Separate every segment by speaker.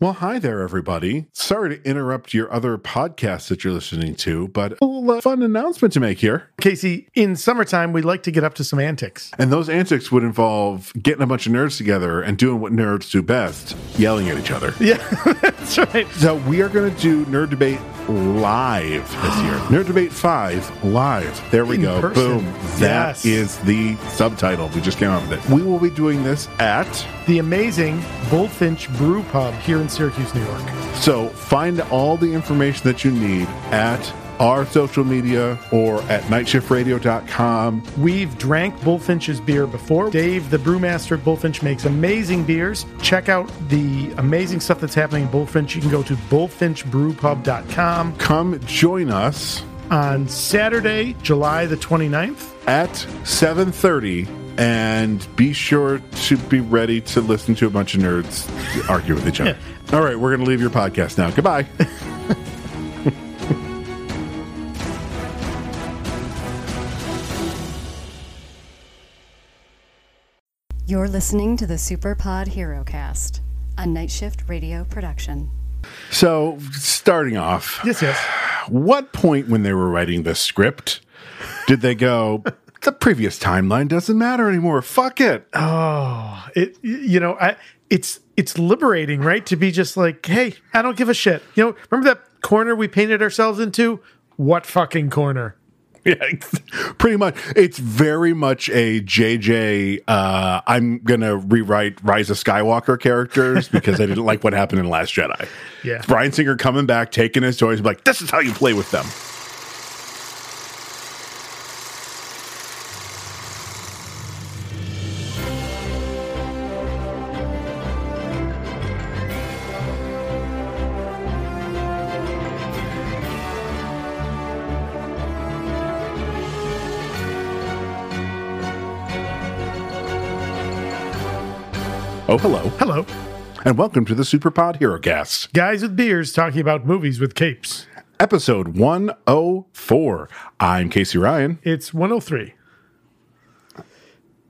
Speaker 1: Well, hi there, everybody. Sorry to interrupt your other podcast that you're listening to, but a little uh, fun announcement to make here.
Speaker 2: Casey, in summertime, we like to get up to some antics.
Speaker 1: And those antics would involve getting a bunch of nerds together and doing what nerds do best yelling at each other.
Speaker 2: Yeah, that's right.
Speaker 1: So, we are going to do Nerd Debate live this year. Nerd Debate 5 live. There we
Speaker 2: In
Speaker 1: go.
Speaker 2: person.
Speaker 1: Boom. That
Speaker 2: Yes.
Speaker 1: is the subtitle. We just came up with it. We will be doing this at
Speaker 2: The amazing Bullfinch Brew Pub here in Syracuse, New York.
Speaker 1: So find all the information that you need at our social media or at nightshiftradio.com.
Speaker 2: We've drank Bullfinch's beer before. Dave, the brewmaster at Bullfinch, makes amazing beers. Check out the amazing stuff that's happening at Bullfinch. You can go to bullfinchbrewpub.com
Speaker 1: Come join us
Speaker 2: on Saturday, July the 29th.
Speaker 1: at 7:30 and be sure to be ready to listen to a bunch of nerds argue with each other. All right, we're going to leave your podcast now. Goodbye.
Speaker 3: You're listening to the Superpod Hero Cast, a night shift radio production.
Speaker 1: So, starting off,
Speaker 2: Yes, yes.
Speaker 1: what point when they were writing the script did they go the previous timeline doesn't matter anymore. Fuck it.
Speaker 2: It you know, I it's it's liberating, right? To be just like, hey, I don't give a shit. You know, remember that corner we painted ourselves into? What fucking corner?
Speaker 1: Yeah, pretty much. It's very much a JJ. Uh, I'm gonna rewrite Rise of Skywalker characters because I didn't like what happened in Last Jedi.
Speaker 2: Yeah.
Speaker 1: It's Bryan Singer coming back, taking his toys, and be like this is how you play with them. Oh, hello,
Speaker 2: Hello.
Speaker 1: and welcome to the Super Pod Hero Cast,
Speaker 2: Guys with beers talking about movies with capes.
Speaker 1: episode 104. I'm Casey Ryan.
Speaker 2: It's 103.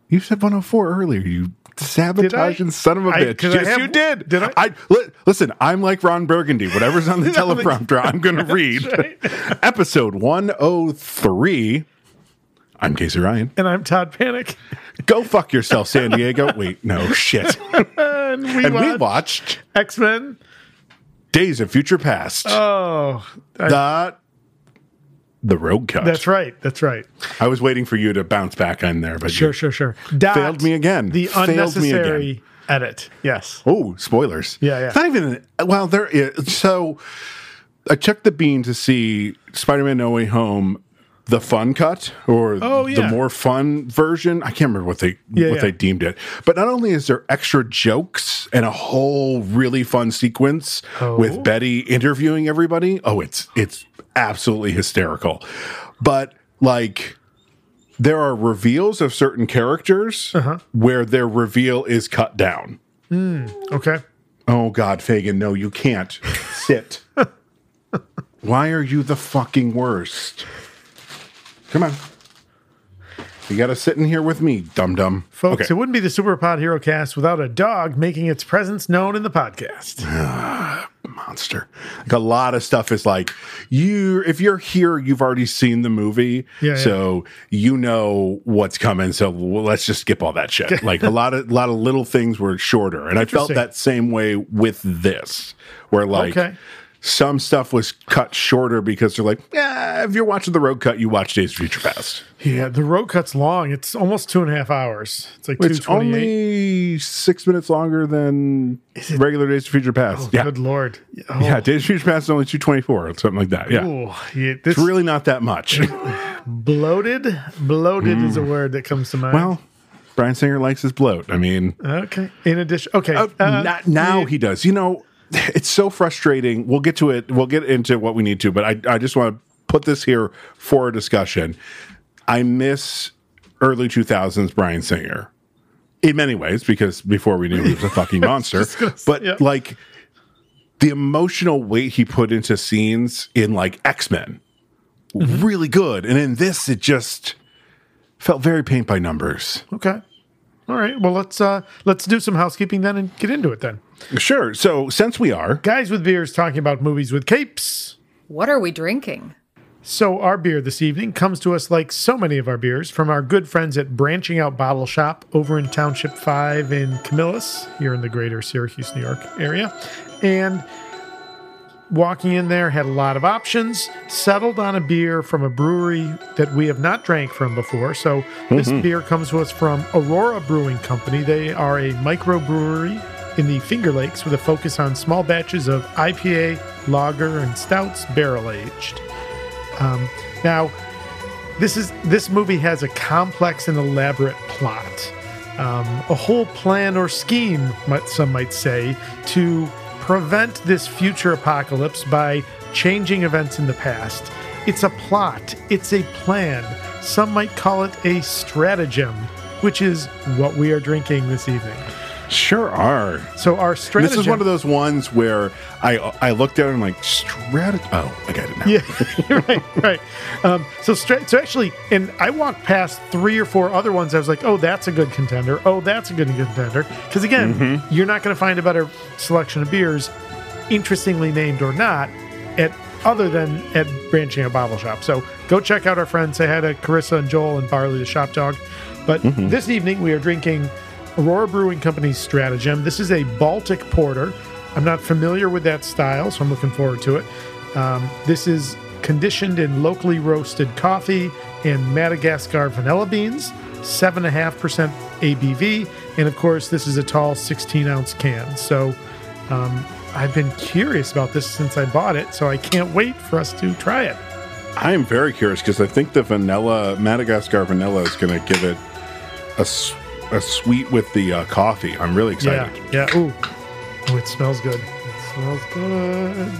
Speaker 1: You said 104 earlier. You sabotaging son of a
Speaker 2: I-
Speaker 1: bitch.
Speaker 2: 'cause I
Speaker 1: yes,
Speaker 2: have-
Speaker 1: you did.
Speaker 2: did I?
Speaker 1: li- listen, I'm like Ron Burgundy. Whatever's on the teleprompter, I'm going to read. Episode 103. I'm Casey Ryan.
Speaker 2: And I'm Todd Panic.
Speaker 1: Go fuck yourself, San Diego. Wait, no, shit.
Speaker 2: And we
Speaker 1: And we
Speaker 2: watch
Speaker 1: watched
Speaker 2: X Men.
Speaker 1: Days of Future Past.
Speaker 2: Oh, I-
Speaker 1: the, the road cut.
Speaker 2: that's right. That's right.
Speaker 1: I was waiting for you to bounce back on there, but
Speaker 2: Sure,
Speaker 1: you-
Speaker 2: sure, sure. Dot,
Speaker 1: Failed me again.
Speaker 2: The
Speaker 1: Failed me
Speaker 2: unnecessary
Speaker 1: again.
Speaker 2: edit. Yes.
Speaker 1: Oh, spoilers.
Speaker 2: Yeah, yeah.
Speaker 1: It's not even, well, there is. So I checked the bean to see Spider Man No Way Home, the fun cut or
Speaker 2: Oh, yeah.
Speaker 1: the more fun version. I can't remember what they
Speaker 2: Yeah,
Speaker 1: what
Speaker 2: yeah.
Speaker 1: they deemed it. But not only is there extra jokes and a whole really fun sequence
Speaker 2: Oh.
Speaker 1: with Betty interviewing everybody. Oh, it's it's absolutely hysterical. But like there are reveals of certain characters
Speaker 2: Uh-huh.
Speaker 1: where their reveal is cut down.
Speaker 2: Okay.
Speaker 1: Oh God, Fagan, no, you can't. Sit. Why are you the fucking worst? Come on. You gotta sit in here with me, dum dum.
Speaker 2: Folks,
Speaker 1: Okay.
Speaker 2: it wouldn't be the Superpod Hero Cast without a dog making its presence known in the podcast.
Speaker 1: monster. Like a lot of stuff is like you if you're here, you've already seen the movie.
Speaker 2: Yeah, yeah.
Speaker 1: so you know what's coming. So well, let's just skip all that shit. like a lot of lot of little things were shorter. And I felt
Speaker 2: Interesting.
Speaker 1: that same way with this, where like
Speaker 2: Okay.
Speaker 1: some stuff was cut shorter because they're like, yeah, if you're watching the road cut, you watch Days of Future Past.
Speaker 2: Yeah, the road cut's long. It's almost two and a half hours. It's like
Speaker 1: It's
Speaker 2: 228.
Speaker 1: only six minutes longer than regular Days of Future Past. yeah.
Speaker 2: Good Lord. Oh,
Speaker 1: Yeah, Days of Future Past is only 224 or something like that. Yeah.
Speaker 2: ooh, Oh, yeah, this
Speaker 1: It's really not that much.
Speaker 2: bloated, bloated is a word that comes to mind.
Speaker 1: Mm. well, Brian Singer likes his bloat. I mean,
Speaker 2: okay. In addition, okay. uh,
Speaker 1: not, Oh, now he does. You know, it's so frustrating. We'll get to it. We'll get into what we need to, but I, I just want to put this here for a discussion. I miss early 2000s Brian Singer in many ways because before we knew he was a fucking monster. but
Speaker 2: yeah.
Speaker 1: like the emotional weight he put into scenes in like X Men, Mm-hmm. really good. And in this, it just felt very paint by numbers.
Speaker 2: okay. All right. Well, let's uh, let's do some housekeeping then and get into it then.
Speaker 1: Sure. So since we are,
Speaker 2: Guys with beers talking about movies with capes.
Speaker 4: What are we drinking?
Speaker 2: So our beer this evening comes to us like so many of our beers from our good friends at Branching Out Bottle Shop over in Township 5 in Camillus, here in the greater Syracuse, New York area. And walking in there had a lot of options, settled on a beer from a brewery that we have not drank from before. So this beer comes to us from Aurora Brewing Company. They are a microbrewery in the Finger Lakes with a focus on small batches of IPA, lager, and stouts barrel aged. Now, this is this movie has a complex and elaborate plot, um, a whole plan or scheme, might, some might say, to prevent this future apocalypse by changing events in the past. It's a plot. It's a plan. Some might call it a stratagem, which is what we are drinking this evening.
Speaker 1: sure are.
Speaker 2: So our
Speaker 1: This
Speaker 2: stratagem.
Speaker 1: is one of those ones where I I looked at it and I'm like strategy. Oh, I got it now. Yeah.
Speaker 2: right, right. Um, so, stra- so actually, and I walked past three or four other ones. I was like, oh, that's a good contender. Oh, that's a good contender. Because again, you're not going to find a better selection of beers, interestingly named or not, at other than at branching a bottle shop. So go check out our friends. They had a Carissa and Joel and Barley the Shop Dog. But this evening we are drinking Aurora Brewing Company's Stratagem. This is a Baltic porter. I'm not familiar with that style, so I'm looking forward to it. Um, this is conditioned in locally roasted coffee and Madagascar vanilla beans, 7.5% ABV. And of course, this is a tall 16 ounce can. So um, I've been curious about this since I bought it, so I can't wait for us to try it.
Speaker 1: I am very curious because I think the vanilla Madagascar vanilla is going to give it a, s- a sweet with the uh, coffee. I'm really excited.
Speaker 2: Yeah, yeah. Ooh, oh, it smells good. It smells good.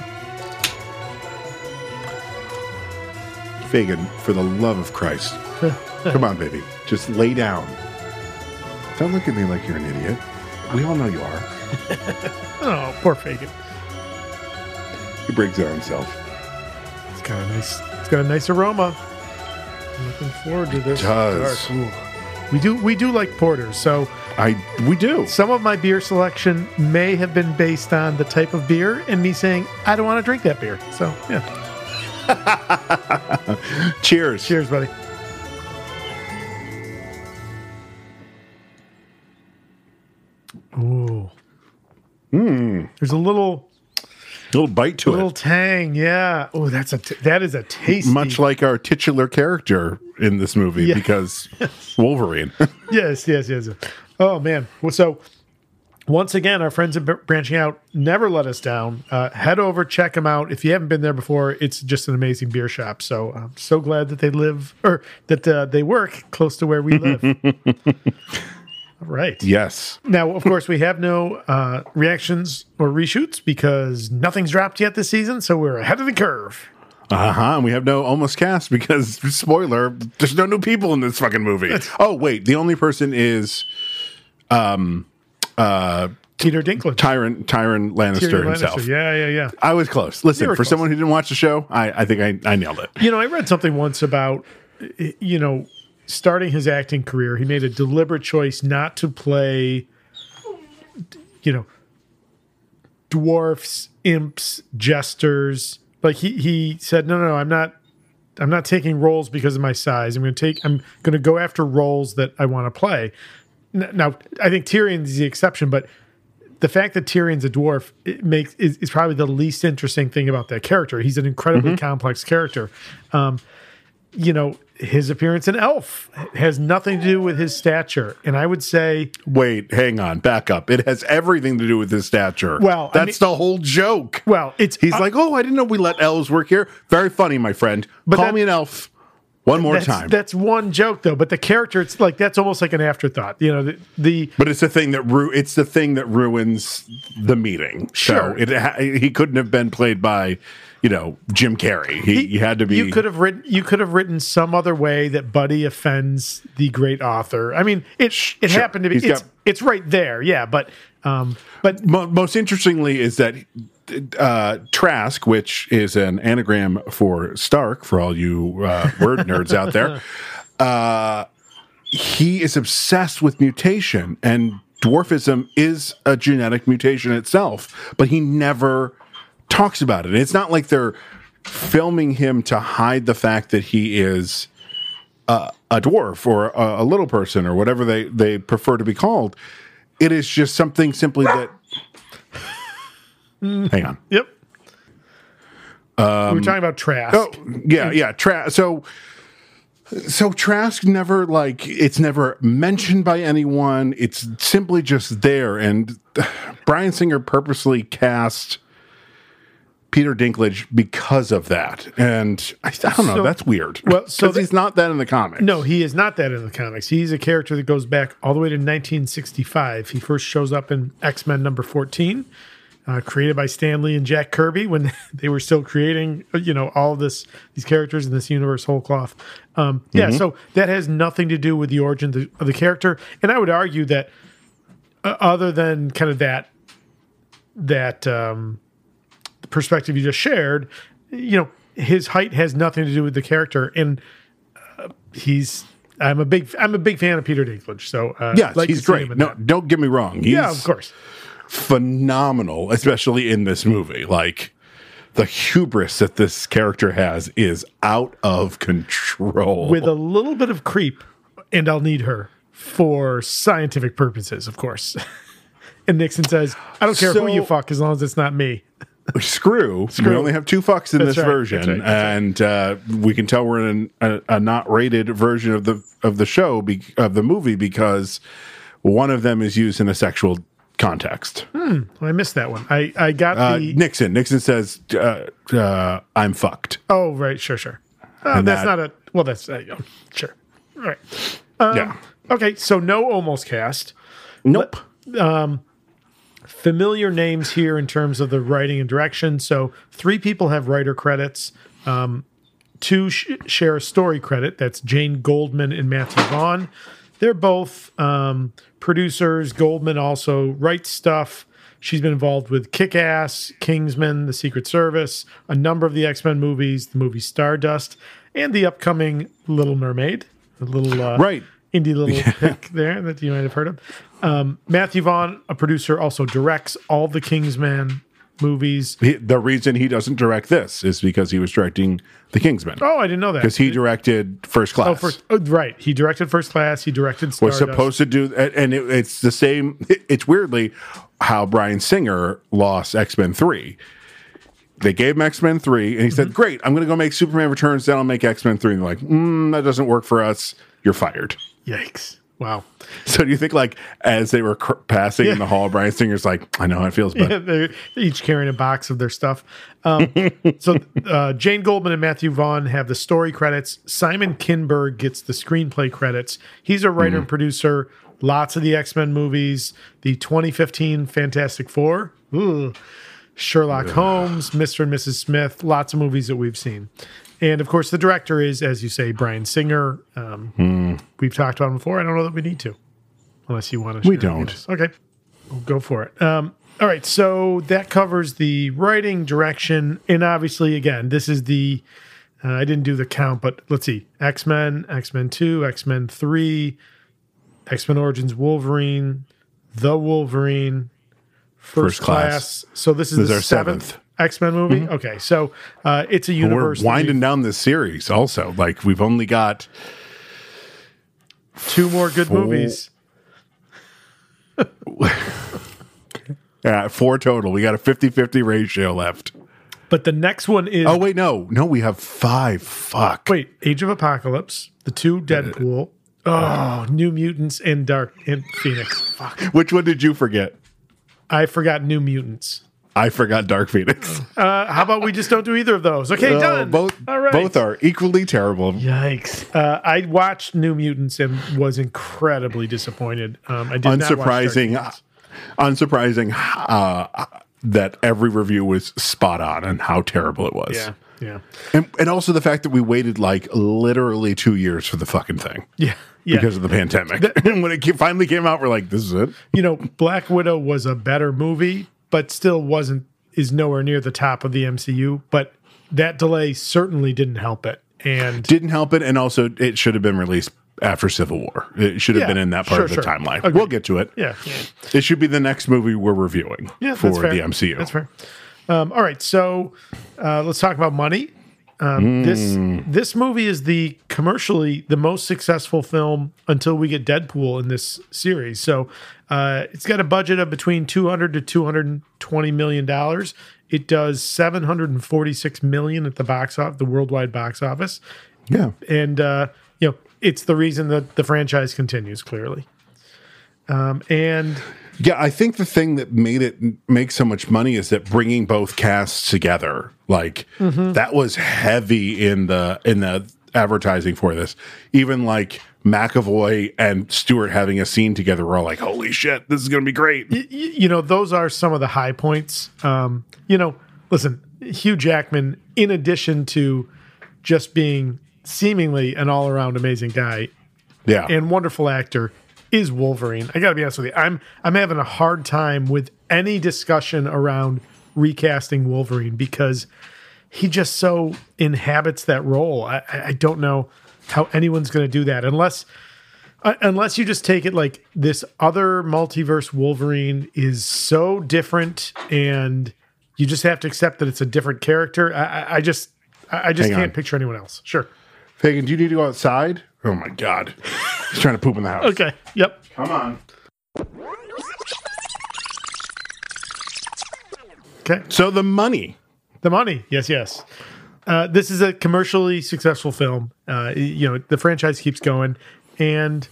Speaker 1: Fagan, for the love of Christ, come on, baby, just lay down. Don't look at me like you're an idiot. We all know you are.
Speaker 2: Oh, poor Fagan.
Speaker 1: He brings it on himself.
Speaker 2: It's got a nice. It's got a nice aroma. I'm looking forward to this.
Speaker 1: does.
Speaker 2: Dark. Ooh. We do. We do like porters, so
Speaker 1: I we do.
Speaker 2: some of my beer selection may have been based on the type of beer and me saying I don't want to drink that beer. So yeah,
Speaker 1: Cheers.
Speaker 2: cheers, buddy. Ooh. There's a little
Speaker 1: Little bite to
Speaker 2: little
Speaker 1: it.
Speaker 2: tang, yeah. Oh, that's a t- that is a tasty.
Speaker 1: Much like our titular character in this movie,
Speaker 2: Yeah.
Speaker 1: because Wolverine.
Speaker 2: yes, yes, yes. Oh man. Well, so once again, our friends at B- branching out never let us down. Uh, head over, check them out. If you haven't been there before, it's just an amazing beer shop. So I'm so glad that they live or that uh, they work close to where we live. All right.
Speaker 1: yes.
Speaker 2: Now, of course, we have no uh, reactions or reshoots because nothing's dropped yet this season, so we're ahead of the curve.
Speaker 1: Uh huh. And we have no almost cast because, spoiler, there's no new people in this fucking movie. oh, wait. The only person is
Speaker 2: Peter Dinklage,
Speaker 1: Tyron, Tyron Lannister
Speaker 2: Tyrion
Speaker 1: himself.
Speaker 2: Lannister. Yeah, yeah, yeah.
Speaker 1: I was close.
Speaker 2: You
Speaker 1: Listen,
Speaker 2: were
Speaker 1: for
Speaker 2: close.
Speaker 1: someone who didn't watch the show, I, I think I, I nailed it.
Speaker 2: You know, I read something once about, uh, you know, starting his acting career, he made a deliberate choice not to play, you know, dwarfs, imps, jesters. Like he he said, no, no, no, I'm not. I'm not taking roles because of my size. I'm going to take. I'm going to go after roles that I want to play. N- Now, I think Tyrion's the exception, but the fact that Tyrion's a dwarf it makes is, is probably the least interesting thing about that character. He's an incredibly complex character. Um, you know, his appearance in Elf has nothing to do with his stature, and I would say,
Speaker 1: Wait, hang on, back up. It has everything to do with his stature.
Speaker 2: Well, I
Speaker 1: that's the whole joke.
Speaker 2: well, it's
Speaker 1: He's like, oh, I didn't know we let elves work here. Very funny, my friend. Call
Speaker 2: that-
Speaker 1: me an elf one more
Speaker 2: that's,
Speaker 1: time.
Speaker 2: that's one joke though, but the character, it's like that's almost like an afterthought. You know, the, the
Speaker 1: But it's the thing that ru- it's the thing that ruins the meeting.
Speaker 2: Sure.
Speaker 1: so it ha- he couldn't have been played by, you know, Jim Carrey. He, he had to be.
Speaker 2: You could have written. You could have written some other way that Buddy offends the great author. I mean, it
Speaker 1: sure.
Speaker 2: it happened to be.
Speaker 1: He's
Speaker 2: It's,
Speaker 1: got-
Speaker 2: it's right there. Yeah, but um, but
Speaker 1: Mo- most interestingly is that uh, Trask, which is an anagram for Stark, for all you uh, word nerds out there, uh, he is obsessed with mutation and dwarfism is a genetic mutation itself but he never talks about it it's not like they're filming him to hide the fact that he is uh, a dwarf or a, a little person or whatever they they prefer to be called it is just something simply that hang on
Speaker 2: Yep. we were talking about Trask.
Speaker 1: Oh yeah, yeah. Tra- so so Trask never like it's never mentioned by anyone. It's simply just there. And Brian Singer purposely cast Peter Dinklage because of that. And I, I don't know.
Speaker 2: So-
Speaker 1: that's weird.
Speaker 2: well, so
Speaker 1: 'Cause
Speaker 2: the-
Speaker 1: he's not that in the comic.
Speaker 2: No, he is not that in the comics. He's a character that goes back all the way to 1965. He first shows up in X Men number 14, uh, created by Stan Lee and Jack Kirby when they were still creating, you know, all this these characters in this universe whole cloth. Um, Yeah, so that has nothing to do with the origin of the, of the character, and I would argue that uh, other than kind of that that um, perspective you just shared, you know, his height has nothing to do with the character, and uh, he's. I'm a big I'm a big fan of Peter Dinklage, so uh,
Speaker 1: Yes,
Speaker 2: I'd like to
Speaker 1: he's
Speaker 2: see
Speaker 1: great.
Speaker 2: him in
Speaker 1: No,
Speaker 2: that.
Speaker 1: don't get me wrong. He's
Speaker 2: yeah, of course.
Speaker 1: phenomenal, especially in this movie. Like the hubris that this character has is out of control.
Speaker 2: With a little bit of creep, and I'll need her for scientific purposes, of course. and Nixon says, "I don't care
Speaker 1: So-
Speaker 2: who you fuck, as long as it's not me."
Speaker 1: screw. We only have two fucks in this
Speaker 2: That's right,
Speaker 1: version,
Speaker 2: that's right,
Speaker 1: and uh, we can tell we're in an, a, a not rated version of the of the show be, of the movie because one of them is used in a sexual context.
Speaker 2: I missed that one. I I got
Speaker 1: Uh,
Speaker 2: the
Speaker 1: Nixon. Nixon says, uh, uh, "I'm fucked."
Speaker 2: oh right, sure, sure. Uh,
Speaker 1: And
Speaker 2: that's
Speaker 1: that-
Speaker 2: not a well. That's uh, oh, sure. All right. Uh,
Speaker 1: yeah.
Speaker 2: Okay, so no almost cast.
Speaker 1: Nope.
Speaker 2: familiar names here in terms of the writing and direction. So three people have writer credits. Um, two sh- share a story credit. That's Jane Goldman and Matthew Vaughn. They're both um, producers. Goldman also writes stuff. She's been involved with Kick Ass, Kingsman, The Secret Service, a number of the X Men movies, the movie Stardust, and the upcoming Little Mermaid. A little uh,
Speaker 1: Right.
Speaker 2: indie little pick there that you might have heard of. Um, Matthew Vaughn, a producer, also directs all the Kingsman movies.
Speaker 1: He- the reason he doesn't direct this is because he was directing The Kingsman
Speaker 2: Oh, I didn't know that.
Speaker 1: because he directed First Class.
Speaker 2: oh, first, oh, right. He directed First Class. He directed
Speaker 1: was
Speaker 2: Stardust.
Speaker 1: supposed to do and- and it, it's the same it's weirdly how brian singer lost x-men 3 they gave him x-men 3 and he said great i'm going to go make superman returns then i'll make x-men 3 and they're like mm, that doesn't work for us you're fired
Speaker 2: Yikes! Wow.
Speaker 1: so do you think like as they were cr- passing in the hall brian singer's like i know how it feels but
Speaker 2: They're each carrying a box of their stuff. Um, so uh, Jane Goldman and Matthew Vaughn have the story credits. Simon Kinberg gets the screenplay credits. He's a writer
Speaker 1: Mm-hmm.
Speaker 2: and producer. Lots of the X Men movies, the 2015 Fantastic Four, ooh, Sherlock Holmes, Mr. and Mrs. Smith, lots of movies that we've seen. And of course, the director is, as you say, Brian Singer. Um,
Speaker 1: Hmm.
Speaker 2: We've talked about him before. I don't know that we need to, unless you want to.
Speaker 1: We
Speaker 2: share anything
Speaker 1: don't.
Speaker 2: else. Okay, we'll go for it. Um, all right, so that covers the writing direction, and obviously, again, this is the. Uh, I didn't do the count, but let's see: X Men, X Men Two, X Men Three, X Men Origins Wolverine, The Wolverine, First,
Speaker 1: First
Speaker 2: class.
Speaker 1: Class.
Speaker 2: So this is
Speaker 1: This
Speaker 2: the
Speaker 1: is our
Speaker 2: seventh,
Speaker 1: seventh. Mm-hmm.
Speaker 2: X Men movie. Okay, so uh, it's a
Speaker 1: we're
Speaker 2: universe. that
Speaker 1: winding
Speaker 2: we've-
Speaker 1: down this series also like we've only got
Speaker 2: two more good
Speaker 1: Full-
Speaker 2: movies.
Speaker 1: uh, four total we got a 50-50 ratio left
Speaker 2: But the next one is
Speaker 1: oh wait no no we have five fuck
Speaker 2: Wait, Age of Apocalypse, the two Deadpool, oh, New Mutants, and Dark and Phoenix. Fuck,
Speaker 1: which one did you forget
Speaker 2: I forgot New Mutants.
Speaker 1: I forgot Dark Phoenix.
Speaker 2: Uh, how about we just don't do either of those? Okay,
Speaker 1: Oh,
Speaker 2: done.
Speaker 1: Both,
Speaker 2: all right.
Speaker 1: both are equally terrible.
Speaker 2: Yikes! Uh, I watched New Mutants and was incredibly disappointed. Um, I did Not watch Dark
Speaker 1: unsurprising,
Speaker 2: Mutants.
Speaker 1: unsurprising uh, that every review was spot on and how terrible it was.
Speaker 2: yeah, yeah,
Speaker 1: And, and also the fact that we waited like literally two years for the fucking thing
Speaker 2: yeah, yeah.
Speaker 1: because of the pandemic. and when it ca- finally came out, we're like, this is it.
Speaker 2: you know, Black Widow was a better movie, but still wasn't is nowhere near the top of the MCU. But that delay certainly didn't help it. And
Speaker 1: Didn't help it. And also, it should have been released after Civil War. It should have
Speaker 2: Yeah,
Speaker 1: been in that part
Speaker 2: sure,
Speaker 1: of the
Speaker 2: sure.
Speaker 1: timeline.
Speaker 2: Agreed.
Speaker 1: We'll get to it.
Speaker 2: Yeah, yeah.
Speaker 1: It should be the next movie we're reviewing
Speaker 2: Yeah,
Speaker 1: for
Speaker 2: that's fair.
Speaker 1: the MCU.
Speaker 2: That's fair. Um, all right, so uh, let's talk about money. Um, This this movie is the commercially the most successful film until we get Deadpool in this series. So uh, it's got a budget of between two hundred to two hundred and twenty million dollars. It does seven hundred and forty six million at the box off the worldwide box office,
Speaker 1: Yeah.
Speaker 2: and uh, you know it's the reason that the franchise continues clearly. Um, and
Speaker 1: Yeah, I think the thing that made it m- make so much money is that bringing both casts together, like
Speaker 2: Mm-hmm.
Speaker 1: that was heavy in the in the advertising for this. Even like McAvoy and Stewart having a scene together, we're all like, "Holy shit, this is gonna be great!"
Speaker 2: y- you know, those are some of the high points. Um, you know, listen, Hugh Jackman, in addition to just being seemingly an all around amazing guy
Speaker 1: Yeah,
Speaker 2: and wonderful actor, is Wolverine. I got to be honest with you. I'm I'm having a hard time with any discussion around recasting Wolverine because he just so inhabits that role. I, I I don't know how anyone's going to do that unless uh, unless you just take it like this other multiverse Wolverine is so different, and you just have to accept that it's a different character. I, I, I just I I just
Speaker 1: Hang
Speaker 2: can't
Speaker 1: on.
Speaker 2: picture anyone else. Sure.
Speaker 1: Fagan, do you need to go outside? Oh my god, he's trying to poop in the house.
Speaker 2: Okay. Yep.
Speaker 1: Come on.
Speaker 2: Okay.
Speaker 1: So the money.
Speaker 2: The money, yes, yes. Uh, this is a commercially successful film. Uh, you know, the franchise keeps going, and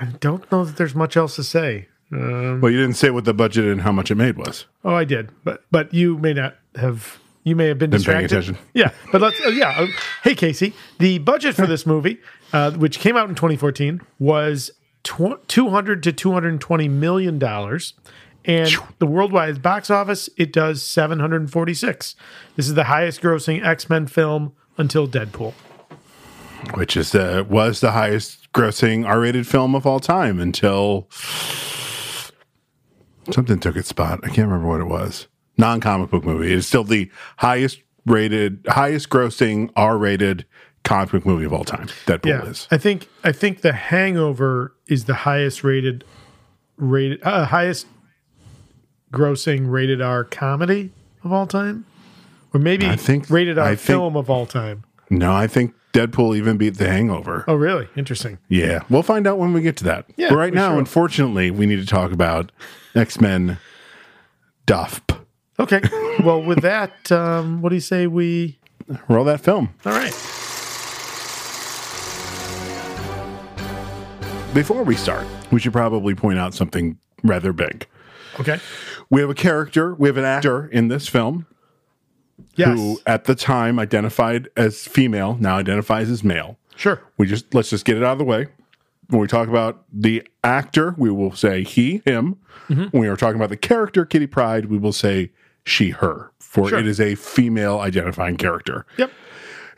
Speaker 2: I don't know that there's much else to say.
Speaker 1: Well, you didn't say what the budget and how much it made was.
Speaker 2: Oh, I did, but but you may not have. You may have been
Speaker 1: Been paying
Speaker 2: distracted.
Speaker 1: attention.
Speaker 2: Yeah, but let's. Uh, yeah, uh, hey Casey, the budget for this movie, uh, which came out in 2014, was tw- 200 to 220 million dollars, and the worldwide box office it does 746. This is the highest-grossing X-Men film until Deadpool.
Speaker 1: which is the was the highest grossing R-rated film of all time until something took its spot. I can't remember what it was. Non comic book movie. It's still the highest rated, highest grossing R-rated comic book movie of all time. Deadpool
Speaker 2: Yeah,
Speaker 1: is.
Speaker 2: I think I think The Hangover is the highest-rated, rated uh, highest grossing rated R comedy of all time, or maybe
Speaker 1: I think-
Speaker 2: rated R
Speaker 1: I think-
Speaker 2: film of all time.
Speaker 1: No, I think Deadpool even beat The Hangover.
Speaker 2: Oh, really? Interesting.
Speaker 1: Yeah, we'll find out when we get to that.
Speaker 2: Yeah,
Speaker 1: but right
Speaker 2: we
Speaker 1: now,
Speaker 2: sure.
Speaker 1: unfortunately, we need to talk about X Men. Duff.
Speaker 2: Okay. well, with that, um, what do you say we?
Speaker 1: Roll that film.
Speaker 2: All right.
Speaker 1: Before we start, we should probably point out something rather big.
Speaker 2: Okay.
Speaker 1: We have a character, we have an actor in this film
Speaker 2: Yes.
Speaker 1: who at the time identified as female, now identifies as male.
Speaker 2: Sure.
Speaker 1: We just let's just get it out of the way. When we talk about the actor, we will say he, him.
Speaker 2: Mm-hmm.
Speaker 1: When we are talking about the character Kitty Pride, we will say she, her, for
Speaker 2: Sure.
Speaker 1: it is a female identifying character.
Speaker 2: Yep.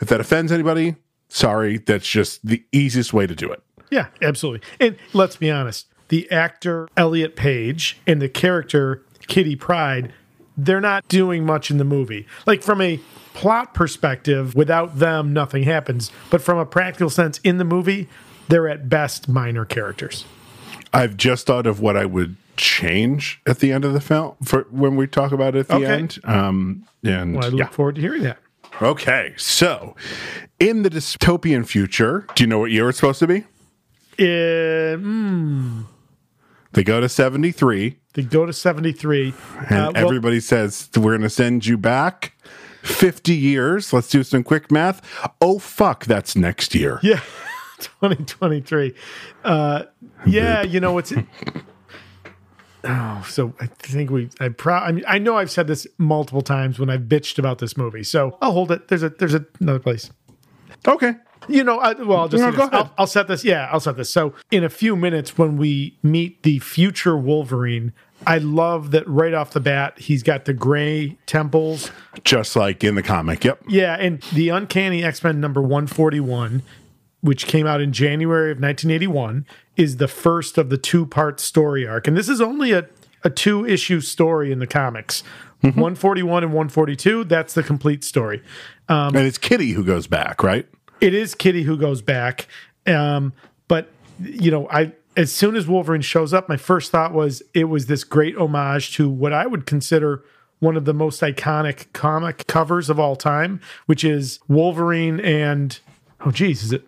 Speaker 1: If that offends anybody, sorry, that's just the easiest way to do it.
Speaker 2: Yeah, absolutely. And let's be honest, the actor Elliot Page and the character Kitty Pride, they're not doing much in the movie. Like from a plot perspective, without them nothing happens, but from a practical sense in the movie, they're at best minor characters.
Speaker 1: I've just thought of what I would change at the end of the film for when we talk about it at the
Speaker 2: Okay.
Speaker 1: end. Um, and
Speaker 2: Well, I look
Speaker 1: yeah.
Speaker 2: forward to hearing that.
Speaker 1: Okay. So, in the dystopian future, do you know what year it's supposed to be?
Speaker 2: Uh, mm,
Speaker 1: They go to 73,
Speaker 2: they go to 73.
Speaker 1: and
Speaker 2: Uh, well,
Speaker 1: everybody says, We're going to send you back 50 years. Let's do some quick math. Oh, fuck, that's next year.
Speaker 2: Yeah, 2023. Uh, yeah, you know what's. Oh, so I think we. I pro. I, mean, I know I've said this multiple times when I've bitched about this movie. So I'll hold it. There's a. There's a, another place.
Speaker 1: Okay.
Speaker 2: You know. I, well, I'll just.
Speaker 1: No,
Speaker 2: say
Speaker 1: go
Speaker 2: this. I'll-
Speaker 1: ahead.
Speaker 2: I'll, set this. Yeah, I'll set this. So in a few minutes, when we meet the future Wolverine, I love that right off the bat he's got the gray temples.
Speaker 1: Just like in the comic. Yep.
Speaker 2: Yeah, and the Uncanny X Men number one forty one, which came out in January of nineteen eighty one, is the first of the two part story arc, and this is only a a two issue story in the comics. forty one and one forty two. That's the complete story. Um,
Speaker 1: and it's Kitty who goes back, right?
Speaker 2: It is Kitty who goes back. Um, But you know, I as soon as Wolverine shows up, my first thought was it was this great homage to what I would consider one of the most iconic comic covers of all time, which is Wolverine and oh geez, is it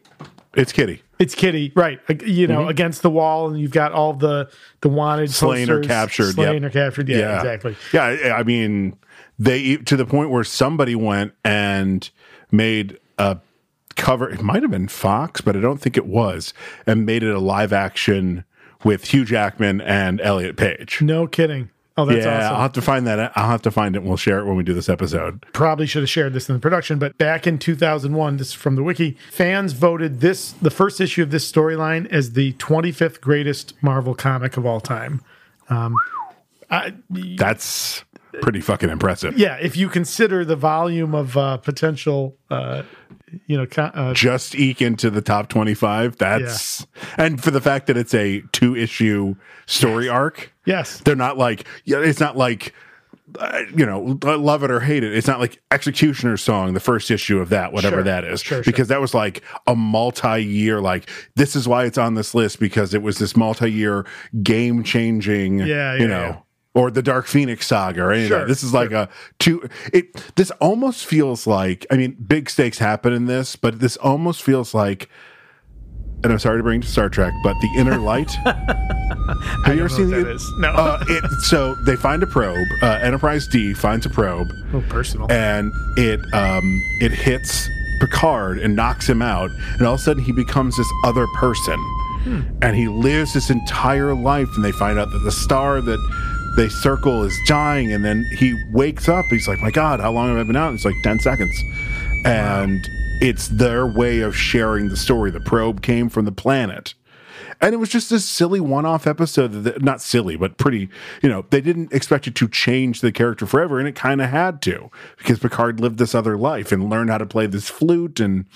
Speaker 1: It's Kitty.
Speaker 2: it's Kitty, right? Ag- You
Speaker 1: Mm-hmm.
Speaker 2: know, against the wall, and you've got all the the wanted
Speaker 1: Slain or
Speaker 2: posters.
Speaker 1: captured,
Speaker 2: slain
Speaker 1: yep.
Speaker 2: or captured. Yeah, exactly.
Speaker 1: Yeah, I- I mean, they e, to the point where somebody went and made a cover. It might have been Fox, but I don't think it was, and made it a live action with Hugh Jackman and Elliot Page.
Speaker 2: No kidding. Oh, that's
Speaker 1: yeah,
Speaker 2: awesome.
Speaker 1: I'll have to find that. I'll have to find it. and We'll share it when we do this episode.
Speaker 2: probably should have shared this in the production, but back in 2001, this is from the wiki, fans voted this the first issue of this storyline as the 25th greatest Marvel comic of all time. Um,
Speaker 1: That's pretty fucking impressive.
Speaker 2: Yeah, if you consider the volume of uh, potential, uh, you know, co- uh,
Speaker 1: Just eke into the top twenty-five. That's and for the fact that it's a two-issue story arc.
Speaker 2: yes,
Speaker 1: They're not like yeah. It's not like uh, you know, love it or hate it. It's not like Executioner's song, the first issue of that, whatever
Speaker 2: Sure.
Speaker 1: that is,
Speaker 2: Sure, sure.
Speaker 1: because that was like a multi-year. Like this is why it's on this list because it was this multi-year game-changing.
Speaker 2: Yeah, yeah,
Speaker 1: you know.
Speaker 2: yeah.
Speaker 1: Or the Dark Phoenix saga, or any of that.
Speaker 2: Sure,
Speaker 1: This is like a two. It this almost feels like. I mean, big stakes happen in this, but this almost feels like. And I'm sorry to bring it to Star Trek, but the Inner Light. Have you ever
Speaker 2: know
Speaker 1: seen
Speaker 2: what
Speaker 1: the
Speaker 2: that is. No.
Speaker 1: uh, it, so they find a probe. Uh, Enterprise D finds a probe,
Speaker 2: oh, personal.
Speaker 1: and it um, it hits Picard and knocks him out. And all of a sudden, he becomes this other person, and he lives his entire life. And they find out that the star that they circle is dying. And then he wakes up. He's like, "My God, how long have I been out?" And it's like ten seconds, and it's their way of sharing the story. The probe came from the planet. And it was just this silly one-off episode. That, not silly, but pretty. You know, they didn't expect you to change the character forever, and it kind of had to because Picard lived this other life and learned how to play this flute. And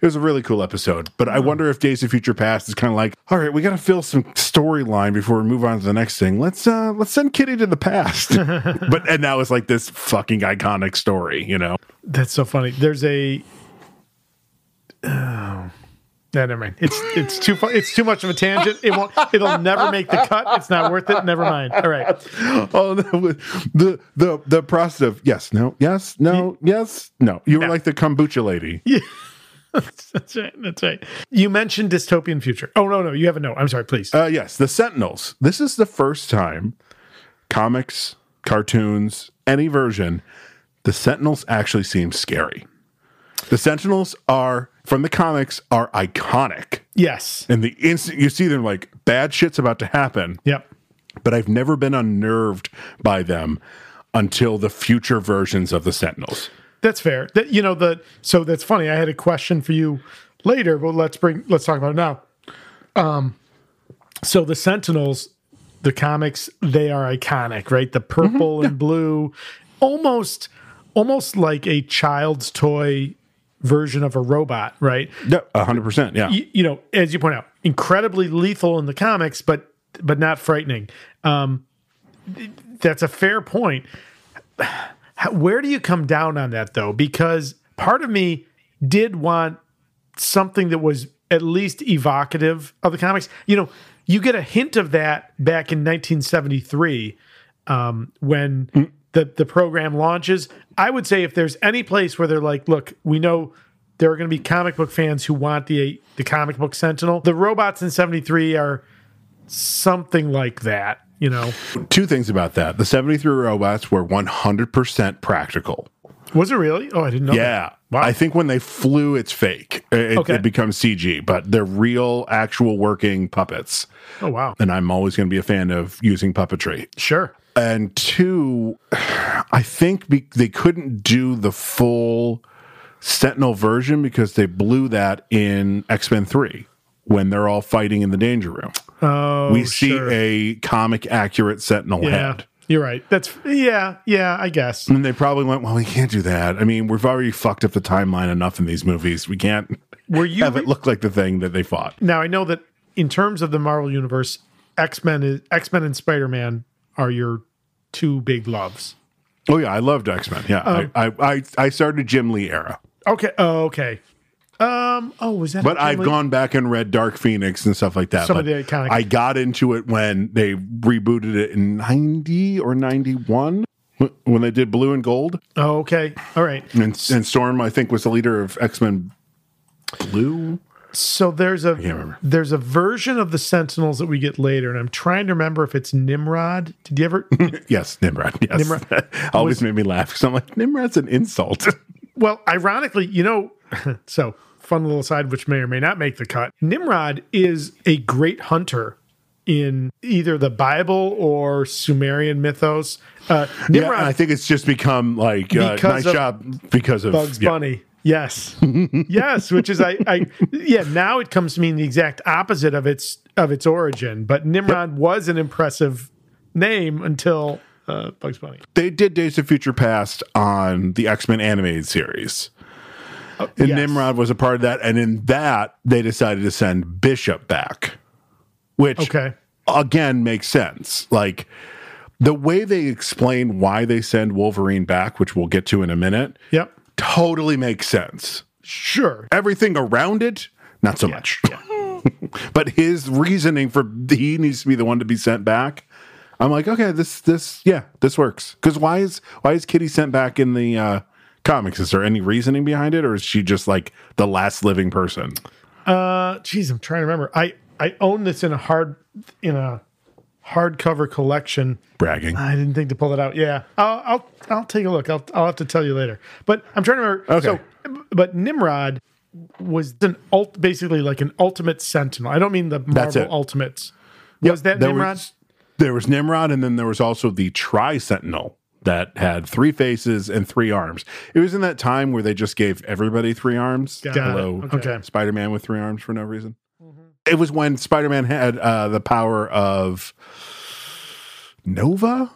Speaker 1: it was a really cool episode. But I wonder if Days of Future Past is kind of like, all right, we got to fill some storyline before we move on to the next thing. Let's uh let's send Kitty to the past. but and now it's like this fucking iconic story. You know,
Speaker 2: That's so funny. There's a. Oh. Yeah, never mind. It's it's too fu- it's too much of a tangent. It won't. It'll never make the cut. It's not worth it. Never mind. All right.
Speaker 1: oh the the the, the process of yes, no, yes, no, yes, no. You were like the kombucha lady.
Speaker 2: That's right. That's right. You mentioned dystopian future. Oh no, no, you haven't. No, I'm sorry. Please.
Speaker 1: Uh, yes, the Sentinels. This is the first time comics, cartoons, any version, the Sentinels actually seem scary. The Sentinels are from the comics are iconic,
Speaker 2: yes.
Speaker 1: and the instant you see them, like bad shit's about to happen.
Speaker 2: Yep.
Speaker 1: But I've never been unnerved by them until the future versions of the Sentinels.
Speaker 2: That's fair. That you know the so that's funny. I had a question for you later, but let's bring let's talk about it now. Um, so the Sentinels, the comics, they are iconic, right? The purple and blue, almost almost like a child's toy version of a robot, right?
Speaker 1: Yeah, hundred percent. Yeah,
Speaker 2: you, you know, as you point out, incredibly lethal in the comics, but but not frightening. Um, th- that's a fair point. How- Where do you come down on that though? Because part of me did want something that was at least evocative of the comics. You know, you get a hint of that back in 1973 um, when the the program launches. I would say if there's any place where they're like, look, we know there are going to be comic book fans who want the the comic book Sentinel. The robots in '73 are something like that. You know,
Speaker 1: two things about that: the seventy-three robots were one hundred percent practical.
Speaker 2: was it really? Oh, I didn't know. that.
Speaker 1: Yeah. I think when they flew, it's fake. It,
Speaker 2: Okay.
Speaker 1: it becomes CG, but they're real, actual working puppets.
Speaker 2: Oh wow.
Speaker 1: And I'm always going to be a fan of using puppetry.
Speaker 2: Sure.
Speaker 1: And two, I think be- they couldn't do the full Sentinel version because they blew that in X Men 3 when they're all fighting in the danger room.
Speaker 2: Oh,
Speaker 1: we see
Speaker 2: sure.
Speaker 1: a comic accurate Sentinel
Speaker 2: yeah.
Speaker 1: head.
Speaker 2: You're right. That's yeah, yeah. I guess.
Speaker 1: And they probably went, well, we can't do that. I mean, we've already fucked up the timeline enough in these movies. We can't
Speaker 2: Were you
Speaker 1: have it look like the thing that they fought.
Speaker 2: Now I know that in terms of the Marvel universe, X Men is X Men and Spider Man are your two big loves. Um,
Speaker 1: Oh yeah, I loved X Men. Yeah, I, I I I started Jim Lee era.
Speaker 2: Okay. Oh, okay. Um. Oh, was that?
Speaker 1: But
Speaker 2: a
Speaker 1: I've
Speaker 2: Jim Lee-
Speaker 1: gone back and read Dark Phoenix and stuff like that.
Speaker 2: Some of
Speaker 1: but
Speaker 2: the iconic-
Speaker 1: I got into it when they rebooted it in 90 or 91 wh- when they did Blue and Gold.
Speaker 2: Oh, okay. All right.
Speaker 1: And, and Storm, I think, was the leader of X Men Blue.
Speaker 2: So there's a
Speaker 1: can't remember.
Speaker 2: there's a version of the Sentinels that we get later, and I'm trying to remember if it's Nimrod. Did you ever?
Speaker 1: Yes, Nimrod. Yes.
Speaker 2: Nimrod
Speaker 1: Always made me laugh because I'm like, Nimrod's an insult.
Speaker 2: well, ironically, you know, so fun little aside, which may or may not make the cut. Nimrod is a great hunter in either the Bible or Sumerian mythos. Uh,
Speaker 1: yeah,
Speaker 2: Nimrod
Speaker 1: and I think it's just become like uh,
Speaker 2: Because
Speaker 1: nice
Speaker 2: of
Speaker 1: job because of
Speaker 2: Bugs
Speaker 1: yeah.
Speaker 2: Bunny. Yes. yes, which is I, I yeah, now it comes to mean the exact opposite of its of its origin, but Nimrod was an impressive name until uh, Bugs Bunny.
Speaker 1: They did Days of Future Past on the X Men animated series. And
Speaker 2: yes.
Speaker 1: Nimrod was a part of that. And in that, they decided to send Bishop back, which
Speaker 2: Okay.
Speaker 1: again makes sense. Like the way they explain why they send Wolverine back, which we'll get to in a minute,
Speaker 2: Yep.
Speaker 1: totally makes sense.
Speaker 2: Sure.
Speaker 1: Everything around it, not so much. but his reasoning for he needs to be the one to be sent back. I'm like, okay, this this yeah, this works. Because why is why is Kitty sent back in the uh, comics? Is there any reasoning behind it, or is she just like the last living person?
Speaker 2: Uh geez, I'm trying to remember. I I own this in a hard in a hardcover collection.
Speaker 1: Bragging.
Speaker 2: I didn't think to pull that out. Yeah, I'll I'll, I'll take a look. I'll, I'll have to tell you later. But I'm trying to remember.
Speaker 1: Okay.
Speaker 2: So, but Nimrod was an ult, basically like an ultimate sentinel. I don't mean the Marvel
Speaker 1: it.
Speaker 2: Ultimates.
Speaker 1: Yep,
Speaker 2: Was that
Speaker 1: there
Speaker 2: Nimrod?
Speaker 1: Was, there was Nimrod, and then there was also the Tri Sentinel that had three faces and three arms. It was in that time where they just gave everybody three arms.
Speaker 2: Got it. Okay.
Speaker 1: Spider Man with three arms for no reason. It was when Spider Man had uh, the power of Nova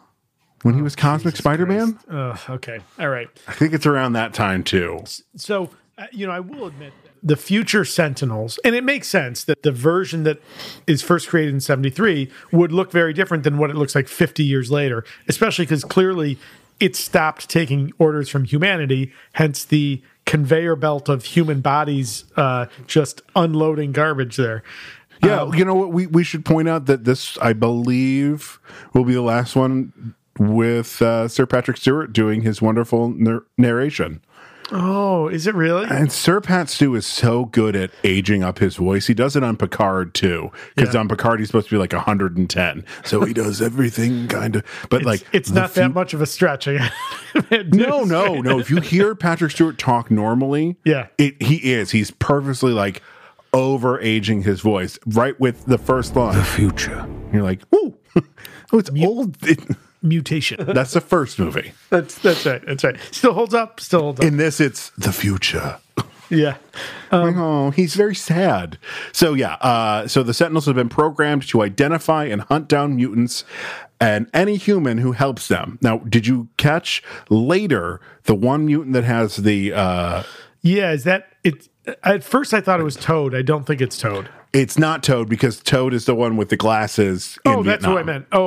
Speaker 1: when he was Cosmic Spider Man.
Speaker 2: Ugh, okay. All right.
Speaker 1: I think it's around that time too.
Speaker 2: So uh, you know, I will admit that the future Sentinels, and it makes sense that the version that is first created in '73 would look very different than what it looks like 50 years later, especially because clearly it stopped taking orders from humanity. Hence the conveyor belt of human bodies uh, just unloading garbage there.
Speaker 1: Yeah,
Speaker 2: Um,
Speaker 1: you know what? We we should point out that this, I believe, will be the last one with uh, Sir Patrick Stewart doing his wonderful nar- narration.
Speaker 2: Oh, is it really?
Speaker 1: And Sir Pat Stew is so good at aging up his voice. He does it on Picard too, because
Speaker 2: Yeah.
Speaker 1: on Picard he's supposed to be like 110, so he does everything kind of. But like,
Speaker 2: It's
Speaker 1: the
Speaker 2: not
Speaker 1: few-
Speaker 2: that much of a stretch. I gotta
Speaker 1: No, no, no. If you hear Patrick Stewart talk normally,
Speaker 2: Yeah.
Speaker 1: it, he is. He's purposely like overaging his voice right with the first line.
Speaker 4: future.
Speaker 1: You're like, woo. Oh, it's old. It-
Speaker 2: Mutation.
Speaker 1: that's the first movie.
Speaker 2: That's that's right. That's right. Still holds up. Still holds up.
Speaker 1: In this, it's the future.
Speaker 2: yeah.
Speaker 1: oh, he's very sad. So yeah, uh, so the Sentinels have been programmed to identify and hunt down mutants and any human who helps them. Now, did you catch later the one mutant that has the? Uh,
Speaker 2: Yeah, is that it? At first, I thought it was Toad. I don't think it's Toad.
Speaker 1: it's not Toad because Toad is the one with the glasses. in
Speaker 2: Oh, that's
Speaker 1: Vietnam.
Speaker 2: who I meant. Oh,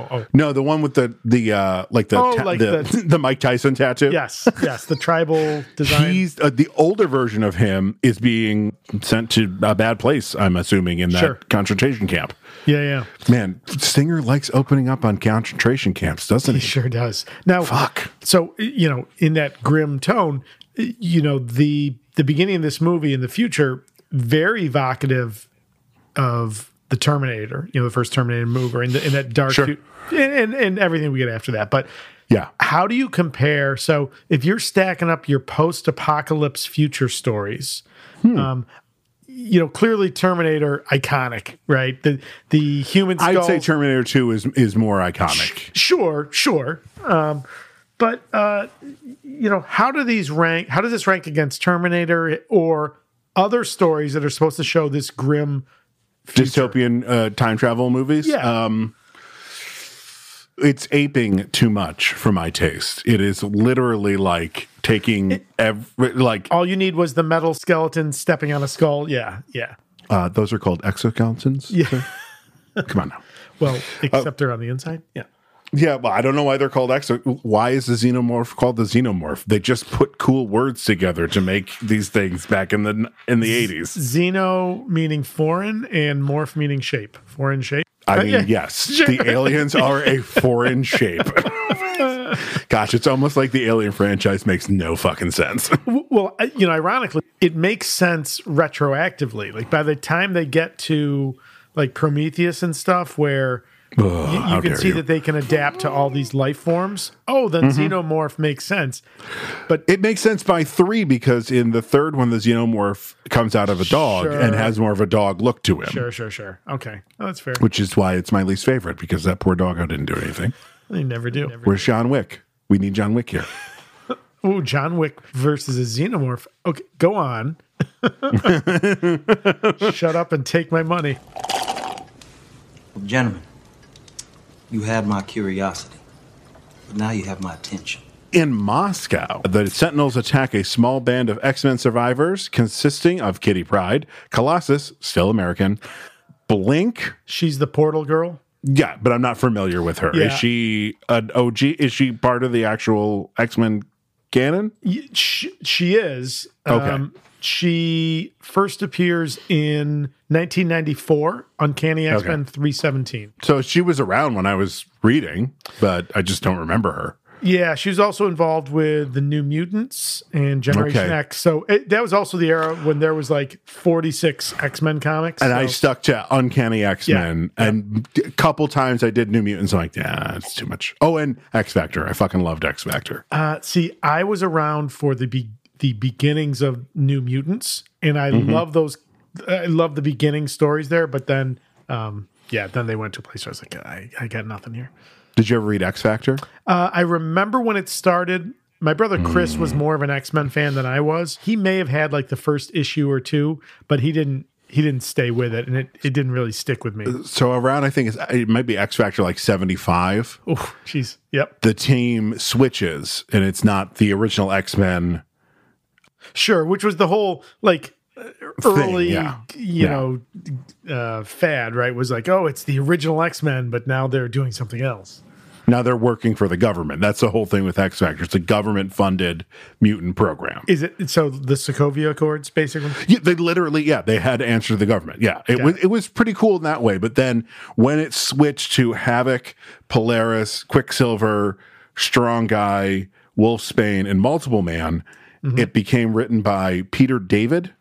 Speaker 2: oh, oh.
Speaker 1: No, the one with the the uh, like the
Speaker 2: Oh,
Speaker 1: ta-
Speaker 2: like
Speaker 1: the, the
Speaker 2: the-
Speaker 1: Mike Tyson tattoo.
Speaker 2: yes, yes, the tribal design.
Speaker 1: He's uh, the older version of him is being sent to a bad place. I'm assuming in that
Speaker 2: Sure.
Speaker 1: concentration camp.
Speaker 2: yeah, yeah,
Speaker 1: Man, Singer likes opening up on concentration camps, doesn't
Speaker 2: he
Speaker 1: he?
Speaker 2: sure does. Now,
Speaker 1: Fuck.
Speaker 2: So you know, in that grim tone, you know the the beginning of this movie in the future very evocative of the Terminator. You know, the first Terminator movie, and the, in that dark,
Speaker 1: Sure.
Speaker 2: fu- and, and and everything we get after that, but.
Speaker 1: Yeah.
Speaker 2: how do you compare? So, if you're stacking up your post-apocalypse future stories,
Speaker 1: Hmm.
Speaker 2: um, you know clearly Terminator iconic, right? The the human
Speaker 1: I'd
Speaker 2: skull.
Speaker 1: say Terminator 2 is is more iconic.
Speaker 2: sure, sure, um, but uh, you know how do these rank? How does this rank against Terminator or other stories that are supposed to show this grim?
Speaker 1: Dystopian uh, time travel movies.
Speaker 2: Yeah.
Speaker 1: Um, it's aping too much for my taste. It is literally like taking every like
Speaker 2: All you need was the metal skeleton stepping on a skull. Yeah, yeah.
Speaker 1: uh, those are called exoskeletons.
Speaker 2: Yeah.
Speaker 1: Come on now.
Speaker 2: Well, except they're on the inside. Yeah.
Speaker 1: Yeah, but I don't know why they're called extra. Why is the xenomorph called the xenomorph? They just put cool words together to make these things back in the in the eighties.
Speaker 2: Xeno meaning foreign and morph meaning shape. Foreign shape.
Speaker 1: I
Speaker 2: Uh,
Speaker 1: mean,
Speaker 2: yeah.
Speaker 1: yes, the aliens are a foreign shape. Gosh, it's almost like the alien franchise makes no fucking sense.
Speaker 2: W- Well, I- you know, ironically, it makes sense retroactively. Like by the time they get to like Prometheus and stuff, where
Speaker 1: Ugh,
Speaker 2: you,
Speaker 1: Oh, how
Speaker 2: can
Speaker 1: dare
Speaker 2: see
Speaker 1: you. Mm-hmm.
Speaker 2: that they can adapt to all these life forms. Oh, then xenomorph makes sense.
Speaker 1: It makes sense by three because in the third one, the xenomorph comes out of a dog
Speaker 2: Sure.
Speaker 1: and has more of a dog look to him,
Speaker 2: Sure, sure, sure. Okay, Oh, that's fair.
Speaker 1: which is why it's my least favorite because that poor doggo didn't do anything.
Speaker 2: They never do.
Speaker 1: Where's John Wick? We need John Wick here.
Speaker 2: Oh, John Wick versus a xenomorph. Okay, go on. Shut up and take my money.
Speaker 4: Gentlemen, you had my curiosity, but now you have my attention.
Speaker 1: In Moscow, the Sentinels attack a small band of X Men survivors consisting of Kitty Pride, Colossus, still American, Blink.
Speaker 2: She's the portal girl.
Speaker 1: Yeah, but I'm not familiar with her. Is
Speaker 2: Yeah.
Speaker 1: she an OG? Is she part of the actual X Men canon?
Speaker 2: Y- She, she is. Um,
Speaker 1: Okay.
Speaker 2: she first appears in 1994, Uncanny X Men 317.
Speaker 1: So she was around when I was reading, but I just don't remember her.
Speaker 2: Yeah, she was also involved with the New Mutants and Generation
Speaker 1: Okay.
Speaker 2: X. So it, that was also the era when there was like 46 X Men comics.
Speaker 1: And
Speaker 2: so-
Speaker 1: I stuck to Uncanny X Men, and a couple times I did New Mutants. I'm like, yeah, it's too much. Oh, and X Factor. I fucking loved X Factor.
Speaker 2: Uh, see, I was around for the be- the beginnings of New Mutants, and I
Speaker 1: Mm-hmm.
Speaker 2: love those. I love the beginning stories there, but then, um, yeah, then they went to a place where I was like, I, I got nothing here.
Speaker 1: Did you ever read X Factor?
Speaker 2: Uh, I remember when it started. My brother Chris
Speaker 1: Mm.
Speaker 2: was more of an X Men fan than I was. He may have had like the first issue or two, but he didn't. He didn't stay with it, and it, it didn't really stick with me.
Speaker 1: So around, I think it's, it might be X Factor like 75.
Speaker 2: Oh, jeez. Yep.
Speaker 1: The team switches, and it's not the original X Men.
Speaker 2: Sure, which was the whole like early,
Speaker 1: yeah.
Speaker 2: you
Speaker 1: Yeah.
Speaker 2: know, uh, fad, right? Was like, oh, it's the original X Men, but now they're doing something else.
Speaker 1: Now they're working for the government. That's the whole thing with X Factor. It's a government funded mutant program.
Speaker 2: Is it so? The Sokovia Accords, basically.
Speaker 1: Yeah, they literally, yeah, they had to answer to the government. Yeah, it was it was pretty cool in that way. But then when it switched to Havoc, Polaris, Quicksilver, Strong Guy, Wolfsbane, and Multiple Man, it became written by Peter David.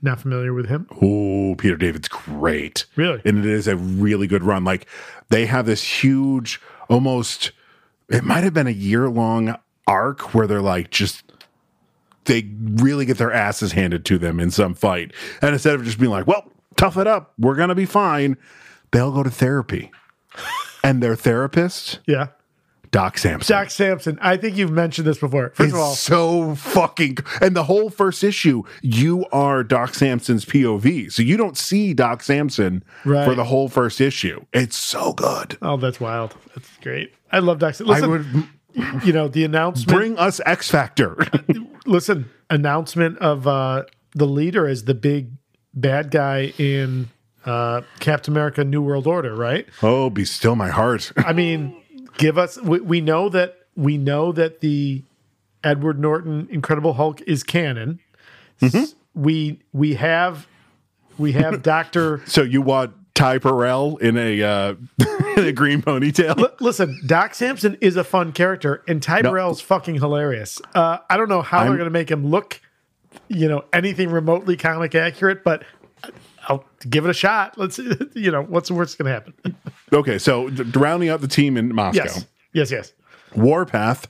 Speaker 2: Not familiar with him.
Speaker 1: Oh, Peter David's great.
Speaker 2: Really?
Speaker 1: And it is a really good run. Like they have this huge, almost, it might have been a year long arc where they're like just, they really get their asses handed to them in some fight. And instead of just being like, well, tough it up, we're going to be fine, they'll go to therapy. and their therapist,
Speaker 2: Yeah,
Speaker 1: Doc Sampson.
Speaker 2: Doc Sampson. I think you've mentioned this before. First
Speaker 1: It's
Speaker 2: of all,
Speaker 1: so fucking and the whole first issue you are doc samson's pov so you don't see doc samson
Speaker 2: Right.
Speaker 1: for the whole first issue it's so good
Speaker 2: oh, that's wild. That's great. I love Doc. Sampson.
Speaker 1: i
Speaker 2: Listen,
Speaker 1: would
Speaker 2: you know the announcement.
Speaker 1: bring us x factor
Speaker 2: listen, announcement of uh, the leader as the big bad guy in uh, Captain America: New World Order, right?
Speaker 1: oh be still my heart
Speaker 2: I mean, give us. We, we know that we know that the Edward Norton Incredible Hulk is canon. S-
Speaker 1: Mm-hmm.
Speaker 2: We we have we have Doctor.
Speaker 1: so you want ty Burrell in a uh in a green ponytail
Speaker 2: Listen, Doc Sampson is a fun character, and Ty Burrell's fucking hilarious. Uh, I don't know how they're going to make him look, you know, anything remotely comic accurate, but I'll give it a shot. Let's, you know, what's the worst going to happen?
Speaker 1: okay so d- rounding out the team in moscow
Speaker 2: Yes, yes, yes.
Speaker 1: warpath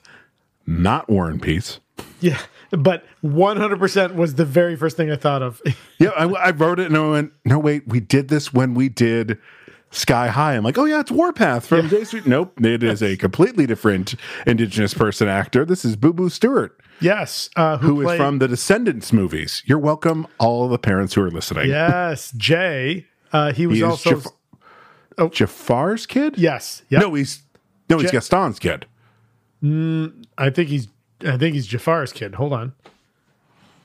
Speaker 1: not war and peace
Speaker 2: Yeah, but 100% was the very first thing I thought of.
Speaker 1: Yeah, I, I wrote it and I went, no, wait, we did this when we did Sky High. I'm like, oh, yeah, it's Warpath from J Street. Nope, it is a completely different Indigenous person actor. This is Boo Boo Stewart,
Speaker 2: yes, uh, who,
Speaker 1: who is
Speaker 2: played-
Speaker 1: from the Descendants movies. You're welcome, all the parents who are listening.
Speaker 2: Yes, Jay. Uh, he was
Speaker 1: He is
Speaker 2: also
Speaker 1: Jaf- Jafar's kid?
Speaker 2: yes. Yep.
Speaker 1: No, he's no, he's
Speaker 2: Ja-
Speaker 1: Gaston's kid.
Speaker 2: I think he's I think he's Jafar's kid. Hold on.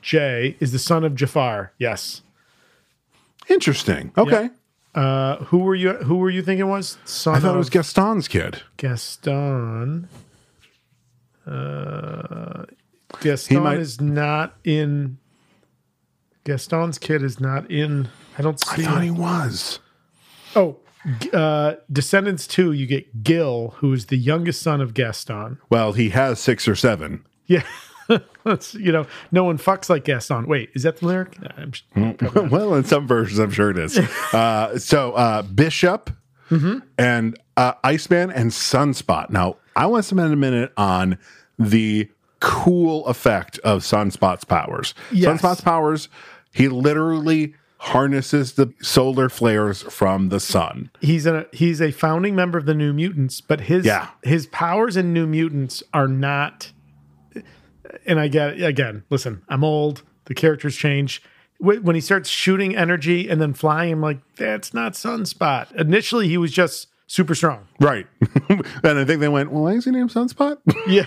Speaker 2: Jay is the son of Jafar. Yes.
Speaker 1: Interesting. Okay.
Speaker 2: Uh, who were you? Who were you thinking was? Son
Speaker 1: I thought it was
Speaker 2: of
Speaker 1: Gaston's kid.
Speaker 2: Gaston. Uh, Gaston
Speaker 1: might-
Speaker 2: is not in. Gaston's kid is not in. I don't
Speaker 1: I
Speaker 2: see.
Speaker 1: thought he
Speaker 2: him.
Speaker 1: was.
Speaker 2: Oh, G- uh, Descendants two. You get Gil, who is the youngest son of Gaston.
Speaker 1: Well, he has six or seven.
Speaker 2: Yeah. That's, you know, no one fucks like Gaston. Wait, is that the lyric? I'm sh-
Speaker 1: well, in some versions, I'm sure it is. Uh, so uh, Bishop and uh, Iceman and Sunspot. Now, I want to spend a minute on the cool effect of Sunspot's powers.
Speaker 2: Yes.
Speaker 1: Sunspot's powers, he literally harnesses the solar flares from the sun.
Speaker 2: He's a he's a founding member of the New Mutants, but his
Speaker 1: Yeah.
Speaker 2: his powers in New Mutants are not. And I get again. Listen, I'm old. The characters change. Wh- When he starts shooting energy and then flying, I'm like, that's not Sunspot. Initially, he was just super strong.
Speaker 1: Right. and I think they went, well, why is he named Sunspot?
Speaker 2: Yeah.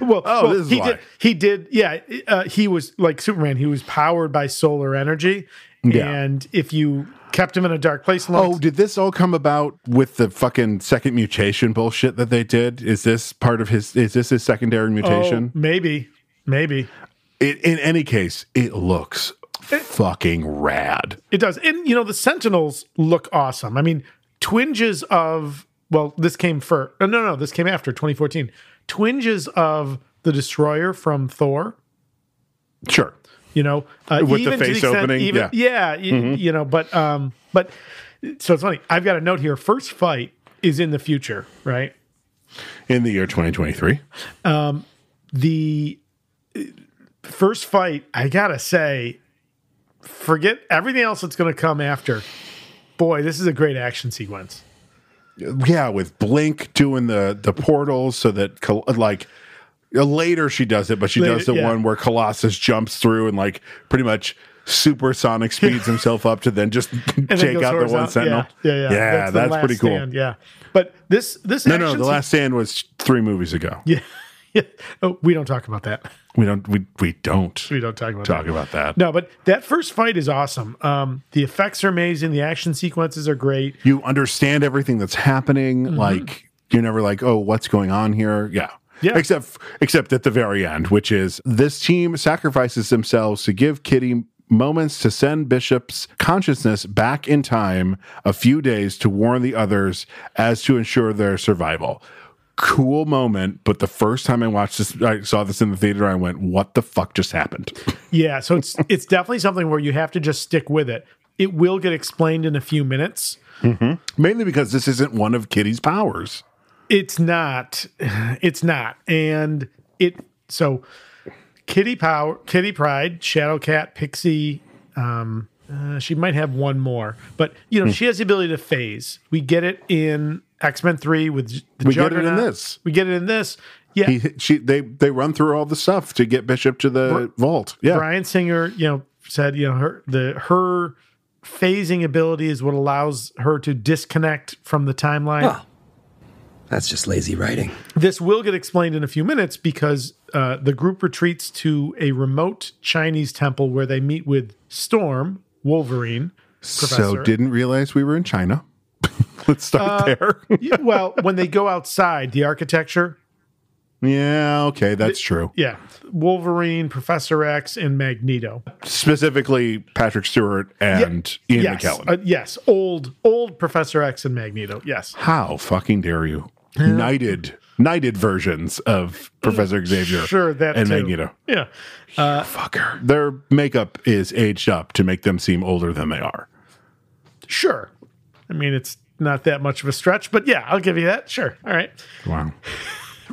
Speaker 2: Well,
Speaker 1: Oh,
Speaker 2: well,
Speaker 1: this is
Speaker 2: he
Speaker 1: why.
Speaker 2: did. He did. Yeah, uh, he was like Superman. He was powered by solar energy,
Speaker 1: Yeah.
Speaker 2: and if you kept him in a dark place long,
Speaker 1: Oh, did this all come about with the fucking second mutation bullshit that they did? Is this part of his? Is this his secondary mutation?
Speaker 2: maybe, maybe
Speaker 1: It, in any case, it looks fucking rad.
Speaker 2: it does. And you know, the Sentinels look awesome. I mean, twinges of well, this came for no, no, this came after 2014. Twinges of the Destroyer from Thor.
Speaker 1: Sure.
Speaker 2: you know, uh,
Speaker 1: With the
Speaker 2: to
Speaker 1: face opening, Mm-hmm.
Speaker 2: even, yeah, y- you, know, but um, but so it's funny. I've got a note here. First fight is in the future, right?
Speaker 1: In the year 2023.
Speaker 2: The uh, first fight, I gotta say, forget everything else that's going to come after. Boy, this is a great action sequence.
Speaker 1: Yeah, with Blink doing the the portals so that Col- like uh, later she does it, but she
Speaker 2: Later,
Speaker 1: does the
Speaker 2: yeah.
Speaker 1: one where Colossus jumps through and like pretty much supersonic speeds himself up to then just
Speaker 2: And then
Speaker 1: take
Speaker 2: goes
Speaker 1: out the
Speaker 2: horizontal-
Speaker 1: one sentinel.
Speaker 2: Yeah, yeah, yeah.
Speaker 1: that's,
Speaker 2: the last
Speaker 1: pretty cool.
Speaker 2: stand, Yeah, but this this
Speaker 1: No,
Speaker 2: action
Speaker 1: no, the
Speaker 2: se-
Speaker 1: last stand was three movies ago.
Speaker 2: yeah. Oh, we don't talk about that.
Speaker 1: We don't. We we don't
Speaker 2: We don't talk about that.
Speaker 1: talk about that.
Speaker 2: No, but that first fight is awesome. Um, the effects are amazing. The action sequences are great.
Speaker 1: You understand everything that's happening.
Speaker 2: Mm-hmm.
Speaker 1: Like you're never like, oh, what's going on here? Yeah.
Speaker 2: Yeah.
Speaker 1: Except except at the very end, which is this team sacrifices themselves to give Kitty moments to send Bishop's consciousness back in time a few days to warn the others as to ensure their survival. Cool moment, but the first time I watched this, I saw this in the theater. I went, "What the fuck just happened?"
Speaker 2: Yeah, so it's it's definitely something where you have to just stick with it. It will get explained in a few minutes.
Speaker 1: Mainly because this isn't one of Kitty's powers.
Speaker 2: It's not. It's not. And it so Kitty Power, Kitty Pride, Shadow Cat, Pixie. Um, uh, she might have one more, but you know
Speaker 1: Hmm.
Speaker 2: she has the ability to phase. We get it in X Men Three with the
Speaker 1: We get it in
Speaker 2: Juggernaut.
Speaker 1: this.
Speaker 2: We get it in this. Yeah,
Speaker 1: he she they they run through all the stuff to get Bishop to the vault. Yeah.
Speaker 2: Brian Singer, you know, said you know her the her phasing ability is what allows her to disconnect from the timeline.
Speaker 5: That's just lazy writing.
Speaker 2: This will get explained in a few minutes because uh, the group retreats to a remote Chinese temple where they meet with Storm Wolverine.
Speaker 1: So didn't realize we were in China. Let's
Speaker 2: Uh,
Speaker 1: start there.
Speaker 2: Yeah, well, when they go outside, the architecture.
Speaker 1: yeah, okay, that's true.
Speaker 2: Yeah, Wolverine, Professor X, and Magneto.
Speaker 1: Specifically Patrick Stewart and Ian
Speaker 2: yes,
Speaker 1: McKellen.
Speaker 2: uh, yes, old old Professor X and Magneto. Yes,
Speaker 1: How fucking dare you? Knighted knighted versions of Professor Xavier.
Speaker 2: Mm, sure that
Speaker 1: and
Speaker 2: too.
Speaker 1: Magneto.
Speaker 2: Yeah,
Speaker 1: Fucker. Their makeup is aged up to make them seem older than they are.
Speaker 2: Sure. I mean, it's not that much of a stretch, but yeah, I'll give you that. Sure. All right.
Speaker 1: Wow.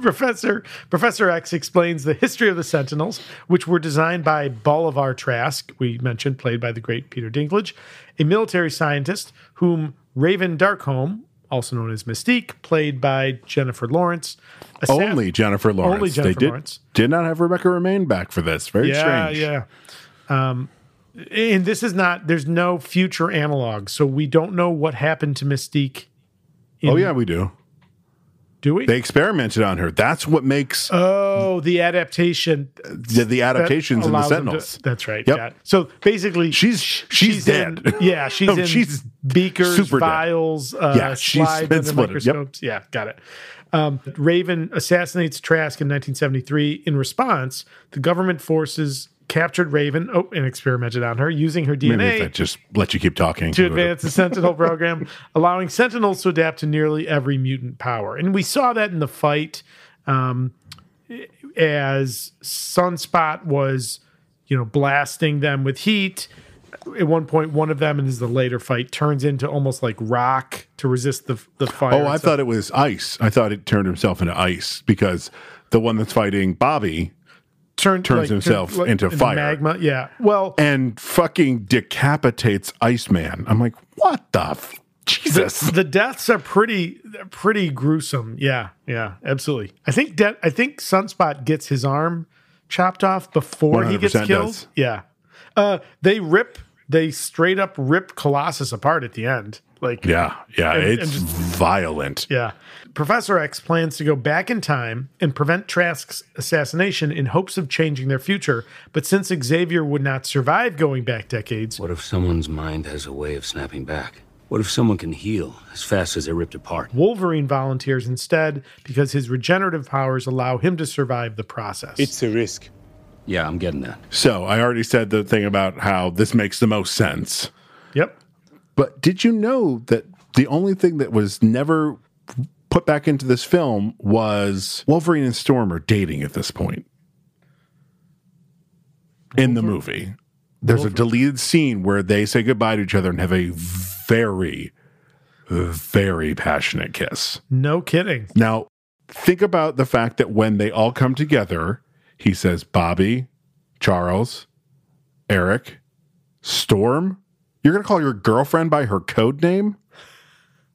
Speaker 2: Professor Professor X explains the history of the Sentinels, which were designed by Bolivar Trask, we mentioned, played by the great Peter Dinklage, a military scientist whom Raven Darkholm, also known as Mystique, played by Jennifer Lawrence. assass-
Speaker 1: Only Jennifer Lawrence.
Speaker 2: Jennifer
Speaker 1: they did,
Speaker 2: Lawrence.
Speaker 1: did not have Rebecca Remain back for this. Very
Speaker 2: yeah,
Speaker 1: strange.
Speaker 2: yeah. Um, and this is not. There's no future analog, so we don't know what happened to Mystique.
Speaker 1: Oh yeah, we do.
Speaker 2: do we?
Speaker 1: They experimented on her. That's what makes
Speaker 2: oh, the adaptation.
Speaker 1: the, the adaptations in the
Speaker 2: allows them to-
Speaker 1: Sentinels.
Speaker 2: that's right.
Speaker 1: Yep.
Speaker 2: Yeah. So basically,
Speaker 1: She's- she's
Speaker 2: in-
Speaker 1: dead.
Speaker 2: yeah, she's
Speaker 1: No,
Speaker 2: in
Speaker 1: she's
Speaker 2: beakers,
Speaker 1: super dead.
Speaker 2: vials, uh,
Speaker 1: Yeah, she's
Speaker 2: slides
Speaker 1: been
Speaker 2: under
Speaker 1: split. Yep.
Speaker 2: microscopes. Yeah, got it. Um, Raven assassinates Trask in 1973. In response, the government forces captured Raven oh, and experimented on her using her DNA
Speaker 1: Maybe if I just let you keep talking.
Speaker 2: to advance the Sentinel program, allowing Sentinels to adapt to nearly every mutant power. And we saw that in the fight um, as Sunspot was, you know, blasting them with heat. At one point, one of them, and this is the later fight, turns into almost like rock to resist the the fire.
Speaker 1: Oh, I
Speaker 2: and stuff.
Speaker 1: thought it was ice. I thought it turned himself into ice because the one that's fighting Bobby
Speaker 2: turned,
Speaker 1: turns himself into fire.
Speaker 2: magma. Yeah. Well,
Speaker 1: and fucking decapitates Iceman. I'm like, what the f- Jesus?
Speaker 2: the deaths are pretty they're pretty gruesome. Yeah, yeah, absolutely. I think de- I think Sunspot gets his arm chopped off before he gets
Speaker 1: 100%
Speaker 2: killed.
Speaker 1: does.
Speaker 2: Yeah, uh, they rip. They straight up rip Colossus apart at the end. Like
Speaker 1: yeah, yeah,
Speaker 2: And- and
Speaker 1: it's
Speaker 2: just-
Speaker 1: violent.
Speaker 2: yeah. Professor X plans to go back in time and prevent Trask's assassination in hopes of changing their future. But since Xavier would not survive going back decades,
Speaker 6: What if someone's mind has a way of snapping back? What if someone can heal as fast as they're ripped apart?
Speaker 2: Wolverine volunteers instead because his regenerative powers allow him to survive the process.
Speaker 7: It's a risk.
Speaker 6: Yeah, I'm getting that.
Speaker 1: So I already said the thing about how this makes the most sense.
Speaker 2: Yep.
Speaker 1: But did you know that the only thing that was never put back into this film was Wolverine and Storm are dating at this point in the movie? There's a deleted scene where they say goodbye to each other and have a very, very passionate kiss.
Speaker 2: No kidding.
Speaker 1: Now, think about the fact that when they all come together, he says, Bobby, Charles, Eric, Storm. You're going to call your girlfriend by her code name?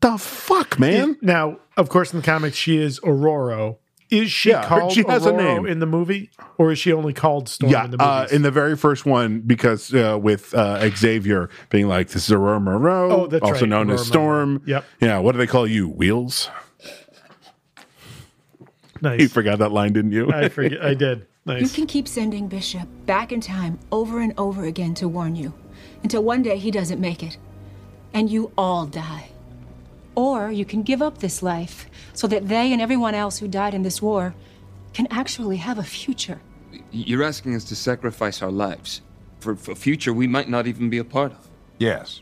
Speaker 1: The fuck, man?
Speaker 2: Now, of course, in the comics, she is Aurora. Is she
Speaker 1: Yeah, her-
Speaker 2: called
Speaker 1: she has a
Speaker 2: Aurora
Speaker 1: name.
Speaker 2: in the movie, or is she only called Storm
Speaker 1: yeah,
Speaker 2: in the
Speaker 1: uh,
Speaker 2: movies?
Speaker 1: in the very first one, because uh, with uh, Xavier being like, this is Aurora Moreau,
Speaker 2: Oh, that's
Speaker 1: also
Speaker 2: right,
Speaker 1: known as
Speaker 2: Aurora
Speaker 1: Storm.
Speaker 2: Moreau. Yep.
Speaker 1: Yeah, what do they call you? Wheels?
Speaker 2: nice.
Speaker 1: You forgot that line, didn't you?
Speaker 2: I forget. I did.
Speaker 8: You
Speaker 2: Nice.
Speaker 8: can keep sending Bishop back in time over and over again to warn you until one day he doesn't make it and you all die. Or you can give up this life so that they and everyone else who died in this war can actually have a future.
Speaker 9: You're asking us to sacrifice our lives for, for a future we might not even be a part of.
Speaker 7: Yes.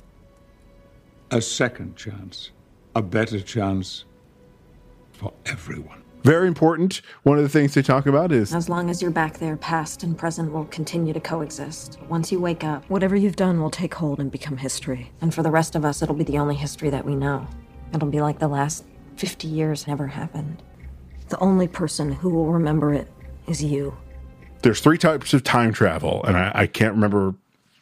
Speaker 7: A second chance. A better chance for everyone.
Speaker 1: very important. One of the things they talk about is
Speaker 10: As long as you're back there, past and present will continue to coexist. Once you wake up, whatever you've done will take hold and become history. And for the rest of us, it'll be the only history that we know. It'll be like the last 50 years never happened. The only person who will remember it is you.
Speaker 1: there's three types of time travel, and I, I can't remember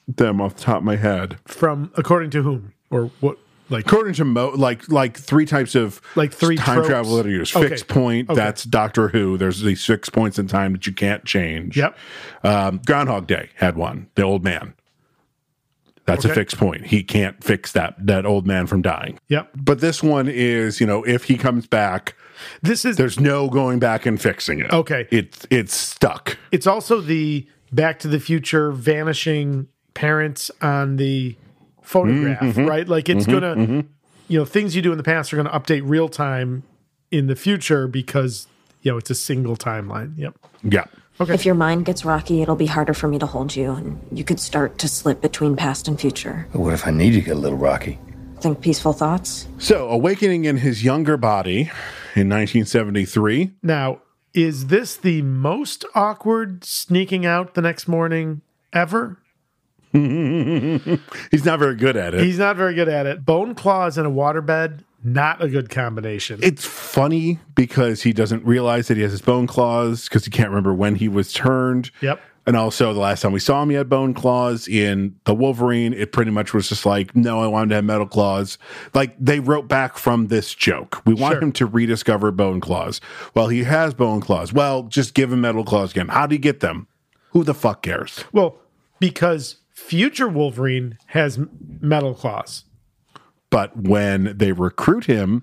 Speaker 1: them off the top of my head.
Speaker 2: From according to whom or what? Like
Speaker 1: According to Mo, like like three types of
Speaker 2: Like three
Speaker 1: time
Speaker 2: tropes?
Speaker 1: travel that are used.
Speaker 2: Okay.
Speaker 1: Fixed point,
Speaker 2: Okay.
Speaker 1: that's Doctor Who. There's these fixed points in time that you can't change.
Speaker 2: Yep.
Speaker 1: Um, Groundhog Day had one. The old man. That's a
Speaker 2: Okay.
Speaker 1: fixed point. He can't fix that that old man from dying.
Speaker 2: Yep.
Speaker 1: But this one is, you know, if he comes back,
Speaker 2: This is.
Speaker 1: there's no going back and fixing it.
Speaker 2: Okay.
Speaker 1: It's it's stuck.
Speaker 2: It's also the Back to the Future vanishing parents on the photograph,
Speaker 1: Mm-hmm.
Speaker 2: right? Like it's gonna, you know, things you do in the past are gonna update real time in the future because you know it's a single timeline. Yep.
Speaker 1: Yeah.
Speaker 10: If your mind gets rocky, it'll be harder for me to hold you, and you could start to slip between past and future.
Speaker 5: But what if I need to get a little rocky?
Speaker 10: Think peaceful thoughts.
Speaker 1: So, awakening in his younger body in 1973.
Speaker 2: Now, is this the most awkward sneaking out the next morning ever?
Speaker 1: Mm-hmm. He's not very good at it.
Speaker 2: He's not very good at it. Bone claws in a waterbed, not a good combination.
Speaker 1: it's funny because he doesn't realize that he has his bone claws because he can't remember when he was turned.
Speaker 2: Yep.
Speaker 1: And also, the last time we saw him, he had bone claws. In The Wolverine, it pretty much was just like, no, I want him to have metal claws. Like, they wrote back from this joke. We want
Speaker 2: Sure.
Speaker 1: him to rediscover bone claws. Well, he has bone claws. Well, just give him metal claws again. How do you get them? Who the fuck cares?
Speaker 2: well, because future Wolverine has m- metal claws.
Speaker 1: But when they recruit him,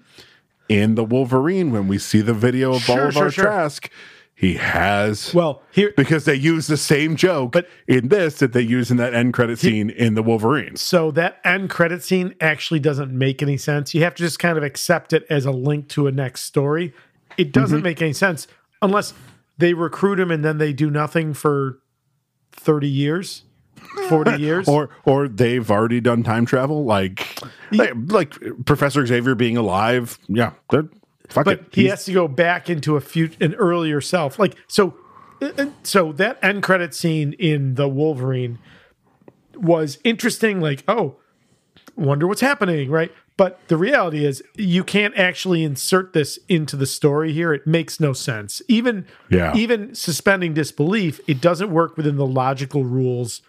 Speaker 1: in the Wolverine when we see the video of
Speaker 2: Sure,
Speaker 1: Bolivar
Speaker 2: sure, sure.
Speaker 1: Trask. He has
Speaker 2: Well, here
Speaker 1: because they use the same joke
Speaker 2: But-
Speaker 1: in this that they use in that end credit scene in the Wolverines.
Speaker 2: so that end credit scene actually doesn't make any sense. You have to just kind of accept it as a link to a next story. It doesn't make any sense unless they recruit him and then they do nothing for 30 years, 40 years.
Speaker 1: Or or they've already done time travel, like like, like Professor Xavier being alive. Yeah, they're fuck
Speaker 2: but
Speaker 1: it.
Speaker 2: he
Speaker 1: He's-
Speaker 2: has to go back into a fut an earlier self. Like so, uh, uh, so that end credit scene in the Wolverine was interesting. Like, oh, wonder what's happening, right? But the reality is, you can't actually insert this into the story here. It makes no sense. Even
Speaker 1: Yeah.
Speaker 2: even suspending disbelief, it doesn't work within the logical rules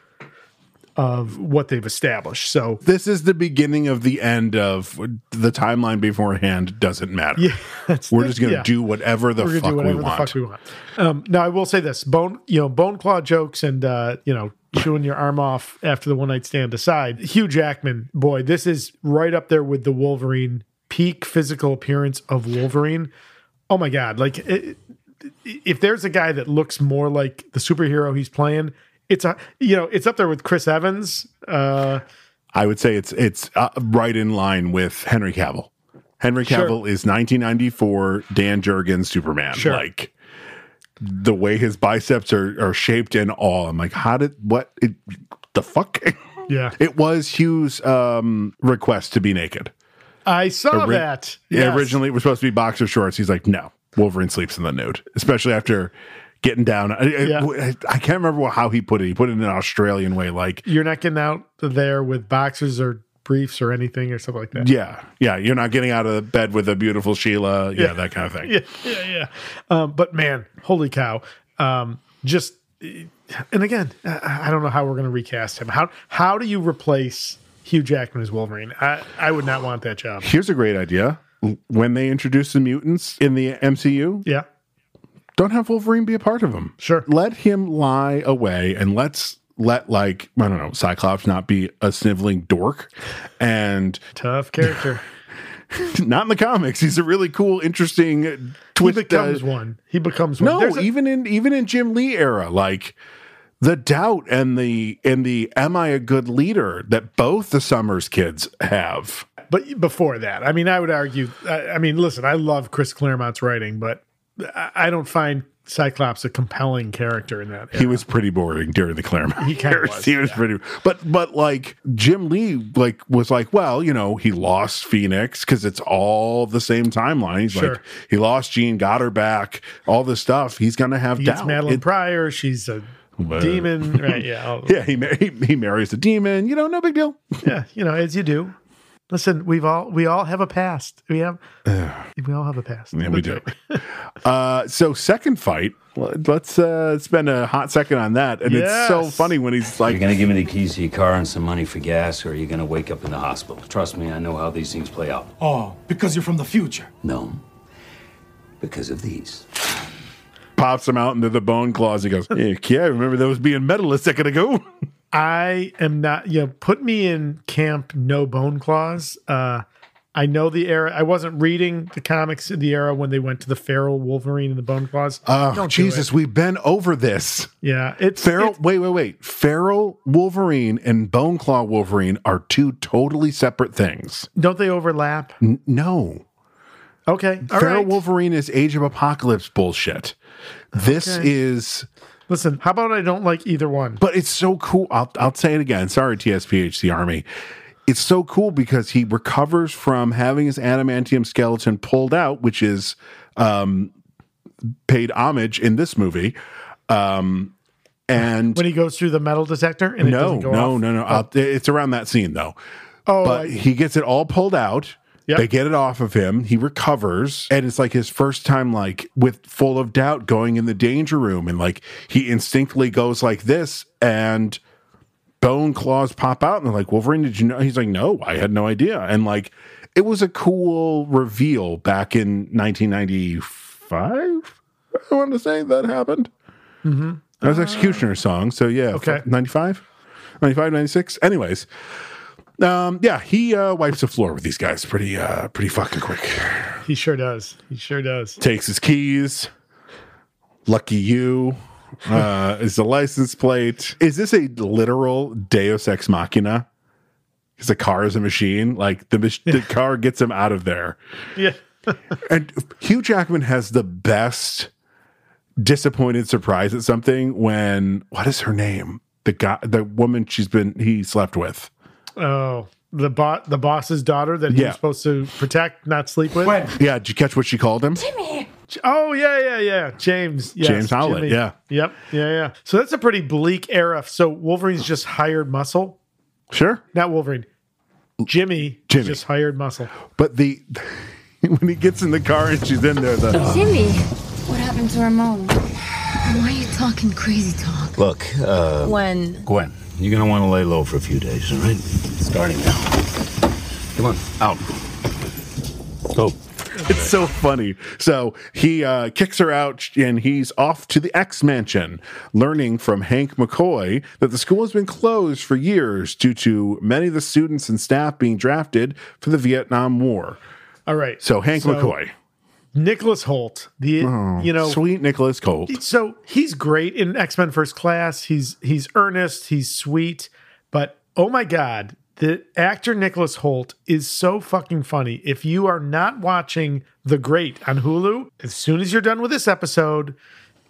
Speaker 2: of what they've established. So
Speaker 1: this is the beginning of the end of the timeline beforehand doesn't matter. Yeah, we're just gonna
Speaker 2: yeah.
Speaker 1: do whatever the
Speaker 2: we're gonna
Speaker 1: fuck we
Speaker 2: do whatever the
Speaker 1: want.
Speaker 2: fuck we want. Um, now I will say this: bone, you know, bone claw jokes and uh, you know, chewing your arm off after the one night stand aside. Hugh Jackman, boy, this is right up there with the Wolverine peak physical appearance of Wolverine. Oh my god! Like, i i- if there's a guy that looks more like the superhero he's playing, it's a you know, it's up there with Chris Evans. Uh,
Speaker 1: I would say it's it's uh, right in line with Henry Cavill. Henry
Speaker 2: Sure.
Speaker 1: Cavill is 1994 Dan Jurgens Superman.
Speaker 2: Sure.
Speaker 1: Like the way his biceps are are shaped and all. I'm like, how did what it, the fuck?
Speaker 2: yeah,
Speaker 1: It was Hugh's um, request to be naked.
Speaker 2: I saw
Speaker 1: Ori-
Speaker 2: that.
Speaker 1: Yeah,
Speaker 2: Yes.
Speaker 1: originally it was supposed to be boxer shorts. He's like, no, Wolverine sleeps in the nude, especially after getting down. I, I-
Speaker 2: Yeah.
Speaker 1: I can't remember how he put it. He put it in an Australian way, like,
Speaker 2: you're not getting out there with boxers or briefs or anything or something like that.
Speaker 1: yeah, yeah, you're not getting out of bed with a beautiful Sheila, yeah,
Speaker 2: Yeah.
Speaker 1: that kind of thing.
Speaker 2: yeah, yeah, yeah. Um, but man, holy cow! Um, just and again, I I don't know how we're going to recast him. How how do you replace Hugh Jackman as Wolverine? I I would not want that job.
Speaker 1: Here's a great idea. When they introduce the mutants in the MCU,
Speaker 2: Yeah,
Speaker 1: don't have Wolverine be a part of them.
Speaker 2: Sure.
Speaker 1: Let him lie away and let's let like I don't know, Cyclops not be a sniveling dork and
Speaker 2: tough character.
Speaker 1: not in the comics. He's a really cool, interesting
Speaker 2: he
Speaker 1: twist.
Speaker 2: becomes
Speaker 1: uh,
Speaker 2: one. He becomes one.
Speaker 1: No,
Speaker 2: There's a-
Speaker 1: even in even in Jim Lee era, like the doubt and the and the am I a good leader that both the Summers kids have.
Speaker 2: but before that, I mean, I would argue. I, I mean, listen, I love Chris Claremont's writing, but I, I don't find Cyclops a compelling character in that.
Speaker 1: He was pretty boring during the Claremont.
Speaker 2: He kinda
Speaker 1: years.
Speaker 2: was,
Speaker 1: He was pretty, but but like Jim Lee, like was like, well, you know, he lost Phoenix because it's all the same timeline. He's
Speaker 2: Sure.
Speaker 1: like, he lost Jean, got her back, all this stuff. He's gonna have
Speaker 2: He gets
Speaker 1: doubt.
Speaker 2: Madeline
Speaker 1: It-
Speaker 2: Pryor. She's a
Speaker 1: Well.
Speaker 2: demon, right? Yeah, all-
Speaker 1: yeah, he, mar- he he marries a demon. You know, no big deal.
Speaker 2: yeah, you know, as you do. Listen, we've all we all have a past. We have we all have a past.
Speaker 1: Yeah, we do. uh, so second fight. L- Let's uh, spend a hot second on that, and it's so
Speaker 2: Yes.
Speaker 1: funny when he's
Speaker 6: You're
Speaker 1: like,
Speaker 6: gonna give me the keys to your car and some money for gas, or are you gonna wake up in the hospital? Trust me, I know how these things play out.
Speaker 4: Oh, because you're from the future.
Speaker 6: No, because of these.
Speaker 1: pops him out into the bone claws. He goes, "Yeah, yeah, I remember those being metal a second ago."
Speaker 2: I am not. You know, put me in camp no bone claws. Uh, I know the era. I wasn't reading the comics in the era when they went to the feral Wolverine and the bone claws.
Speaker 1: Oh, Jesus, we've been over this.
Speaker 2: yeah, it's
Speaker 1: Feral,
Speaker 2: it's-
Speaker 1: wait, wait, wait. Feral Wolverine and Bone Claw Wolverine are two totally separate things.
Speaker 2: don't they overlap?
Speaker 1: N- no,
Speaker 2: Okay, all right.
Speaker 1: Mm. Feral Wolverine is Age of Apocalypse bullshit. This
Speaker 2: Okay.
Speaker 1: is
Speaker 2: Listen, how about I don't like either one?
Speaker 1: But it's so cool. I'll, I'll say it again. Sorry, TSPH, the army. It's so cool because he recovers from having his adamantium skeleton pulled out, which is um, paid homage in this movie. Um, and
Speaker 2: When he goes through the metal detector and it
Speaker 1: no,
Speaker 2: doesn't go
Speaker 1: no,
Speaker 2: off.
Speaker 1: no, no, I'll- It's around that scene though.
Speaker 2: Oh,
Speaker 1: but
Speaker 2: I-
Speaker 1: he gets it all pulled out.
Speaker 2: Yep.
Speaker 1: They get it off of him. He recovers, and it's like his first time, like with full of doubt, going in the danger room, and like he instinctively goes like this, and bone claws pop out, and they're like, "Wolverine, did you know?" He's like, "No, I had no idea," and like it was a cool reveal back in 1995. I want to say that happened. That was Executioner's song. So yeah,
Speaker 2: Okay.
Speaker 1: 95, 95, 96. Anyways, um, yeah, he uh, wipes the floor with these guys pretty, uh, pretty fucking quick.
Speaker 2: He sure does. He sure does.
Speaker 1: takes his keys. Lucky you uh, is the license plate. Is this a literal Deus ex machina? Because the car is a machine. Like the mach- the car gets him out of there.
Speaker 2: Yeah.
Speaker 1: And Hugh Jackman has the best disappointed surprise at something when what is her name? The guy, the woman she's been he slept with.
Speaker 2: Oh, the bot, the boss's daughter that he
Speaker 1: Yeah.
Speaker 2: was supposed to protect, not sleep with.
Speaker 1: Yeah, did you catch what she called him?
Speaker 2: Oh yeah, yeah, yeah. James, yes,
Speaker 1: James Howlett,
Speaker 2: Jimmy.
Speaker 1: yeah.
Speaker 2: yep, yeah, yeah. So that's a pretty bleak era. So Wolverine's just hired muscle,
Speaker 1: Sure.
Speaker 2: not Wolverine. Jimmy,
Speaker 1: Jimmy.
Speaker 2: just hired muscle.
Speaker 1: But the when he gets in the car and she's in there, the
Speaker 11: Jimmy, what happened to Ramon? Why are you talking crazy talk?
Speaker 6: Look, uh,
Speaker 11: When?
Speaker 6: Gwen, you're gonna want to lay low for a few days, all right? Starting now. Come on, out.
Speaker 12: Oh.
Speaker 6: Go.
Speaker 1: It's so funny. So he uh, kicks her out and he's off to the X Mansion, learning from Hank McCoy that the school has been closed for years due to many of the students and staff being drafted for the Vietnam War.
Speaker 2: All right.
Speaker 1: So Hank Oh, McCoy,
Speaker 2: Nicholas Holt, the you know,
Speaker 1: sweet Nicholas Colt.
Speaker 2: so he's great in X Men First Class. He's he's earnest. He's sweet. But oh my god, the actor Nicholas Holt is so fucking funny. If you are not watching The Great on Hulu, as soon as you're done with this episode,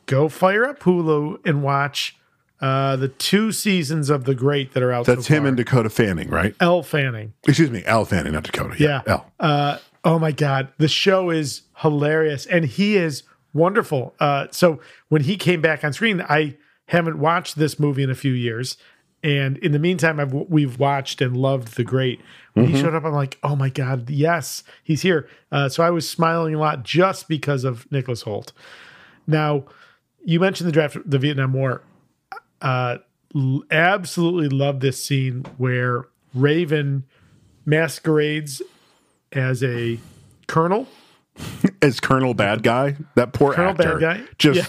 Speaker 2: go fire up Hulu and watch uh, the two seasons of The Great that are out.
Speaker 1: That's
Speaker 2: so
Speaker 1: him
Speaker 2: far.
Speaker 1: and Dakota Fanning, right?
Speaker 2: Elle Fanning.
Speaker 1: Excuse me, Al Fanning, not Dakota.
Speaker 2: Yeah.
Speaker 1: Al.
Speaker 2: Uh, oh my God. The show is hilarious and he is wonderful. Uh, so when he came back on screen, I haven't watched this movie in a few years. And in the meantime, I've, we've watched and loved The Great. When he showed up, I'm like, oh my God, yes, he's here. Uh, so I was smiling a lot just because of Nicholas Holt. Now, you mentioned the draft, the Vietnam War. Uh, l- absolutely love this scene where Raven masquerades as a colonel.
Speaker 1: Is Colonel Bad Guy, that poor
Speaker 2: Colonel
Speaker 1: actor.
Speaker 2: Bad Guy?
Speaker 1: Just,
Speaker 2: Yeah.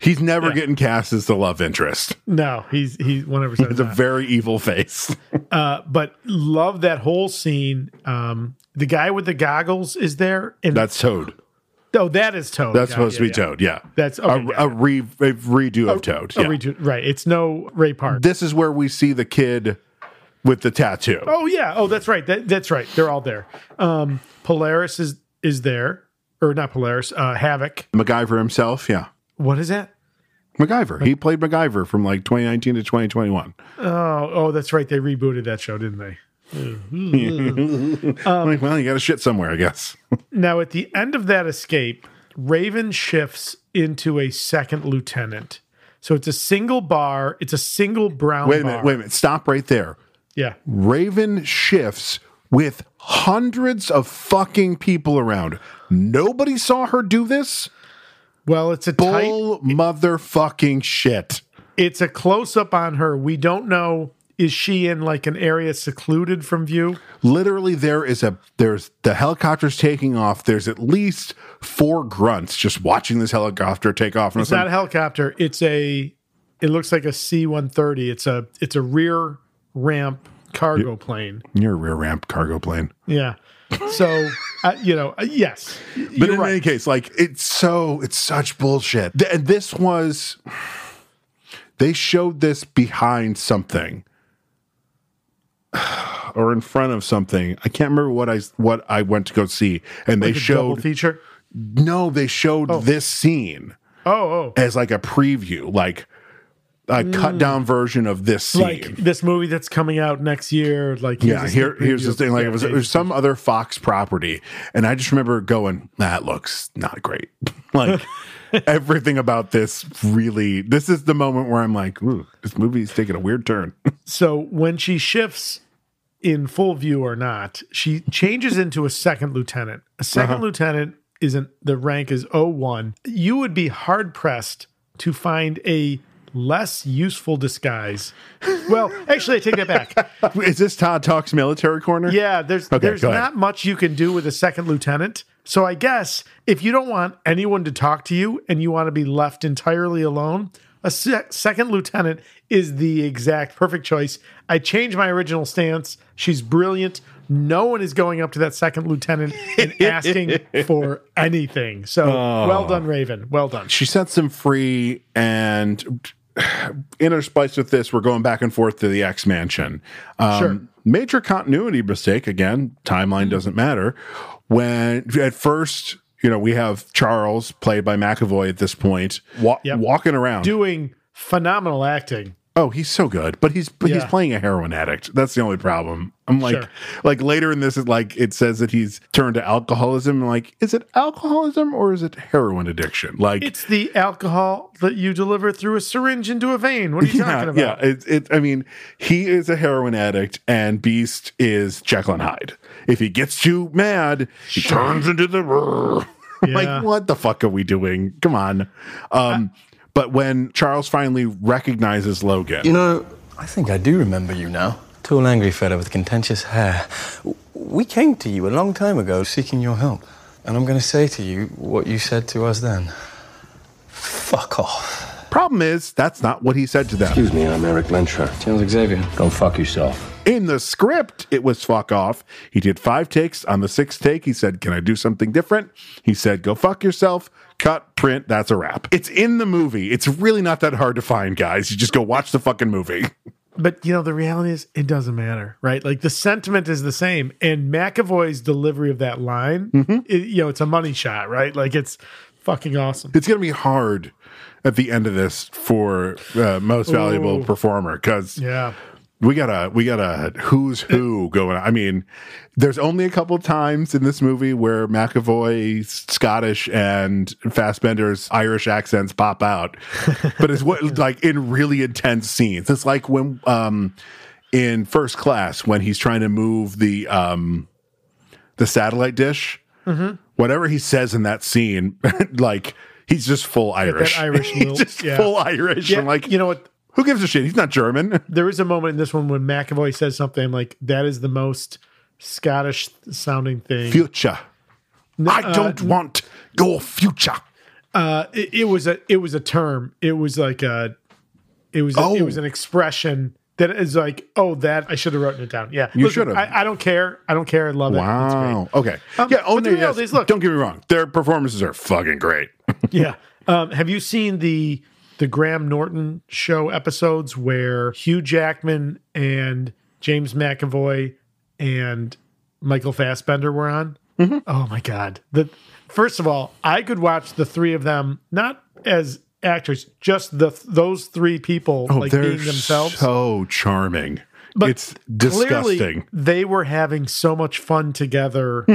Speaker 1: he's never getting cast as the love interest.
Speaker 2: No, he's he's one hundred percent.
Speaker 1: It's a very evil face.
Speaker 2: Uh, but love that whole scene. Um, the guy with the goggles is there, and
Speaker 1: That's Toad.
Speaker 2: oh, that is Toad.
Speaker 1: That's
Speaker 2: Yeah,
Speaker 1: supposed to
Speaker 2: yeah,
Speaker 1: be Toad. Yeah,
Speaker 2: That's-
Speaker 1: a,
Speaker 2: okay, yeah,
Speaker 1: a, re, a redo of Toad.
Speaker 2: yeah.
Speaker 1: yeah.
Speaker 2: Oh, redo- right. It's no Ray Park.
Speaker 1: this is where we see the kid with the tattoo.
Speaker 2: Oh yeah. Oh, that's right. That, that's right. They're all there. Um, Polaris is is there, or not Polaris? Uh, Havoc.
Speaker 1: MacGyver himself. Yeah,
Speaker 2: What is that?
Speaker 1: MacGyver. He played MacGyver from like 2019 to 2021.
Speaker 2: Oh, oh, that's right. They rebooted that show, didn't they? Um,
Speaker 1: like, well, you got to shit somewhere, I guess.
Speaker 2: Now, at the end of that escape, Raven shifts into a second lieutenant. So it's a single bar. It's a single brown.
Speaker 1: Wait a
Speaker 2: bar.
Speaker 1: minute. Wait a minute. Stop right there.
Speaker 2: Yeah.
Speaker 1: Raven shifts with hundreds of fucking people around. Nobody saw her do this.
Speaker 2: Well, it's a tight.
Speaker 1: Bull motherfucking shit.
Speaker 2: It's a close up on her. We don't know. Is she in like an area secluded from view?
Speaker 1: literally there is a there's the helicopter's taking off there's at least four grunts just watching this helicopter take off and
Speaker 2: It's
Speaker 1: I'm
Speaker 2: not a helicopter. It's a. It looks like a C one thirty. It's a. It's a rear ramp cargo plane.
Speaker 1: like, near a rear ramp cargo plane
Speaker 2: Yeah. So, uh, you know, uh, yes.
Speaker 1: but
Speaker 2: You're
Speaker 1: in
Speaker 2: right.
Speaker 1: any case like it's so it's such bullshit Th- and this was they showed this behind something or in front of something i can't remember what i what i went to go see and they
Speaker 2: Like a double
Speaker 1: showed
Speaker 2: feature.
Speaker 1: no they showed this scene
Speaker 2: Oh, oh.
Speaker 1: as like a preview, like a cut down version of this scene.
Speaker 2: Mm. like this movie that's coming out next year. Like
Speaker 1: yeah,
Speaker 2: a
Speaker 1: here
Speaker 2: sneak
Speaker 1: here's
Speaker 2: preview
Speaker 1: the
Speaker 2: of-
Speaker 1: thing. Like
Speaker 2: yeah,
Speaker 1: it was it
Speaker 2: Dave's-
Speaker 1: was some other Fox property, and I just remember going, "That looks not great." like everything about this really. This is the moment where I'm like, "Ooh, this movie's taking a weird turn."
Speaker 2: So when she shifts in full view or not, she changes into a second lieutenant. A 2nd
Speaker 1: Uh-huh.
Speaker 2: lieutenant isn't the rank is 01. You would be hard pressed to find a less useful disguise. Well, actually, I take that back.
Speaker 1: is this Todd Talks Military Corner?
Speaker 2: Yeah, there's
Speaker 1: Okay,
Speaker 2: there's
Speaker 1: go ahead.
Speaker 2: not much you can do with a second lieutenant. So I guess if you don't want anyone to talk to you and you want to be left entirely alone, a sec- second lieutenant is the exact perfect choice. I changed my original stance. She's brilliant. No one is going up to that second lieutenant and asking for anything. So
Speaker 1: Oh.
Speaker 2: well done, Raven. Well done.
Speaker 1: She sets him free, and interspliced with this, we're going back and forth to the X Mansion. Um,
Speaker 2: Sure. Mm-hmm.
Speaker 1: Major continuity mistake again. Timeline doesn't matter. When at first, you know, we have Charles played by McAvoy at this point wa- walking around.
Speaker 2: Doing phenomenal acting.
Speaker 1: Oh, he's so good, but he's but he's
Speaker 2: Yeah.
Speaker 1: playing a heroin addict. That's the only problem. I'm like,
Speaker 2: Sure.
Speaker 1: like later in this, it like it says that he's turned to alcoholism. Like, is it alcoholism or is it heroin addiction? Like,
Speaker 2: It's the alcohol that you deliver through a syringe into a vein. What are you talking about?
Speaker 1: Yeah, it, it, I mean, he is a heroin addict, and Beast is Jekyll and Hyde. If he gets too mad, he turns into the.
Speaker 2: Yeah.
Speaker 1: like, what the fuck are we doing? Come on. Um, but when Charles finally recognizes Logan,
Speaker 12: You know, I think I do remember you now. Tall, angry fellow with contentious hair. W- We came to you a long time ago seeking your help. And I'm going to say to you what you said to us then. Fuck off.
Speaker 1: problem is that's not what he said to them.
Speaker 5: Excuse me, I'm Eric Lensher. Charles Xavier. Go fuck yourself.
Speaker 1: In the script, it was fuck off. He did five takes. On the sixth take, he said, Can I do something different? He said, Go fuck yourself. Cut, print, that's a wrap. It's in the movie. It's really not that hard to find, guys. You just go watch the fucking movie.
Speaker 2: But you know, the reality is it doesn't matter, right? Like the sentiment is the same. And McAvoy's delivery of that line,
Speaker 1: Mm-hmm.
Speaker 2: it- you know, it's a money shot, right? Like it's fucking awesome.
Speaker 1: It's going to be hard at the end of this for uh, most valuable
Speaker 2: Ooh.
Speaker 1: performer because
Speaker 2: Yeah.
Speaker 1: we got a we got a who's who going on. I mean, there's only a couple times in this movie where McAvoy Scottish and Fassbender's Irish accents pop out, but it's what like in really intense scenes. It's like when um in first class when he's trying to move the um the satellite dish,
Speaker 2: Mhm.
Speaker 1: whatever he says in that scene, like he's just full Irish.
Speaker 2: That Irish
Speaker 1: he's
Speaker 2: lilt,
Speaker 1: just
Speaker 2: yeah.
Speaker 1: full Irish.
Speaker 2: Yeah,
Speaker 1: I'm like,
Speaker 2: you know what?
Speaker 1: Who gives a shit? He's not German.
Speaker 2: There is a moment in this one when McAvoy says something I'm like that is the most Scottish sounding thing.
Speaker 1: future. I don't want your future.
Speaker 2: Uh, it, it was a it was a term. It was like a it was a, it
Speaker 1: Oh.
Speaker 2: was an expression that is like oh that I should have written it down. Yeah,
Speaker 1: You
Speaker 2: Listen,
Speaker 1: should have.
Speaker 2: I, I don't care. I don't care. I love it. It's great.
Speaker 1: Wow. Okay.
Speaker 2: Um,
Speaker 1: yeah. Oh,
Speaker 2: but
Speaker 1: no,
Speaker 2: the reality
Speaker 1: yes.
Speaker 2: is, look-
Speaker 1: Don't get me wrong. Their performances are fucking great.
Speaker 2: yeah. Um, have you seen the the Graham Norton show episodes where Hugh Jackman and James McAvoy and Michael Fassbender were on?
Speaker 1: Mm-hmm.
Speaker 2: Oh my god! The first of all, I could watch the three of them not as actors, just the those three people
Speaker 1: Oh,
Speaker 2: like
Speaker 1: they're
Speaker 2: being themselves.
Speaker 1: so charming. it's
Speaker 2: Clearly,
Speaker 1: disgusting.
Speaker 2: they were having so much fun together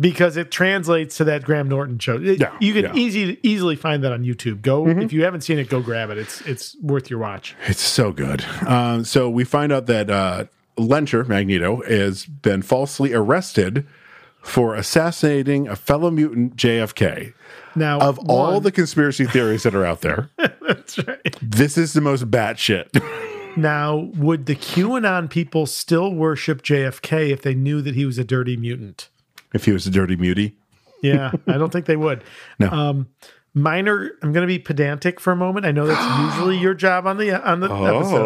Speaker 2: because it translates to that Graham Norton show. It-
Speaker 1: Yeah,
Speaker 2: you can
Speaker 1: yeah. Mm-hmm.
Speaker 2: easy easily find that on YouTube. Go if you haven't seen it, go grab it. It's it's worth your watch.
Speaker 1: It's so good. Um, so we find out that uh, Lencher Magneto has been falsely arrested for assassinating a fellow mutant JFK.
Speaker 2: Now
Speaker 1: Of all
Speaker 2: one-
Speaker 1: the conspiracy theories that are out there,
Speaker 2: that's right.
Speaker 1: this is the most batshit.
Speaker 2: Now, would the QAnon people still worship JFK if they knew that he was a dirty mutant?
Speaker 1: if he was a dirty mutie,
Speaker 2: Yeah, I don't think they would.
Speaker 1: No.
Speaker 2: Um, minor. I'm going to be pedantic for a moment. I know that's usually your job on the on the episode.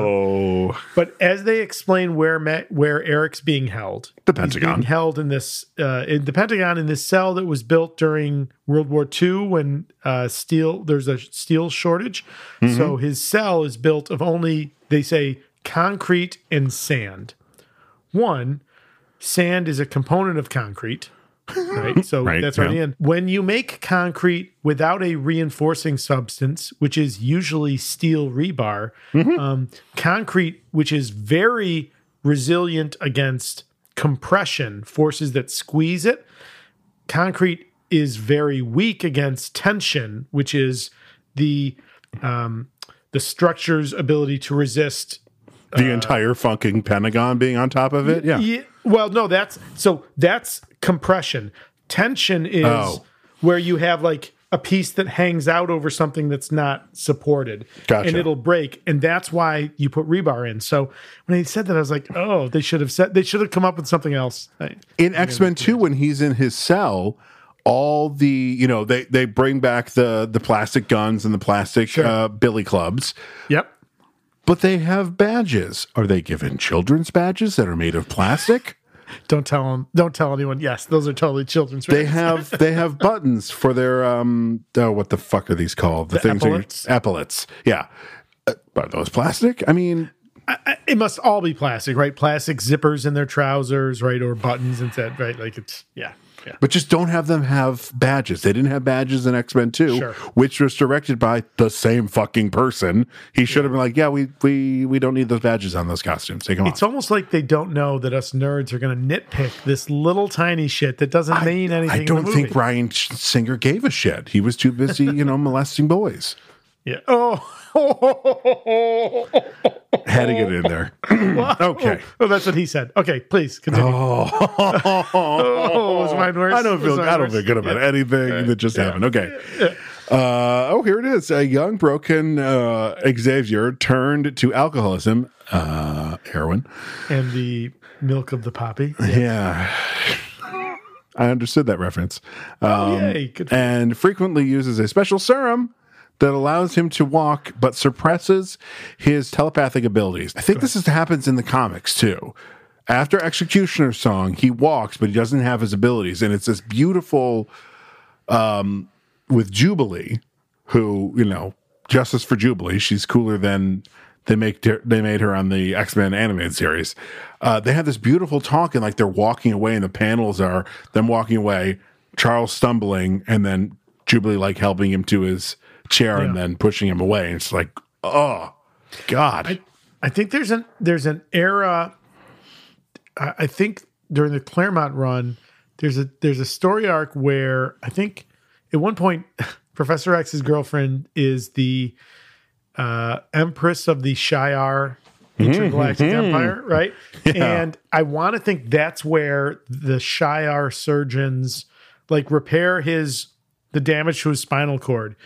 Speaker 1: Oh,
Speaker 2: But as they explain where Ma- where Eric's being held,
Speaker 1: the
Speaker 2: he's being
Speaker 1: Pentagon.
Speaker 2: held in this uh, in the Pentagon in this cell that was built during World War II when uh, steel there's a steel shortage, so his cell is built of only they say concrete and sand. One, sand is a component of concrete. Right. So
Speaker 1: Right,
Speaker 2: that's right
Speaker 1: yeah.
Speaker 2: in. When you make concrete without a reinforcing substance, which is usually steel rebar,
Speaker 1: Mm-hmm.
Speaker 2: um, concrete, which is very resilient against compression, forces that squeeze it, concrete is very weak against tension, which is the um, the structure's ability to resist
Speaker 1: the entire fucking Pentagon being on top of it. Yeah.
Speaker 2: Ye- well, no, that's so that's compression. Tension is
Speaker 1: Oh.
Speaker 2: where you have like a piece that hangs out over something that's not supported
Speaker 1: Gotcha.
Speaker 2: and it'll break and that's why you put rebar in so when they said that i was like oh they should have said they should have come up with something else Uh, I-
Speaker 1: In X Men Two, when he's in his cell, all the you know they they bring back the the plastic guns and the plastic uh, billy clubs,
Speaker 2: yep
Speaker 1: but they have badges. Are they given children's badges that are made of plastic?
Speaker 2: Don't tell them. Don't tell anyone. Yes, those are totally children's.
Speaker 1: They
Speaker 2: records.
Speaker 1: have they have buttons for their um oh, what the fuck are these called?
Speaker 2: The
Speaker 1: that you-
Speaker 2: epaulets?
Speaker 1: epaulets. Yeah. Uh, are those plastic? I mean,
Speaker 2: I, I- it must all be plastic, right? Plastic zippers in their trousers, right, or buttons instead, right? Like it's yeah, yeah.
Speaker 1: but just don't have them have badges. They didn't have badges in X Men Two,
Speaker 2: Sure.
Speaker 1: which was directed by the same fucking person. He should have been like, yeah, we we we don't need those badges on those costumes. Take them off.
Speaker 2: It's almost like they don't know that us nerds are going to nitpick this little tiny shit that doesn't mean anything.
Speaker 1: I don't
Speaker 2: in the
Speaker 1: think
Speaker 2: movie.
Speaker 1: Ryan Singer gave a shit. He was too busy, you know, molesting boys.
Speaker 2: Yeah. Oh.
Speaker 1: Had to get in there. okay.
Speaker 2: Oh, that's what he said. Okay, please continue. Oh,
Speaker 1: Oh,
Speaker 2: was mine worse?
Speaker 1: I don't
Speaker 2: Was
Speaker 1: feel
Speaker 2: mine
Speaker 1: I don't
Speaker 2: worse?
Speaker 1: feel good about anything that just happened. Okay. Uh, oh, here it is. A young, broken uh, Xavier turned to alcoholism, uh, heroin.
Speaker 2: And the milk of the poppy.
Speaker 1: Yeah. I understood that reference. Um,
Speaker 2: yay. Good for
Speaker 1: and frequently uses a special serum that allows him to walk but suppresses his telepathic abilities. I think this is, happens in the comics too. After Executioner's song, he walks but he doesn't have his abilities. And it's this beautiful um, with Jubilee, who, you know, justice for Jubilee, she's cooler than they make they made her on the X Men animated series. Uh, they have this beautiful talk, and like they're walking away, and the panels are them walking away, Charles stumbling, and then Jubilee like helping him to his chair and then pushing him away. And it's like, oh God,
Speaker 2: I think there's an there's an era. I I think during the Claremont run, there's a there's a story arc where I think at one point Professor X's girlfriend is the uh, Empress of the Shi'ar intergalactic
Speaker 13: Mhm.
Speaker 2: empire, right?
Speaker 13: Yeah.
Speaker 2: And I want to think that's where the Shi'ar surgeons like repair his the damage to his spinal cord,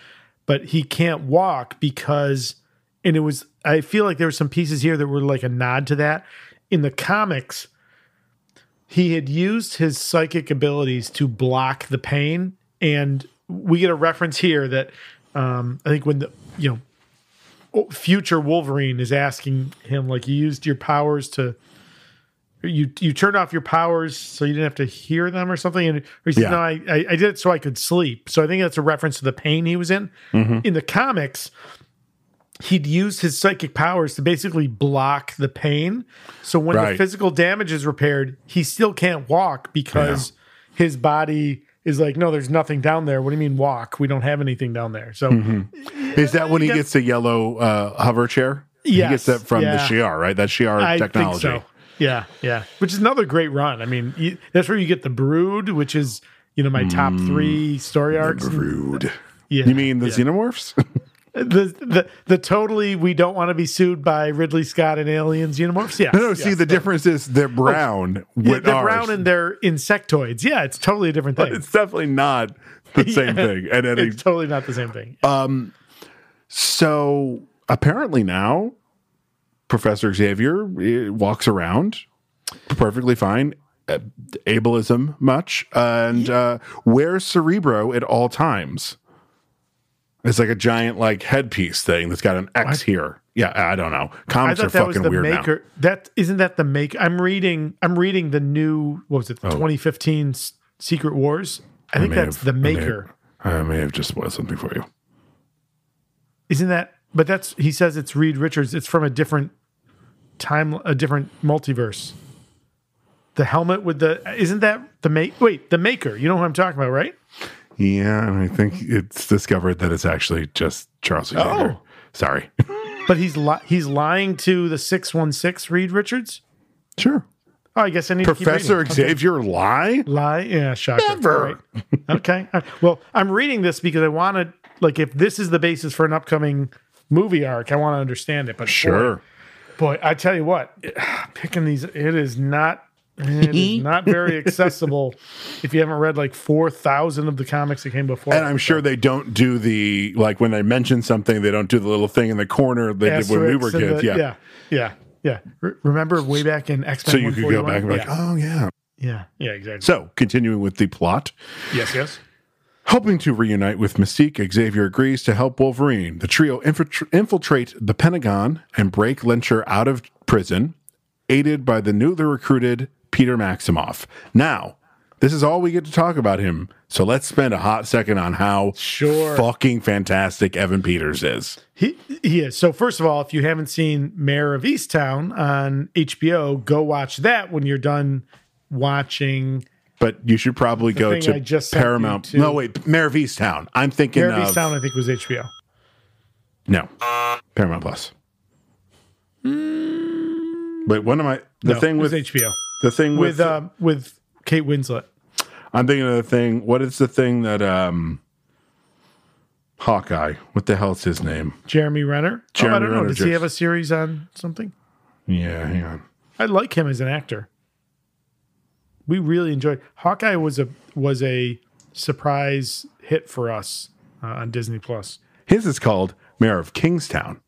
Speaker 2: but he can't walk because and it was I feel like there were some pieces here that were like a nod to that. In the comics, he had used his psychic abilities to block the pain and we get a reference here that um, i think when the you know o- future wolverine is asking him like you used your powers to you you turned off your powers so you didn't have to hear them or something and or he said
Speaker 13: Yeah.
Speaker 2: no I, I i did it so i could sleep so i think that's a reference to the pain he was in
Speaker 13: Mhm.
Speaker 2: in the comics he'd used his psychic powers to basically block the pain so when the
Speaker 13: Right.
Speaker 2: physical damage is repaired he still can't walk because his body is like no there's nothing down there what do you mean walk we don't have anything down there so
Speaker 1: Mhm. Is that when he gets the yellow uh, hover chair? He
Speaker 2: Yes,
Speaker 1: gets that from
Speaker 2: yeah.
Speaker 1: the Shiar, right? That Shiar
Speaker 2: I think
Speaker 1: technology.
Speaker 2: so. Yeah, yeah. Which is another great run. I mean, you, that's where you get the Brood, which is you know my top three story arcs.
Speaker 1: Mm. Brood.
Speaker 2: Yeah.
Speaker 1: You mean the Xenomorphs?
Speaker 2: The, the the totally we don't want to be sued by Ridley Scott and Aliens Unimorphs. Yeah.
Speaker 1: No, no. See, the difference is they're brown.
Speaker 2: yeah,
Speaker 1: with
Speaker 2: they're
Speaker 1: ours.
Speaker 2: brown and they're insectoids. Yeah, it's totally a different thing.
Speaker 1: It's definitely not the same
Speaker 2: Yeah.
Speaker 1: thing. And any,
Speaker 2: it's totally not the same thing.
Speaker 1: um, so apparently now, Professor Xavier eh, walks around perfectly fine, eh, ableism much, and uh, wears Cerebro at all times. It's like a giant like headpiece thing that's got an X here. Yeah, I don't know. Comics are fucking weird now.
Speaker 2: maker. That isn't that the make. I'm reading. I'm reading the new. What was it?
Speaker 1: Oh.
Speaker 2: The 2015 S- Secret Wars. I think
Speaker 1: may
Speaker 2: that's
Speaker 1: have-
Speaker 2: the
Speaker 1: I may have-
Speaker 2: maker.
Speaker 1: I may have just spoiled something for you.
Speaker 2: Isn't that? But that's he says it's Reed Richards. It's from a different time, a different multiverse. The helmet with the isn't that the make? Wait, the maker. You know who I'm talking about, right?
Speaker 1: Yeah, and I think
Speaker 2: Mm-hmm.
Speaker 1: it's discovered that it's actually just Charles
Speaker 2: Oh.
Speaker 1: Xavier. Sorry.
Speaker 2: But he's li- he's lying to the six one six Reed Richards.
Speaker 1: Sure.
Speaker 2: Oh, I guess I need to keep
Speaker 1: Professor
Speaker 2: reading. Okay.
Speaker 1: Xavier lie?
Speaker 2: Lie? Yeah, shocker.
Speaker 1: Never.
Speaker 2: Right. okay. All right. Well, I'm reading this because I want to like if this is the basis for an upcoming movie arc, I want to understand it. But boy-
Speaker 1: Sure.
Speaker 2: boy, I tell you what, picking these, it is not. It is not very accessible if you haven't read like 4,000 of the comics that came before.
Speaker 1: And I'm sure they don't do the like when they mention something, they don't do the little thing in the corner they did when we were
Speaker 2: Asterix and
Speaker 1: kids.
Speaker 2: the-
Speaker 1: yeah.
Speaker 2: yeah. Yeah. Yeah. Re- remember way back in X Men?
Speaker 1: So you could go back and be like, oh yeah.
Speaker 2: Yeah. Yeah, exactly.
Speaker 1: So continuing with the plot.
Speaker 2: Yes, yes.
Speaker 1: Hoping to reunite with Mystique, Xavier agrees to help Wolverine. The trio infiltr- infiltrate the Pentagon and break Lyncher out of prison, aided by the newly recruited Peter Maximoff. Now, this is all we get to talk about him. So let's spend a hot second on how sure. fucking fantastic Evan Peters is.
Speaker 2: He, he is. So, first of all, if you haven't seen Mayor of Easttown on HBO, go watch that when you're done watching.
Speaker 1: But you should probably
Speaker 2: The
Speaker 1: go
Speaker 2: thing I
Speaker 1: to
Speaker 2: just sent you
Speaker 1: Paramount.
Speaker 2: to-
Speaker 1: no, wait, Mayor of Easttown. I'm thinking
Speaker 2: Mayor of
Speaker 1: of
Speaker 2: Easttown, I think, was HBO.
Speaker 1: no Paramount Plus. Wait, one of my the
Speaker 2: Hmm. No,
Speaker 1: thing
Speaker 2: it
Speaker 1: with
Speaker 2: was HBO.
Speaker 1: The thing
Speaker 2: with
Speaker 1: with,
Speaker 2: um, with Kate Winslet.
Speaker 1: I'm thinking of the thing. What is the thing that um Hawkeye? What the hell's his name?
Speaker 2: Jeremy Renner.
Speaker 1: Jeremy
Speaker 2: oh, I don't know.
Speaker 1: Renner
Speaker 2: Does he
Speaker 1: just-
Speaker 2: have a series on something?
Speaker 1: Yeah, hang on.
Speaker 2: I like him as an actor. We really enjoyed Hawkeye was a was a surprise hit for us uh, on Disney Plus.
Speaker 1: His is called Mayor of Kingstown.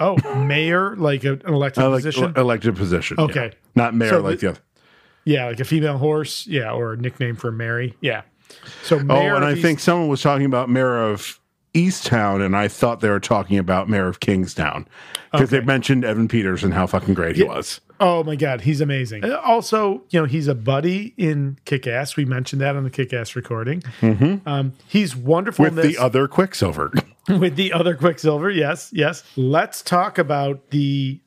Speaker 2: Oh, mayor like a- an elected
Speaker 1: Elec-
Speaker 2: position.
Speaker 1: elected position. yeah.
Speaker 2: Okay.
Speaker 1: Not mayor
Speaker 2: So
Speaker 1: like
Speaker 2: the-
Speaker 1: the other.
Speaker 2: yeah, like a female horse. Yeah, or a nickname for Mary. Yeah. So mayor
Speaker 1: oh, and
Speaker 2: of
Speaker 1: I
Speaker 2: East-
Speaker 1: think someone was talking about mayor of Easttown, and I thought they were talking about mayor of Kingstown because they mentioned Evan Peters and how fucking great he was.
Speaker 2: Oh my God, he's amazing. Uh, Also, you know, he's a buddy in Kick Ass. We mentioned that on the Kick Ass recording.
Speaker 1: Mhm.
Speaker 2: Um, he's wonderful
Speaker 1: With
Speaker 2: in this.
Speaker 1: the other Quicksilver.
Speaker 2: with the other Quicksilver. Yes, yes. Let's talk about the,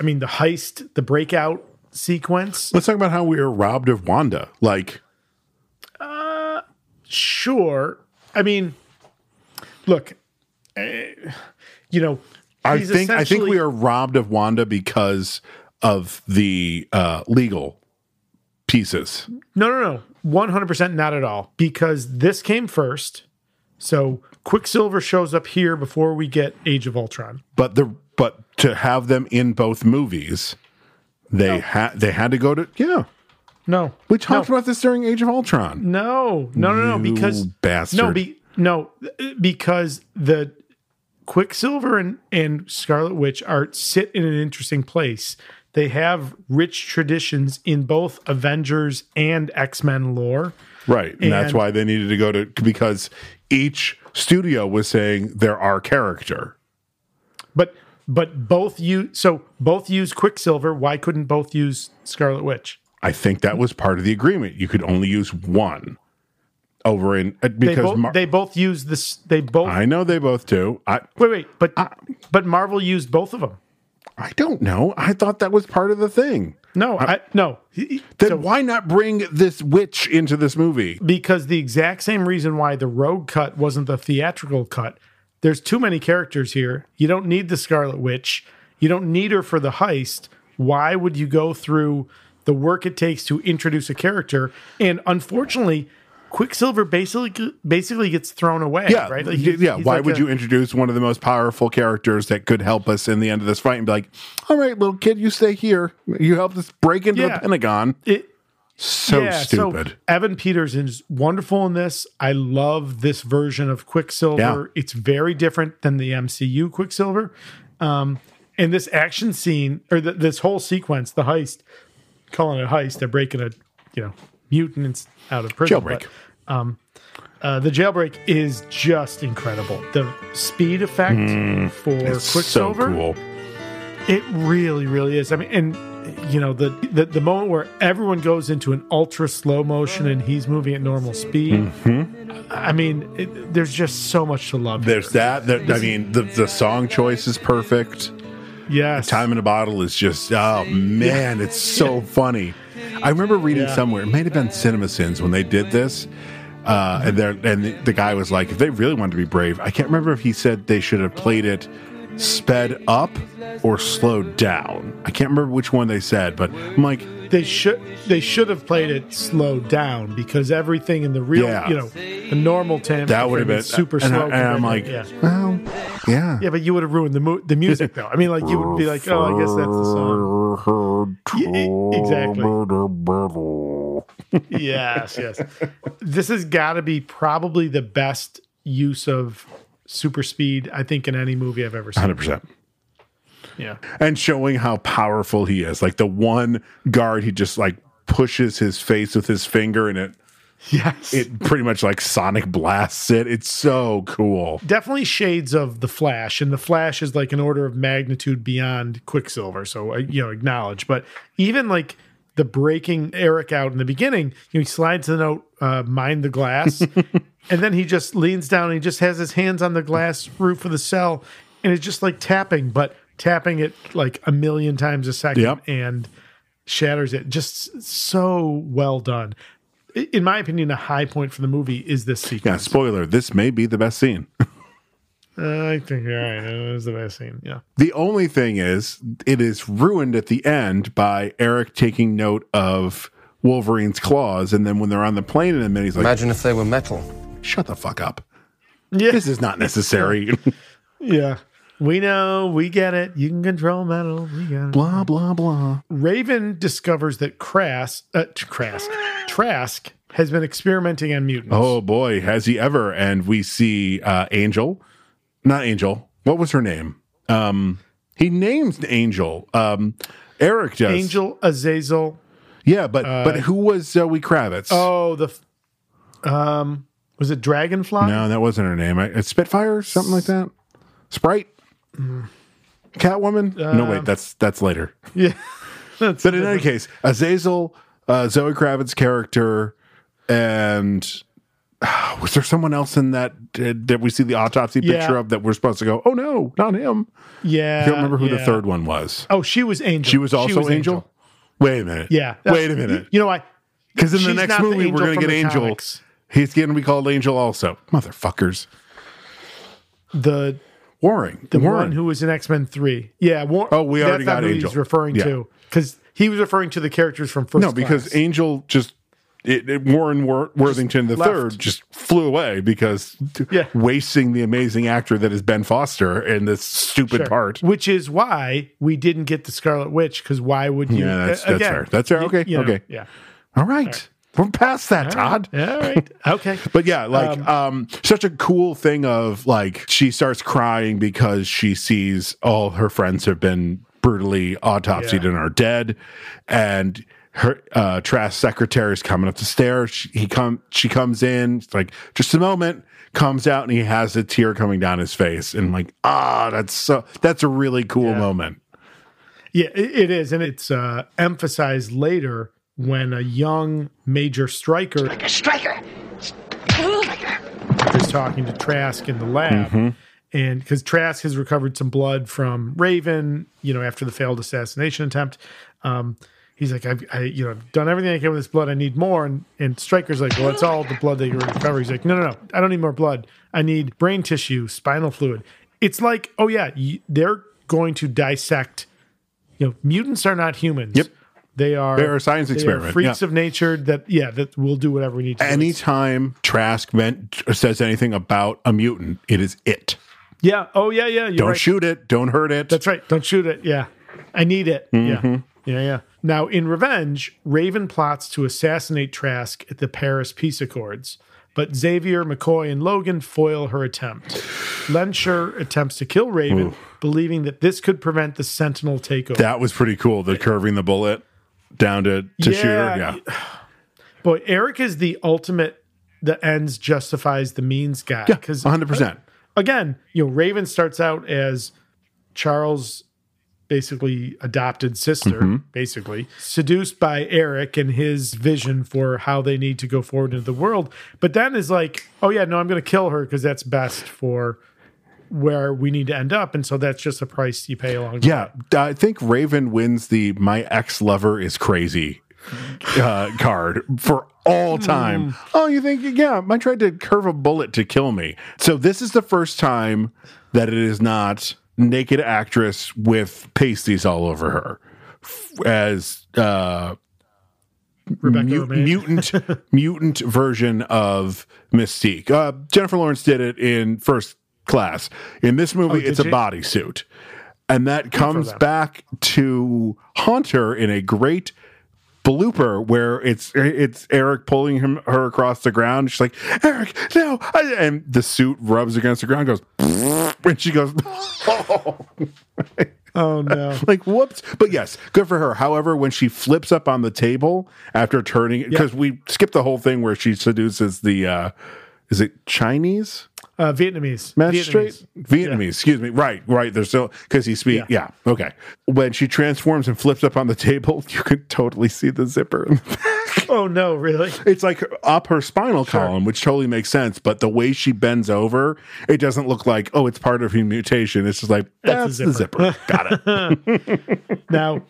Speaker 2: I mean, the heist, the breakout sequence.
Speaker 1: Let's talk about how we were robbed of Wanda. Like,
Speaker 2: Uh, sure. I mean, look, eh, you know,
Speaker 1: I
Speaker 2: he's
Speaker 1: think I think
Speaker 2: essentially-
Speaker 1: we are robbed of Wanda because of the uh, legal pieces.
Speaker 2: No, no, no. One hundred percent, not at all. Because this came first, so Quicksilver shows up here before we get Age of Ultron.
Speaker 1: But the but to have them in both movies, they had they had to go to yeah.
Speaker 2: No,
Speaker 1: we talked about this during Age of Ultron.
Speaker 2: No, no, no, no.
Speaker 1: You
Speaker 2: Because
Speaker 1: bastard.
Speaker 2: No, be, no, because the Quicksilver and and Scarlet Witch are sit in an interesting place. They have rich traditions in both Avengers and X Men lore.
Speaker 1: Right. And, that's
Speaker 2: And-
Speaker 1: why they needed to go to because each studio was saying they're our character.
Speaker 2: But but both you so both use Quicksilver. Why couldn't both use Scarlet Witch?
Speaker 1: I think that was part of the agreement. You could only use one over in uh,
Speaker 2: They
Speaker 1: because
Speaker 2: both,
Speaker 1: Mar-
Speaker 2: they both use this. They both
Speaker 1: I know they both do. I
Speaker 2: wait wait. But but Marvel used both of them.
Speaker 1: I don't know. I thought that was part of the thing.
Speaker 2: No, I, no. Then
Speaker 1: why not bring this witch into this movie?
Speaker 2: Because the exact same reason why the road cut wasn't the theatrical cut. There's too many characters here. You don't need the Scarlet Witch. You don't need her for the heist. Why would you go through the work it takes to introduce a character? And unfortunately, Quicksilver basically basically gets thrown away.
Speaker 1: Yeah,
Speaker 2: right.
Speaker 1: y-
Speaker 2: he's-
Speaker 1: yeah.
Speaker 2: he's
Speaker 1: Why
Speaker 2: like
Speaker 1: would
Speaker 2: a-
Speaker 1: you introduce one of the most powerful characters that could help us in the end of this fight and be like, "All right, little kid, you stay here. You helped us break into
Speaker 2: Yeah.
Speaker 1: the Pentagon."
Speaker 2: It
Speaker 1: so
Speaker 2: Yeah,
Speaker 1: stupid.
Speaker 2: Evan Peters is wonderful in this. I love this version of Quicksilver.
Speaker 1: Yeah.
Speaker 2: It's very different than the MCU Quicksilver. Um, and this action scene or th- this whole sequence, the heist, calling it a heist, they're breaking a you know mutants out of prison.
Speaker 1: Jailbreak.
Speaker 2: but, um, uh, the jailbreak is just incredible. The speed effect
Speaker 1: Mm,
Speaker 2: for
Speaker 1: it's so
Speaker 2: Quicksilver.
Speaker 1: cool.
Speaker 2: It really, really is. I mean, and you know the the, the moment where everyone goes into an ultra slow motion and he's moving at normal speed. I mean, it, there's just so much to love.
Speaker 1: Mm-hmm. There's that. that I mean, the the song choice is perfect.
Speaker 2: Yes.
Speaker 1: Time in a Bottle is just oh man, it's so funny. I remember reading
Speaker 2: Yeah.
Speaker 1: somewhere it might have been CinemaSins when they did this. Uh, and there, and the, the guy was like, if they really wanted to be brave, I can't remember if he said they should have played it sped up or slowed down. I can't remember which one they said, but I'm like,
Speaker 2: They should they should have played it slowed down because everything in the real,
Speaker 1: Yeah.
Speaker 2: you know, the normal temp
Speaker 1: That would have
Speaker 2: thing
Speaker 1: been-
Speaker 2: is super
Speaker 1: and I-
Speaker 2: slow.
Speaker 1: and I'm
Speaker 2: compared to-
Speaker 1: like,
Speaker 2: yeah.
Speaker 1: well, yeah,
Speaker 2: yeah, but you would have ruined the mu- the music though. I mean, like you would be like, oh, I guess that's the song. e-,
Speaker 1: exactly.
Speaker 2: yes, yes. This has got to be probably the best use of super speed I think in any movie I've ever seen.
Speaker 1: Hundred percent.
Speaker 2: Yeah.
Speaker 1: and showing how powerful he is. Like the one guard, he just like pushes his face with his finger, and it
Speaker 2: yes,
Speaker 1: it pretty much like sonic blasts it. It's so cool.
Speaker 2: Definitely shades of the Flash, and the Flash is uh, like an order of magnitude beyond Quicksilver. So I, you know, acknowledge. But even like the breaking Eric out in the beginning. You know, he slides the note, uh, mind the glass, and then he just leans down and he just has his hands on the glass roof of the cell, and it's just like tapping, but tapping it like a million times a second,
Speaker 1: Yep.
Speaker 2: and shatters it. Just so well done. I- In my opinion, a high point for the movie is this sequence.
Speaker 1: Yeah, spoiler, this may be the best scene.
Speaker 2: Uh, I think you're right. It was the best scene. Yeah.
Speaker 1: The only thing is, it is ruined at the end by Eric taking note of Wolverine's claws, and then when they're on the plane in a minute, he's like,
Speaker 12: Imagine if they were metal.
Speaker 1: "Shut the fuck up!
Speaker 2: Yeah.
Speaker 1: This is not necessary."
Speaker 2: Yeah. We know, we get it. You can control metal. We got it.
Speaker 1: Blah, blah, blah.
Speaker 2: Raven discovers that Crass, uh, t- Crass, Trask has been experimenting on mutants.
Speaker 1: oh boy, has he ever? And we see uh, Angel, not Angel. What was her name? Um, he names Angel. Um, Eric does.
Speaker 2: Angel Azazel.
Speaker 1: Yeah, but but who was Zoe Kravitz?
Speaker 2: Oh, the, f- um, was it Dragonfly?
Speaker 1: No, that wasn't her name. I, it's Spitfire, something like that. Sprite, Catwoman. no, wait,
Speaker 2: Um,
Speaker 1: that's that's later.
Speaker 2: Yeah. That's
Speaker 1: But in any case, Azazel, uh, Zoe Kravitz's character, and ah, was there someone else in that uh, that we see the autopsy
Speaker 2: Yeah.
Speaker 1: picture of that we're supposed to go? Oh no, not him.
Speaker 2: yeah.
Speaker 1: I can't remember who the
Speaker 2: yeah.
Speaker 1: third one was.
Speaker 2: Oh, she was Angel.
Speaker 1: She was also Angel? Wait a minute.
Speaker 2: Yeah.
Speaker 1: Wait a minute.
Speaker 2: You, you know why?
Speaker 1: Because in the
Speaker 2: She's
Speaker 1: next
Speaker 2: not the
Speaker 1: movie,
Speaker 2: Angel
Speaker 1: we're going
Speaker 2: from
Speaker 1: to get
Speaker 2: the
Speaker 1: Angel.
Speaker 2: comics.
Speaker 1: He's going to be called Angel also. Motherfuckers.
Speaker 2: The
Speaker 1: Warring.
Speaker 2: The
Speaker 1: Warren.
Speaker 2: one who was in X Men Three. Yeah. War-
Speaker 1: Oh, we already
Speaker 2: that's not
Speaker 1: got
Speaker 2: who
Speaker 1: Angel.
Speaker 2: He's referring
Speaker 1: Yeah.
Speaker 2: to because he was referring to the characters from First.
Speaker 1: no, because
Speaker 2: Class.
Speaker 1: Angel just it, it- Warren Wor- Worthington the
Speaker 2: left.
Speaker 1: third just flew away because t-
Speaker 2: Yeah.
Speaker 1: wasting the amazing actor that is Ben Foster in this stupid
Speaker 2: Sure.
Speaker 1: part.
Speaker 2: which is why we didn't get the Scarlet Witch. Because why would you?
Speaker 1: Yeah, that's-
Speaker 2: a-
Speaker 1: that's fair. That's fair.
Speaker 2: you-
Speaker 1: Okay,
Speaker 2: you know,
Speaker 1: okay.
Speaker 2: Yeah.
Speaker 1: All right. We're past that, Todd.
Speaker 2: All right. Okay.
Speaker 1: But yeah, like um, such a cool thing of like she starts crying because she sees all her friends have been brutally autopsied and are dead, and her uh, Trask secretary is coming up the stairs. She, he come, she comes in, it's like just a moment, comes out, and he has a tear coming down his face, and like ah, that's so that's a really cool moment.
Speaker 2: Yeah, i- it is, and it's uh, emphasized later when a young Major Striker
Speaker 13: Striker! Striker!
Speaker 2: is talking to Trask in the lab.
Speaker 1: Mm-hmm.
Speaker 2: and because Trask has recovered some blood from Raven, you know, after the failed assassination attempt, um, he's like, I've, I, you know, I've done everything I can with this blood. I need more. And and Stryker's like, well, it's all the blood that you recover. He's like, no, no, no, I don't need more blood. I need brain tissue, spinal fluid. It's like, oh yeah, y they're going to dissect. You know, mutants are not humans. Yep. They are.
Speaker 1: They're a science
Speaker 2: they are
Speaker 1: experiment,
Speaker 2: freaks
Speaker 1: yeah.
Speaker 2: of nature that yeah that will do whatever we need to. do.
Speaker 1: Anytime Trask meant, says anything about a mutant, it is it.
Speaker 2: Yeah. Oh yeah yeah. You're
Speaker 1: Don't
Speaker 2: right.
Speaker 1: shoot it. Don't hurt it.
Speaker 2: That's right. Don't shoot it. Yeah. I need it. Yeah. Yeah. Yeah. Now, in revenge, Raven plots to assassinate Trask at the Paris Peace Accords, but Xavier, McCoy, and Logan foil her attempt. Lensher attempts to kill Raven, believing that this could prevent the Sentinel takeover.
Speaker 1: That was pretty cool. The curving the bullet down to, to shoot her.
Speaker 2: Yeah.
Speaker 1: Yeah.
Speaker 2: Boy, Eric is the ultimate. The ends justifies the means guy. Yeah,
Speaker 1: 100%.
Speaker 2: Again, you know, Raven starts out as Charles' basically adopted sister,
Speaker 1: Mhm.
Speaker 2: basically seduced by Eric and his vision for how they need to go forward into the world. But then is like, oh yeah, no, I'm going to kill her because that's best for where we need to end up, and so that's just the price you pay along. the
Speaker 1: Yeah. I think Raven wins the my ex lover is crazy uh, card for all time.
Speaker 2: Mm.
Speaker 1: Oh, you think, yeah, I tried to curve a bullet to kill me. So this is the first time that it is not naked actress with pasties all over her F- as uh,
Speaker 2: Rebecca
Speaker 1: mu-
Speaker 2: Romaine.
Speaker 1: mutant mutant version of Mystique. Uh, Jennifer Lawrence did it in First Class. In this movie,
Speaker 2: Oh, did
Speaker 1: it's a
Speaker 2: she?
Speaker 1: bodysuit, and that comes
Speaker 2: them.
Speaker 1: back to haunt her in a great blooper where it's it's Eric pulling him her across the ground. She's like, Eric, no, I, and the suit rubs against the ground, goes, and she goes.
Speaker 2: Oh no!
Speaker 1: like whoops! But yes, good for her. However, when she flips up on the table after turning, because we skipped the whole thing where she seduces the, uh is it Chinese?
Speaker 2: Uh, Vietnamese.
Speaker 1: Magistrate? Vietnamese. excuse me. Right, right. There's still because he speak. Yeah. okay. When she transforms and flips up on the table, you can totally see the zipper.
Speaker 2: oh no, really?
Speaker 1: It's like up her spinal column, which totally makes sense. But the way she bends over, it doesn't look like oh, it's part of her mutation. It's just like that's,
Speaker 2: That's a
Speaker 1: the zipper. Got it.
Speaker 2: now,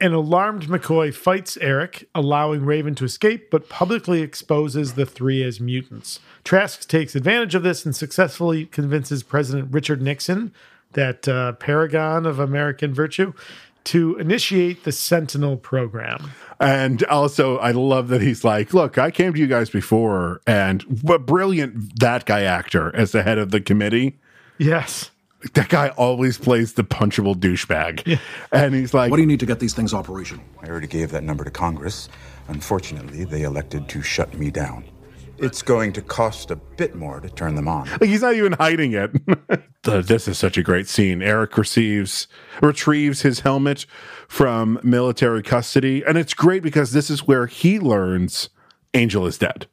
Speaker 2: an alarmed McCoy fights Eric, allowing Raven to escape, but publicly exposes the three as mutants. Trask takes advantage of this and successfully convinces President Richard Nixon, that uh, paragon of American virtue, to initiate the Sentinel program.
Speaker 1: And also, I love that he's like, "Look, I came to you guys before, and what brilliant that guy actor as the head of the committee.
Speaker 2: Yes,
Speaker 1: that guy always plays the punchable douchebag." And he's like,
Speaker 14: What do you need to get these things operational? I already gave that number to Congress. Unfortunately, they elected to shut me down. It's going to cost a bit more to turn them on.
Speaker 1: Like he's not even hiding it. The- this is such a great scene. Eric receives retrieves his helmet from military custody, and it's great because this is where he learns Angel is dead.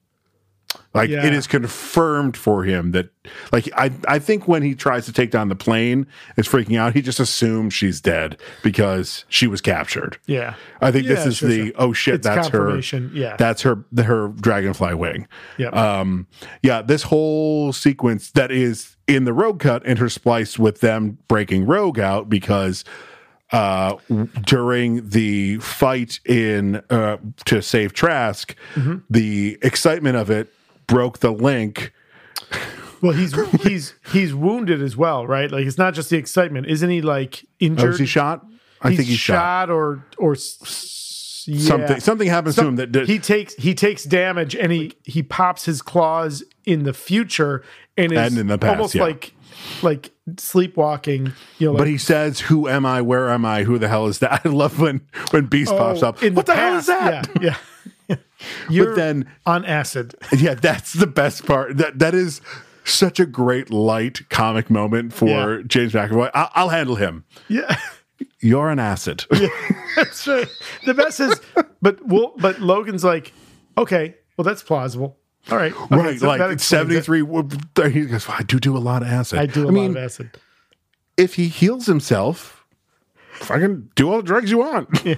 Speaker 1: Like
Speaker 2: Yeah.
Speaker 1: it is confirmed for him that like I I think when he tries to take down the plane, it's freaking out. He just assumes she's dead because she was captured.
Speaker 2: Yeah.
Speaker 1: I think this
Speaker 2: Yeah,
Speaker 1: is
Speaker 2: sure,
Speaker 1: the
Speaker 2: sure.
Speaker 1: oh shit
Speaker 2: It's
Speaker 1: that's her
Speaker 2: confirmation, yeah.
Speaker 1: that's her her dragonfly wing.
Speaker 2: Yep.
Speaker 1: Um, yeah, this whole sequence that is in the road cut interspliced with them breaking rogue out because uh w- during the fight in uh to save Trask,
Speaker 2: Mm-hmm.
Speaker 1: the excitement of it broke the link.
Speaker 2: Well, he's he's he's wounded as well, right? Like it's not just the excitement, isn't he? Like injured?
Speaker 1: Oh, he shot? I think he's shot.
Speaker 2: or or s- yeah.
Speaker 1: Something- something happens to him that did-
Speaker 2: he takes he takes damage and he he pops his claws in the future and is
Speaker 1: And in the past,
Speaker 2: almost
Speaker 1: yeah.
Speaker 2: like like sleepwalking. You know, like,
Speaker 1: but he says, "Who am I? Where am I? Who the hell is that?" I love when when Beast pops
Speaker 2: oh,
Speaker 1: up.
Speaker 2: in
Speaker 1: What the, hell is
Speaker 2: past,
Speaker 1: that?
Speaker 2: Yeah, yeah. You're
Speaker 1: then-
Speaker 2: on acid.
Speaker 1: yeah, that's the best part. That that is such a great light comic moment for
Speaker 2: Yeah.
Speaker 1: James McAvoy. I, I'll handle him.
Speaker 2: Yeah.
Speaker 1: You're an acid.
Speaker 2: That's right. The best is, but we'll, but Logan's like, okay, well that's plausible. All right, Okay,
Speaker 1: right,
Speaker 2: so
Speaker 1: like
Speaker 2: that explains it.
Speaker 1: seventy three. He goes. "Well, I do do a lot of acid.
Speaker 2: I do a
Speaker 1: a
Speaker 2: lot of acid.
Speaker 1: If he heals himself, fucking do all the drugs you want.
Speaker 2: I mean,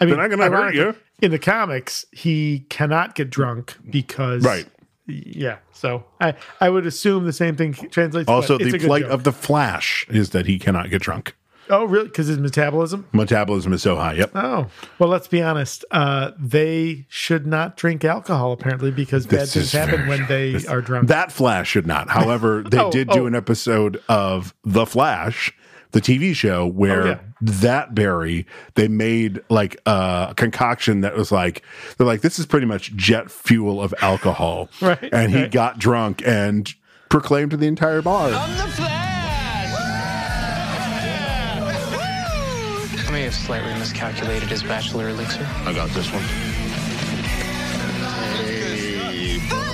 Speaker 1: They're not gonna hurt
Speaker 2: ironically,
Speaker 1: you.
Speaker 2: In the comics, he cannot get drunk because
Speaker 1: Right.
Speaker 2: Yeah, so I I would assume the same thing translates. but
Speaker 1: also,
Speaker 2: it's
Speaker 1: the
Speaker 2: a good
Speaker 1: plight
Speaker 2: joke.
Speaker 1: of the Flash is that he cannot get drunk.
Speaker 2: oh really because his metabolism.
Speaker 1: Metabolism is so high. Yep.
Speaker 2: Oh well, let's be honest. Uh, they should not drink alcohol apparently because bad
Speaker 1: This
Speaker 2: things
Speaker 1: is
Speaker 2: happen
Speaker 1: very-
Speaker 2: when they
Speaker 1: this-
Speaker 2: are drunk.
Speaker 1: That Flash should not. However, they
Speaker 2: Oh,
Speaker 1: did do
Speaker 2: oh.
Speaker 1: an episode of The Flash, the TV show, where
Speaker 2: Oh, yeah.
Speaker 1: that berry they made like a concoction that was like they're like this is pretty much jet fuel of alcohol,
Speaker 15: Right,
Speaker 1: And he
Speaker 15: right.
Speaker 1: got drunk and proclaimed to the entire bar.
Speaker 16: I may have slightly miscalculated his bachelor elixir. I got this one.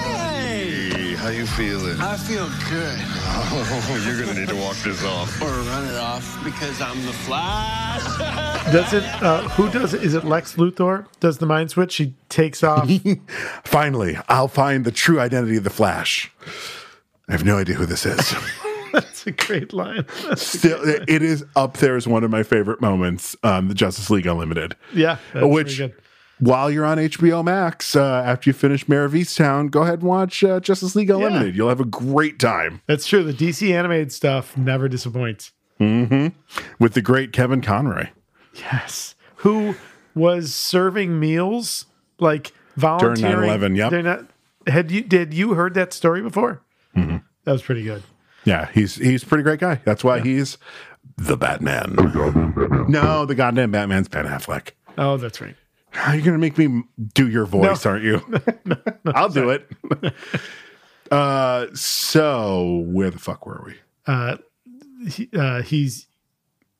Speaker 17: Hey, how you feeling? I feel good. Oh, you're gonna need to walk this off. Or run it off because I'm the Flash.
Speaker 2: Does it? Uh, who does it? Is it Lex Luthor? Does the mind switch? She takes off.
Speaker 1: Finally, I'll find the true identity of the Flash. I have no idea who this is.
Speaker 2: That's a great line.
Speaker 1: Still, it is up there as one of my favorite moments on the Justice League Unlimited.
Speaker 2: Yeah, that's
Speaker 1: which
Speaker 2: pretty good.
Speaker 1: while you're on HBO Max, uh, after you finish Mayor of Easttown, go ahead and watch uh, Justice League Unlimited. You'll have a great time.
Speaker 2: That's true. The DC animated stuff never disappoints.
Speaker 1: hmm With the great Kevin Conroy.
Speaker 2: Yes. Who was serving meals like volunteering?
Speaker 1: 9/11, yep.
Speaker 2: They're not. Had you did you heard that story before?
Speaker 1: Mm-hmm.
Speaker 2: That was pretty good.
Speaker 1: Yeah, he's he's a pretty great guy. That's why he's the Batman. No, the goddamn Batman's Ben Affleck.
Speaker 2: Oh, that's right.
Speaker 1: You're gonna make me do your voice, aren't you? I'll do it. uh, so where the fuck were we?
Speaker 2: Uh, he, uh, he's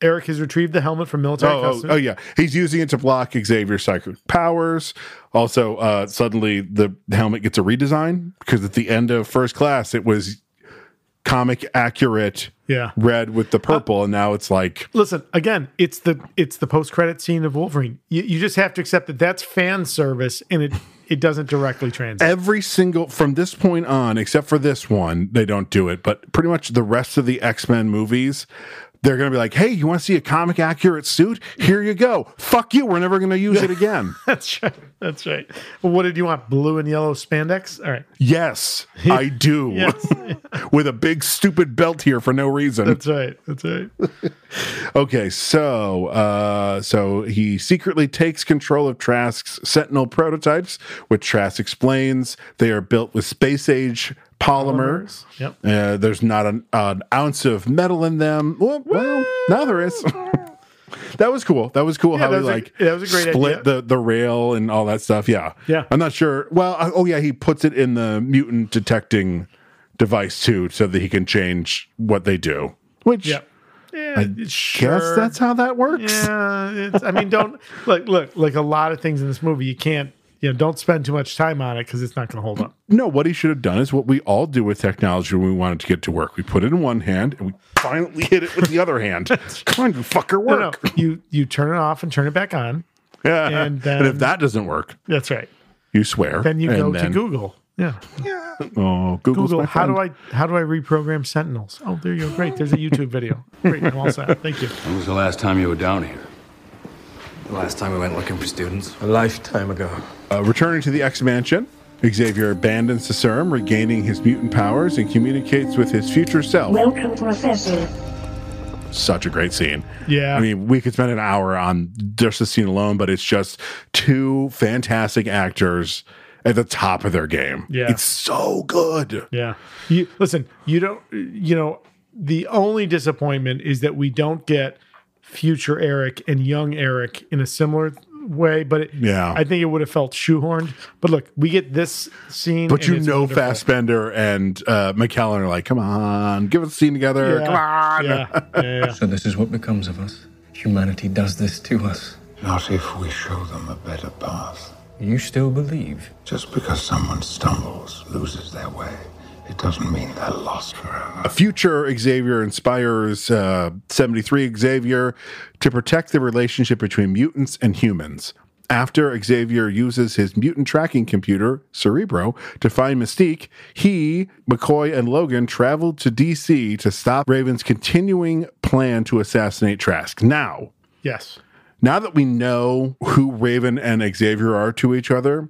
Speaker 2: Eric has retrieved the helmet from military
Speaker 1: Oh, oh,
Speaker 2: custody.
Speaker 1: oh, yeah, he's using it to block Xavier's psychic powers. Also, uh, suddenly the helmet gets a redesign because at the end of First Class, it was comic accurate
Speaker 2: Yeah.
Speaker 1: red with the purple, and now it's like
Speaker 2: Listen again. It's the it's the post credit scene of Wolverine. You, you just have to accept that that's fan service, and it it doesn't directly translate.
Speaker 1: every single from this point on, except for this one, they don't do it. But pretty much the rest of the X Men movies, they're going to be like, "Hey, you want to see a comic accurate suit? Here you go. Fuck you. We're never going to use it again."
Speaker 2: That's right. That's right. Well, what did you want? Blue and yellow spandex. All right.
Speaker 1: yes, I do.
Speaker 2: Yes.
Speaker 1: With a big stupid belt here for no reason.
Speaker 2: That's right. That's right.
Speaker 1: Okay, so uh, so he secretly takes control of Trask's Sentinel prototypes, which Trask explains they are built with space age polymers.
Speaker 2: Yep.
Speaker 1: Uh, there's not an, an ounce of metal in them. Well, well now there is. that was cool. That was cool
Speaker 2: Yeah,
Speaker 1: how
Speaker 2: that
Speaker 1: he
Speaker 2: was a-
Speaker 1: like
Speaker 2: that was a great
Speaker 1: split
Speaker 2: idea.
Speaker 1: the the rail and all that stuff. Yeah.
Speaker 2: Yeah.
Speaker 1: I'm not sure. Well, I- oh yeah, he puts it in the mutant detecting device too, so that he can change what they do. Which.
Speaker 2: Yep. Yeah,
Speaker 1: I
Speaker 2: it's
Speaker 1: guess that's how that works.
Speaker 2: Yeah, it's, I mean, don't look, look, like a lot of things in this movie, you can't, you know, don't spend too much time on it because it's not going to hold up.
Speaker 1: No, what he should have done is what we all do with technology when we want it to get to work. We put it in one hand and we violently hit it with the other hand. Come on, you fucker,
Speaker 2: No, no,
Speaker 1: work.
Speaker 2: you you turn it off and turn it back on.
Speaker 1: Yeah.
Speaker 2: And
Speaker 1: And,
Speaker 2: then-
Speaker 1: if that doesn't work,
Speaker 2: That's right.
Speaker 1: you swear.
Speaker 2: Then you
Speaker 1: And
Speaker 2: go
Speaker 1: then-
Speaker 2: to Google. Yeah,
Speaker 1: Oh, Google's
Speaker 2: Google.
Speaker 1: my
Speaker 2: How do
Speaker 1: friend.
Speaker 2: I how do I reprogram Sentinels? Oh, there you go. Great. There's a YouTube video. Great. I'm all set. Thank you.
Speaker 6: When was the last time you were down here?
Speaker 12: The last time we went looking for students, a lifetime ago.
Speaker 1: Uh, returning to the X Mansion, Xavier abandons the serum, regaining his mutant powers, and communicates with his future self.
Speaker 13: Welcome, Professor.
Speaker 1: Such a great scene.
Speaker 2: Yeah.
Speaker 1: I mean, we could spend an hour on just the scene alone, but it's just two fantastic actors at the top of their game.
Speaker 2: Yeah.
Speaker 1: It's so good.
Speaker 2: Yeah. You listen, you don't you know, the only disappointment is that we don't get future Eric and young Eric in a similar way, but it,
Speaker 1: Yeah.
Speaker 2: I think it would have felt shoehorned. But look, we get this scene
Speaker 1: But
Speaker 2: and
Speaker 1: you
Speaker 2: it's
Speaker 1: know,
Speaker 2: wonderful.
Speaker 1: Fassbender and uh, McKellen are like, come on, give us a scene together.
Speaker 2: Yeah.
Speaker 1: Come on.
Speaker 2: Yeah. Yeah.
Speaker 12: So this is what becomes of us. Humanity does this to us.
Speaker 7: Not if we show them a better path.
Speaker 12: You still believe?
Speaker 7: Just because someone stumbles, loses their way, it doesn't mean they're lost forever.
Speaker 1: A future Xavier inspires uh, 73 Xavier to protect the relationship between mutants and humans. After Xavier uses his mutant tracking computer, Cerebro, to find Mystique, he, McCoy, and Logan travel to DC to stop Raven's continuing plan to assassinate Trask. Now,
Speaker 2: Yes.
Speaker 1: now that we know who Raven and Xavier are to each other,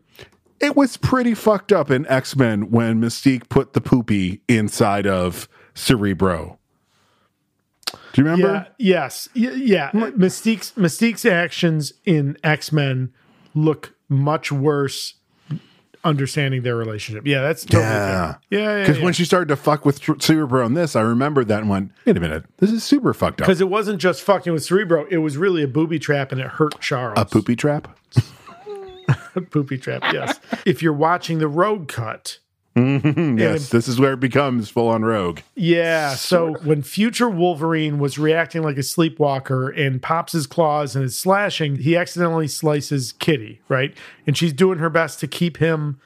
Speaker 1: it was pretty fucked up in X Men when Mystique put the poopy inside of Cerebro. Do you remember?
Speaker 2: Yeah, yes. Y- yeah. Mystique's Mystique's actions in X-Men look much worse understanding their relationship. Yeah, that's totally
Speaker 1: Yeah.
Speaker 2: fair. Yeah, yeah.
Speaker 1: Because
Speaker 2: yeah.
Speaker 1: when she started to fuck with Tr- Cerebro on this, I remembered that and went, wait a minute, this is super fucked up.
Speaker 2: because it wasn't just fucking with Cerebro; it was really a booby trap, and it hurt Charles.
Speaker 1: A poopy trap?
Speaker 2: poopy trap. Yes. if you're watching the road cut,
Speaker 1: Mhm, yes, this is where it becomes full on rogue.
Speaker 2: yeah. So when future Wolverine was reacting like a sleepwalker and pops his claws and is slashing, he accidentally slices Kitty, right? And she's doing her best to keep him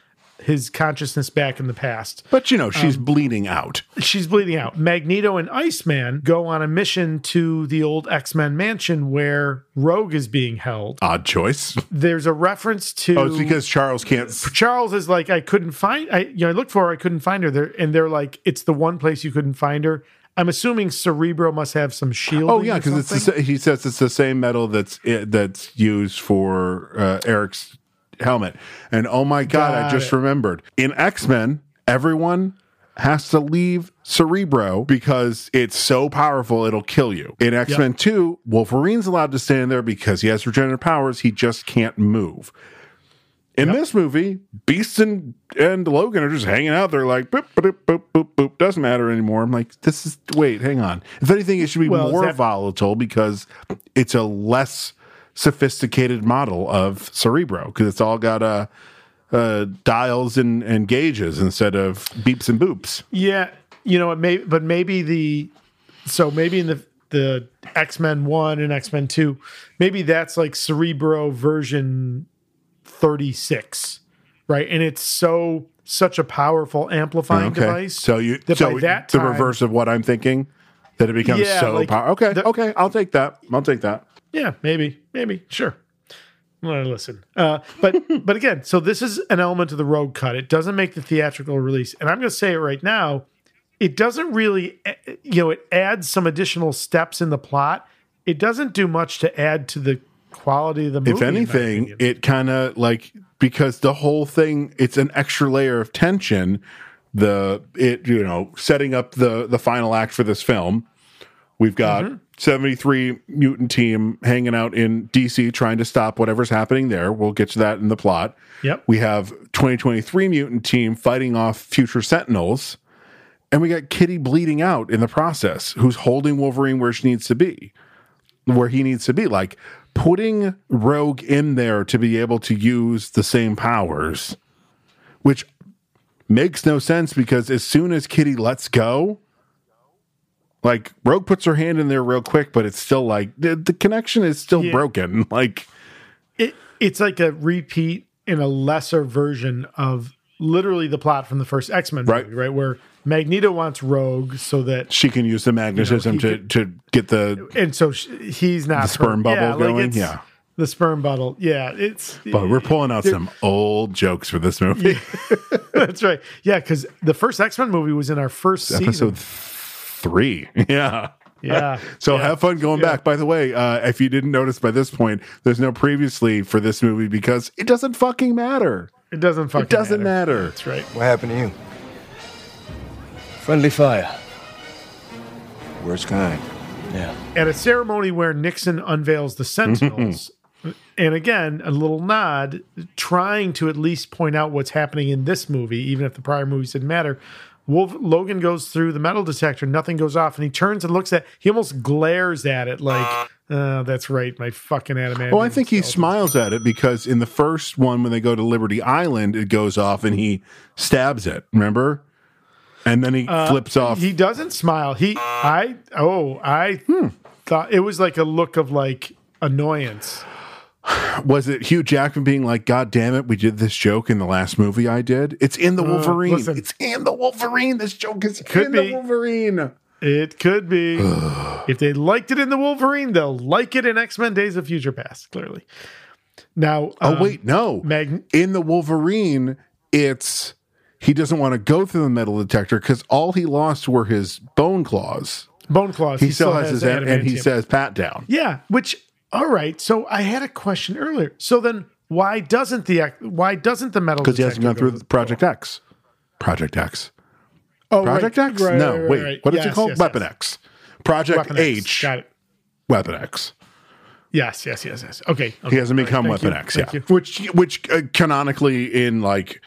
Speaker 2: his consciousness back in the past.
Speaker 1: But you know, she's
Speaker 2: Um,
Speaker 1: bleeding out.
Speaker 2: She's bleeding out. Magneto and Iceman go on a mission to the old X-Men mansion where Rogue is being held.
Speaker 1: Odd choice.
Speaker 2: There's a reference to
Speaker 1: Oh, it's because Charles can't.
Speaker 2: Charles is like, I couldn't find. I you know, I looked for her, I couldn't find her there, and they're like, it's the one place you couldn't find her. I'm assuming Cerebro must have some shield.
Speaker 1: Oh yeah, because it's the, sa- he says it's the same metal that's it, that's used for uh, Eric's helmet. And oh my god, I
Speaker 2: Got
Speaker 1: just
Speaker 2: it.
Speaker 1: remembered in X Men, everyone has to leave Cerebro because it's so powerful it'll kill you. In X Men Two, Wolverine's allowed to stay in there because he has regenerative powers. He just can't move. In this movie, Beast and, and Logan are just hanging out. They're like, boop, boop, boop, boop, boop. Doesn't matter anymore. I'm like, this is, wait, hang on. If anything, it should be
Speaker 2: Well, is
Speaker 1: more
Speaker 2: that-
Speaker 1: volatile because it's a less sophisticated model of Cerebro because it's all got uh, uh, dials and, and gauges instead of beeps and boops.
Speaker 2: yeah, you know, it may, but maybe the so maybe in the the X Men one and X Men two, maybe that's like Cerebro version thirty six, right? And it's so such a powerful amplifying device.
Speaker 1: So you,
Speaker 2: that
Speaker 1: so
Speaker 2: by that
Speaker 1: the
Speaker 2: time-
Speaker 1: reverse of what I'm thinking. that it becomes
Speaker 2: Yeah,
Speaker 1: so
Speaker 2: like
Speaker 1: powerful. Okay, okay, I'll take that. I'll take that.
Speaker 2: Yeah, maybe, maybe, sure. Well, listen, uh, but but again, so this is an element of the road cut. It doesn't make the theatrical release, and I'm going to say it right now. It doesn't really, eh, you know, it adds some additional steps in the plot. It doesn't do much to add to the quality of the movie.
Speaker 1: if anything, it kind of like because the whole thing it's an extra layer of tension. The it you know setting up the the final act for this film. We've got
Speaker 2: Mm-hmm.
Speaker 1: 73 mutant team hanging out in DC trying to stop whatever's happening there. We'll get to that in the plot.
Speaker 2: Yep.
Speaker 1: We have 2023 mutant team fighting off future sentinels. And we got Kitty bleeding out in the process, who's holding Wolverine where she needs to be, where he needs to be. Like putting Rogue in there to be able to use the same powers, which makes no sense because as soon as Kitty lets go, like Rogue puts her hand in there real quick, but it's still like the, the connection is still
Speaker 2: Yeah.
Speaker 1: broken. Like,
Speaker 2: it it's like a repeat in a lesser version of literally the plot from the first X Men movie, right? Where Magneto wants Rogue so that
Speaker 1: she can use the magnetism
Speaker 2: You know, he
Speaker 1: to to get the
Speaker 2: and so sh he's not
Speaker 1: The sperm
Speaker 2: her-
Speaker 1: bubble going?
Speaker 2: it's-
Speaker 1: Yeah.
Speaker 2: the sperm bubble. Yeah, it's.
Speaker 1: but we're pulling out
Speaker 2: Dude,
Speaker 1: some old jokes for this movie.
Speaker 2: That's right. Yeah, because the first X Men movie was in our first season.
Speaker 1: Episode three. Yeah.
Speaker 2: Yeah.
Speaker 1: So have fun going back. By the way, uh, if you didn't notice by this point, there's no previously for this movie because it doesn't fucking matter.
Speaker 2: It doesn't fucking
Speaker 1: It doesn't matter.
Speaker 2: That's right.
Speaker 5: What happened to you? Friendly fire. Worst kind. Yeah.
Speaker 2: At a ceremony where Nixon unveils the Sentinels, and again, a little nod, trying to at least point out what's happening in this movie, even if the prior movies didn't matter. Wolf Logan goes through the metal detector, nothing goes off, and he turns and looks at. He almost glares at it like, "Oh, that's right, my fucking adamant."
Speaker 1: Ah. Well, I think he smiles at it because in the first one, when they go to Liberty Island, it goes off and he stabs it. Remember? And then he
Speaker 2: Uh,
Speaker 1: flips off.
Speaker 2: He doesn't smile. He, I, oh, I
Speaker 1: Hmm.
Speaker 2: thought it was like a look of like annoyance.
Speaker 1: Was it Hugh Jackman being like, "God damn it, we did this joke in the last movie I did. It's in the
Speaker 2: Uh,
Speaker 1: Wolverine.
Speaker 2: listen.
Speaker 1: it's in the Wolverine. This joke is
Speaker 2: Could
Speaker 1: in
Speaker 2: be.
Speaker 1: the Wolverine." Oh,
Speaker 2: It could be. if they liked it in the Wolverine, they'll like it in X Men Days of Future Past. Clearly. Now, uh,
Speaker 1: oh wait, no. in the Wolverine, it's he doesn't want to go through the metal detector because all he lost were his bone claws.
Speaker 2: Bone claws.
Speaker 1: He, still, has, his an- and he
Speaker 2: adamantium.
Speaker 1: says pat down.
Speaker 2: Yeah, which all right. So I had a question earlier. So then, why doesn't the ac- why doesn't the metal
Speaker 1: because he hasn't
Speaker 2: detector
Speaker 1: gone
Speaker 2: go
Speaker 1: through
Speaker 2: to-
Speaker 1: the Project X. Project X.
Speaker 2: Oh, right,
Speaker 1: Project X?
Speaker 2: right,
Speaker 1: no,
Speaker 2: right, right,
Speaker 1: wait.
Speaker 2: right.
Speaker 1: What is it
Speaker 2: Yes,
Speaker 1: called?
Speaker 2: yes,
Speaker 1: Weapon
Speaker 2: yes.
Speaker 1: X. Project
Speaker 2: Weapon X.
Speaker 1: H.
Speaker 2: Got it.
Speaker 1: Weapon X.
Speaker 2: Yes, yes, yes, yes. Okay, okay.
Speaker 1: He hasn't
Speaker 2: All right,
Speaker 1: become
Speaker 2: thank
Speaker 1: Weapon
Speaker 2: you,
Speaker 1: X.
Speaker 2: thank
Speaker 1: Yeah.
Speaker 2: you.
Speaker 1: Which, which uh, canonically in like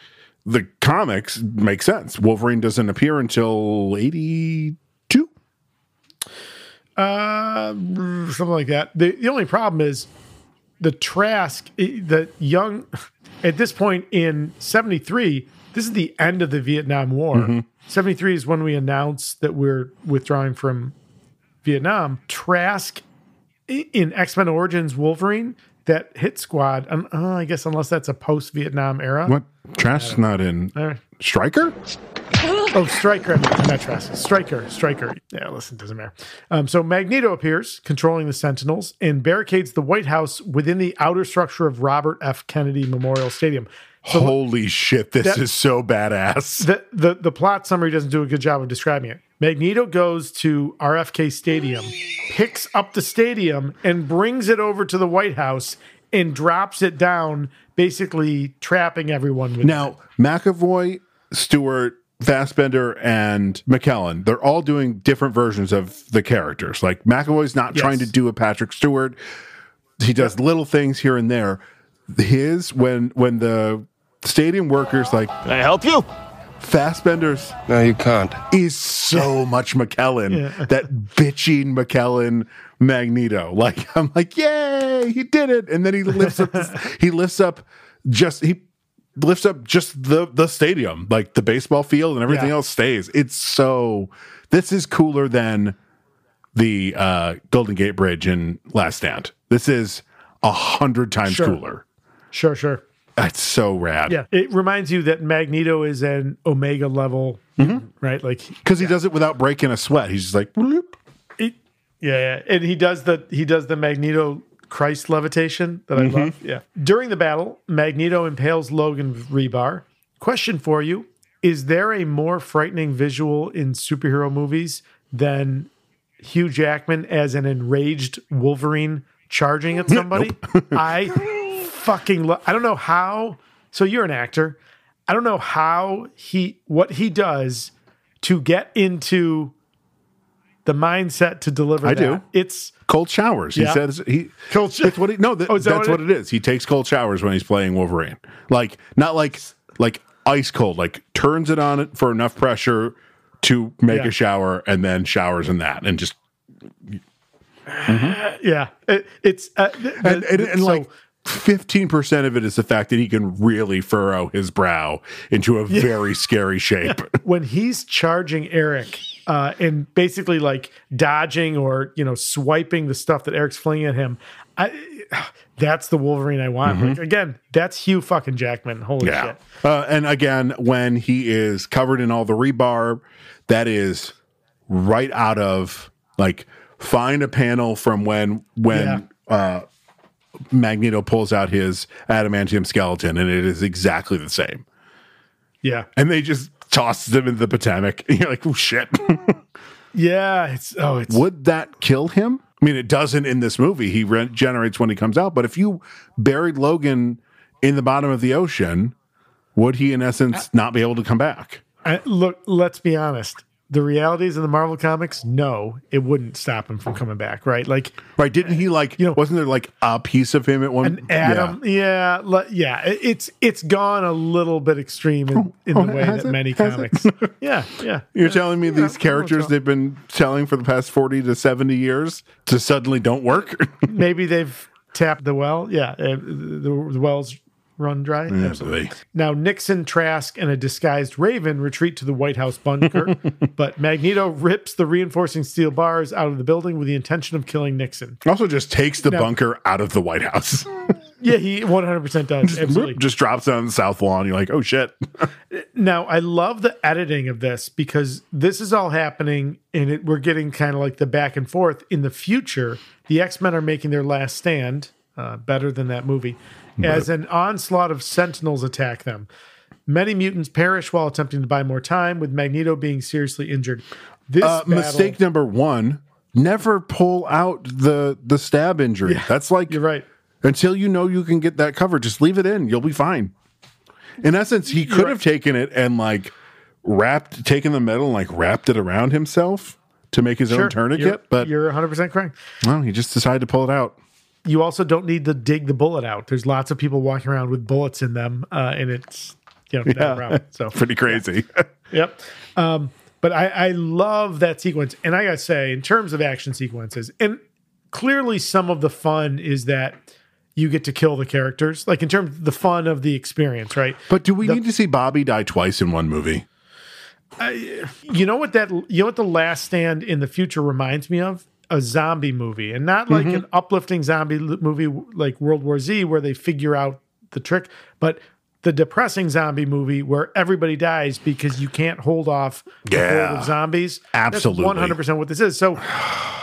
Speaker 1: the comics makes sense. Wolverine doesn't appear until 82.
Speaker 2: Uh, something like that. The, the only problem is the Trask, i- the young, at this point in 73, this is the end of the Vietnam War.
Speaker 1: Mm-hmm.
Speaker 2: 73 is when we announce that we're withdrawing from Vietnam. Trask i- in X Men Origins Wolverine, that hit squad, um, uh, I guess, unless that's a post Vietnam era.
Speaker 1: What? Trask's not in. Striker?
Speaker 2: Oh, Striker, not Trask. Striker, Striker. Yeah, listen, doesn't matter. Um, so Magneto appears, controlling the Sentinels, and barricades the White House within the outer structure of Robert F. Kennedy Memorial Stadium.
Speaker 1: Holy shit, this is
Speaker 2: That-
Speaker 1: so badass.
Speaker 2: The, the the plot summary doesn't do a good job of describing it. Magneto goes to RFK Stadium, picks up the stadium, and brings it over to the White House and drops it down, basically trapping everyone. With
Speaker 1: Now, McAvoy, Stewart, Fassbender, and McKellen, they're all doing different versions of the characters. Like McAvoy's not
Speaker 2: Yes.
Speaker 1: trying to do a Patrick Stewart. He does little things here and there. His when when the stadium workers like Can I help you? Fassbender's
Speaker 5: No, you can't.
Speaker 1: is so much McKellen. That bitching McKellen Magneto. Like I'm like, yay, he did it. And then he lifts up this- he lifts up just he lifts up just the the stadium, like the baseball field and everything
Speaker 2: Yeah.
Speaker 1: else stays. It's so this is cooler than the uh Golden Gate Bridge in Last Stand. This is a hundred times
Speaker 2: Sure.
Speaker 1: cooler.
Speaker 2: Sure, sure.
Speaker 1: That's so rad.
Speaker 2: Yeah, it reminds you that Magneto is an Omega level, right? Like
Speaker 1: Because he does it without breaking a sweat. He's just like, "Bloop."
Speaker 2: Yeah, yeah. And he does the he does the Magneto Christ levitation that I
Speaker 15: Mhm.
Speaker 2: love. Yeah. During the battle, Magneto impales Logan with rebar. Question for you: Is there a more frightening visual in superhero movies than Hugh Jackman as an enraged Wolverine charging at somebody? I fucking lo- I don't know how. So you're an actor. I don't know how he what he does to get into the mindset to deliver.
Speaker 1: I
Speaker 2: that.
Speaker 1: do.
Speaker 2: It's
Speaker 1: cold showers.
Speaker 2: Yeah.
Speaker 1: He says he
Speaker 2: cold
Speaker 1: That's what he no. That,
Speaker 2: Oh, is that
Speaker 1: that's
Speaker 2: what
Speaker 1: what
Speaker 2: it-
Speaker 1: it is. He takes cold showers when he's playing Wolverine. Like not like like ice cold. Like turns it on for enough pressure to make
Speaker 2: Yeah.
Speaker 1: a shower and then showers in that and just
Speaker 2: yeah. It, it's uh, th-
Speaker 1: and
Speaker 2: th-
Speaker 1: and, and like. 15% of it is the fact that he can really furrow his brow into a
Speaker 2: Yeah.
Speaker 1: very scary shape.
Speaker 2: when he's charging Eric uh, and basically like dodging or you know swiping the stuff that Eric's flinging at him, I, that's the Wolverine I want.
Speaker 1: Mhm.
Speaker 2: Like again, that's Hugh fucking Jackman. Holy shit!
Speaker 1: Uh, and again, when he is covered in all the rebarb, that is right out of like find a panel from when when uh, Magneto pulls out his adamantium skeleton, and it is exactly the same.
Speaker 2: Yeah,
Speaker 1: And they just toss them into the Potomac. You're like, oh shit.
Speaker 2: yeah. It's oh, it's
Speaker 1: Would that kill him? I mean, it doesn't in this movie. He regenerates when he comes out. But if you buried Logan in the bottom of the ocean, would he, in essence, not be able to come back?
Speaker 2: I, look. Let's be honest. The realities in the Marvel comics, no, it wouldn't stop him from coming back, right? Like,
Speaker 1: right? Didn't he like? You know, wasn't there like a piece of him at one?
Speaker 2: An Adam, yeah, le- yeah, it- It's it's gone a little bit extreme in, in
Speaker 1: oh,
Speaker 2: the way
Speaker 1: has
Speaker 2: that
Speaker 1: it?
Speaker 2: many
Speaker 1: Has
Speaker 2: comics. yeah, yeah.
Speaker 1: You're telling me these characters
Speaker 2: all.
Speaker 1: they've been telling for the past forty to seventy years to suddenly don't work?
Speaker 2: Maybe they've tapped the well. Yeah, uh, the, the well's run dry.
Speaker 1: Absolutely.
Speaker 2: Now Nixon, Trask, and a disguised Raven retreat to the White House bunker, but Magneto rips the reinforcing steel bars out of the building with the intention of killing Nixon.
Speaker 1: Also, just takes the
Speaker 2: No.
Speaker 1: bunker out of the White House.
Speaker 2: Yeah, he 100% does. Absolutely.
Speaker 1: just drops it on the South Lawn. You're like, oh shit.
Speaker 2: Now, I love the editing of this because this is all happening and it, we're getting kind of like the back and forth. In the future, the X Men are making their last stand, uh, better than that movie, as an onslaught of Sentinels attack them. Many mutants perish while attempting to buy more time, with Magneto being seriously injured. This
Speaker 1: uh,
Speaker 2: battle-
Speaker 1: mistake number one never pull out the the stab injury that's like you're
Speaker 2: right
Speaker 1: until you know you can get that covered just leave it in you'll be fine in essence he could have taken it and like wrapped taken the metal and like wrapped it around himself to make his
Speaker 2: Sure,
Speaker 1: own tourniquet
Speaker 2: you're-
Speaker 1: but
Speaker 2: you're 100% correct.
Speaker 1: well he just decided to pull it out
Speaker 2: You also don't need to dig the bullet out. There's lots of people walking around with bullets in them, uh, and it's you know, not a problem. So
Speaker 1: pretty crazy
Speaker 2: Yep. Um, but I, I love that sequence. And I got to say, in terms of action sequences, and clearly some of the fun is that you get to kill the characters, like in terms of the fun of the experience, right?
Speaker 1: but do we need to see bobby die twice in one movie
Speaker 2: I, you know what that you know what the last stand in the future reminds me of a zombie movie and not like
Speaker 1: Mm-hmm.
Speaker 2: an uplifting zombie l- movie like World War Z where they figure out the trick but the depressing zombie movie where everybody dies because you can't hold off the horde
Speaker 1: Yeah.
Speaker 2: of zombies
Speaker 1: Absolutely.
Speaker 2: That's 100% what this is so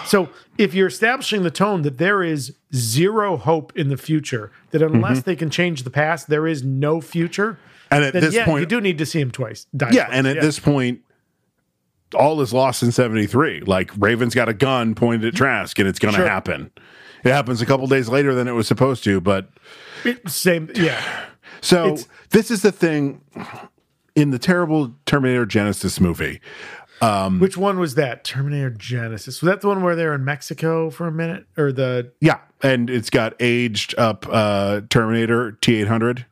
Speaker 2: so if you're establishing the tone that there is zero hope in the future that unless
Speaker 1: Mhm.
Speaker 2: they can change the past there is no future
Speaker 1: And at
Speaker 2: then
Speaker 1: this
Speaker 2: yeah,
Speaker 1: point-
Speaker 2: you do need to see him twice die
Speaker 1: yeah
Speaker 2: twice.
Speaker 1: and at this point all is lost in 73 like raven's got a gun pointed at trask and it's gonna
Speaker 2: Sure.
Speaker 1: happen it happens a couple days later than it was supposed to but
Speaker 2: It- same yeah
Speaker 1: so
Speaker 2: It's-
Speaker 1: this is the thing in the terrible terminator genesis movie um
Speaker 2: Which one was that? Terminator Genesis. Was that the one where they're in Mexico for a minute? Or the
Speaker 1: yeah and it's got aged up uh terminator t800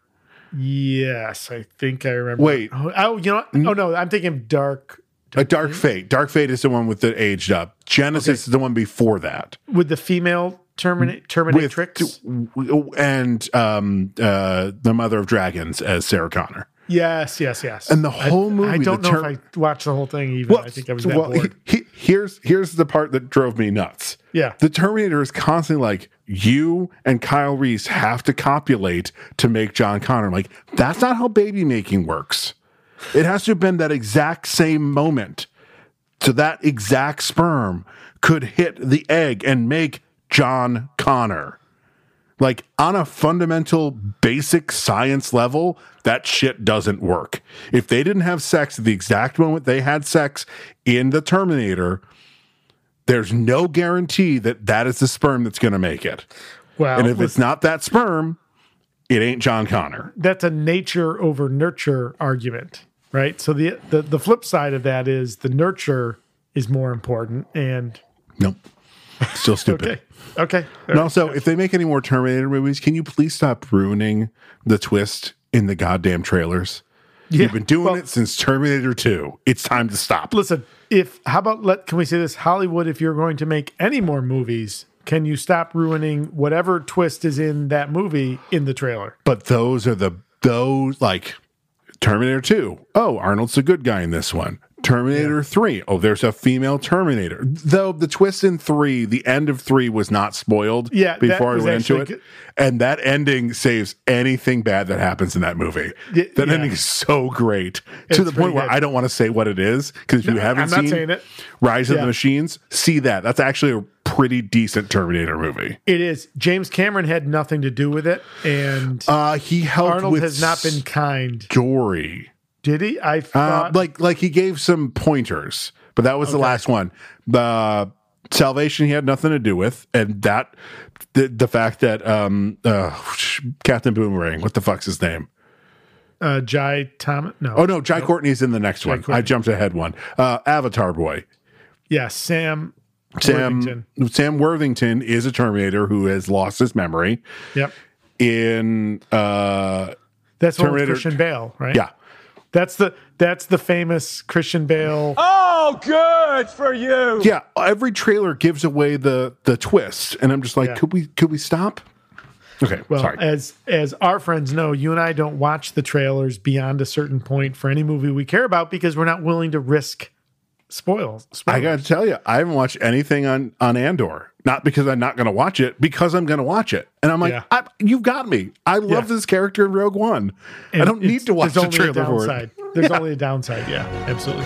Speaker 2: yes, I think I remember.
Speaker 1: Wait.
Speaker 2: Oh, oh, you know. what? Oh no, I'm thinking Dark
Speaker 1: a dark fate dark fate is the one with the aged up genesis is the one before that
Speaker 2: with the female Terminator Terminatrix.
Speaker 1: and um uh the mother of dragons as sarah connor
Speaker 2: yes, yes, yes.
Speaker 1: And the whole
Speaker 2: I,
Speaker 1: movie,
Speaker 2: I don't
Speaker 1: the
Speaker 2: know
Speaker 1: Term-
Speaker 2: if I watched the whole thing. Even I think I was that bored.
Speaker 1: he- he- here's here's the part that drove me nuts.
Speaker 2: Yeah.
Speaker 1: the Terminator is constantly like, you and Kyle Reese have to copulate to make John Connor. I'm like, that's not how baby making works. It has to have been that exact same moment. So that exact sperm could hit the egg and make John Connor. Like on a fundamental basic science level, that shit doesn't work. If they didn't have sex at the exact moment they had sex in the Terminator, there's no guarantee that that is the sperm that's going to make it.
Speaker 2: Wow.
Speaker 1: and if
Speaker 2: With-
Speaker 1: it's not that sperm, it ain't John Connor.
Speaker 2: that's a nature over nurture argument, right? So the the, the flip side of that is the nurture is more important, and
Speaker 1: Nope. Still stupid.
Speaker 2: okay, okay,
Speaker 1: And also, if they make any more Terminator movies, can you please stop ruining the twist in the goddamn trailers? You've been doing it since Terminator 2. It's time to stop.
Speaker 2: Listen, if how about let can we say this Hollywood? If you're going to make any more movies, can you stop ruining whatever twist is in that movie in the trailer?
Speaker 1: But those are the those like Terminator 2. Oh, Arnold's a good guy in this one. Terminator 3. Oh, there's a female Terminator. Though the twist in 3, the end of 3 was not spoiled
Speaker 2: Yeah, that
Speaker 1: before I
Speaker 2: was
Speaker 1: went into
Speaker 2: actually
Speaker 1: it. And that ending saves anything bad that happens in that movie.
Speaker 2: Y-
Speaker 1: that
Speaker 2: yeah.
Speaker 1: ending is so great
Speaker 2: It's
Speaker 1: to the point
Speaker 2: pretty
Speaker 1: where
Speaker 2: good.
Speaker 1: I don't want to say what it is because if you
Speaker 2: No,
Speaker 1: haven't
Speaker 2: I'm not
Speaker 1: seen
Speaker 2: saying it.
Speaker 1: Rise of
Speaker 2: Yeah.
Speaker 1: the Machines, see that. That's actually a pretty decent Terminator movie.
Speaker 2: It is James Cameron had nothing to do with it, and
Speaker 1: uh, he helped.
Speaker 2: Arnold
Speaker 1: with
Speaker 2: has not been kind.
Speaker 1: Story.
Speaker 2: Did he? I
Speaker 1: Uh,
Speaker 2: thought
Speaker 1: like like he gave some pointers, but that was the last one. The salvation he had nothing to do with, and that the, the fact that um uh, Captain Boomerang, what the fuck's his name?
Speaker 2: uh, Jai Thomas. No,
Speaker 1: Oh no, Jai Courtney's in the next one. I jumped ahead one. Uh, Avatar boy.
Speaker 2: Yeah, Sam.
Speaker 1: Sam
Speaker 2: Worthington.
Speaker 1: Sam Worthington is a Terminator who has lost his memory.
Speaker 2: Yep.
Speaker 1: In uh
Speaker 2: That's the one with
Speaker 1: Terminator-
Speaker 2: Christian Bale, right?
Speaker 1: Yeah.
Speaker 2: That's the that's the famous Christian Bale.
Speaker 15: Oh, good for you.
Speaker 1: Yeah, every trailer gives away the the twist, and I'm just like,
Speaker 2: Yeah.
Speaker 1: could we could we stop? Okay,
Speaker 2: Well,
Speaker 1: sorry.
Speaker 2: as as our friends know, you and I don't watch the trailers beyond a certain point for any movie we care about because we're not willing to risk spoils.
Speaker 1: I gotta tell you, I haven't watched anything on on Andor. Not because I'm not gonna watch it, because I'm gonna watch it. And I'm like,
Speaker 2: Yeah.
Speaker 1: I, you've got me. I love
Speaker 2: Yeah.
Speaker 1: this character in Rogue One. I
Speaker 2: And
Speaker 1: don't need
Speaker 2: it's-
Speaker 1: to watch
Speaker 2: there's
Speaker 1: the
Speaker 2: only a
Speaker 1: trailer for
Speaker 2: downside.
Speaker 1: it.
Speaker 2: There's
Speaker 1: Yeah.
Speaker 2: only a downside. Yeah, absolutely.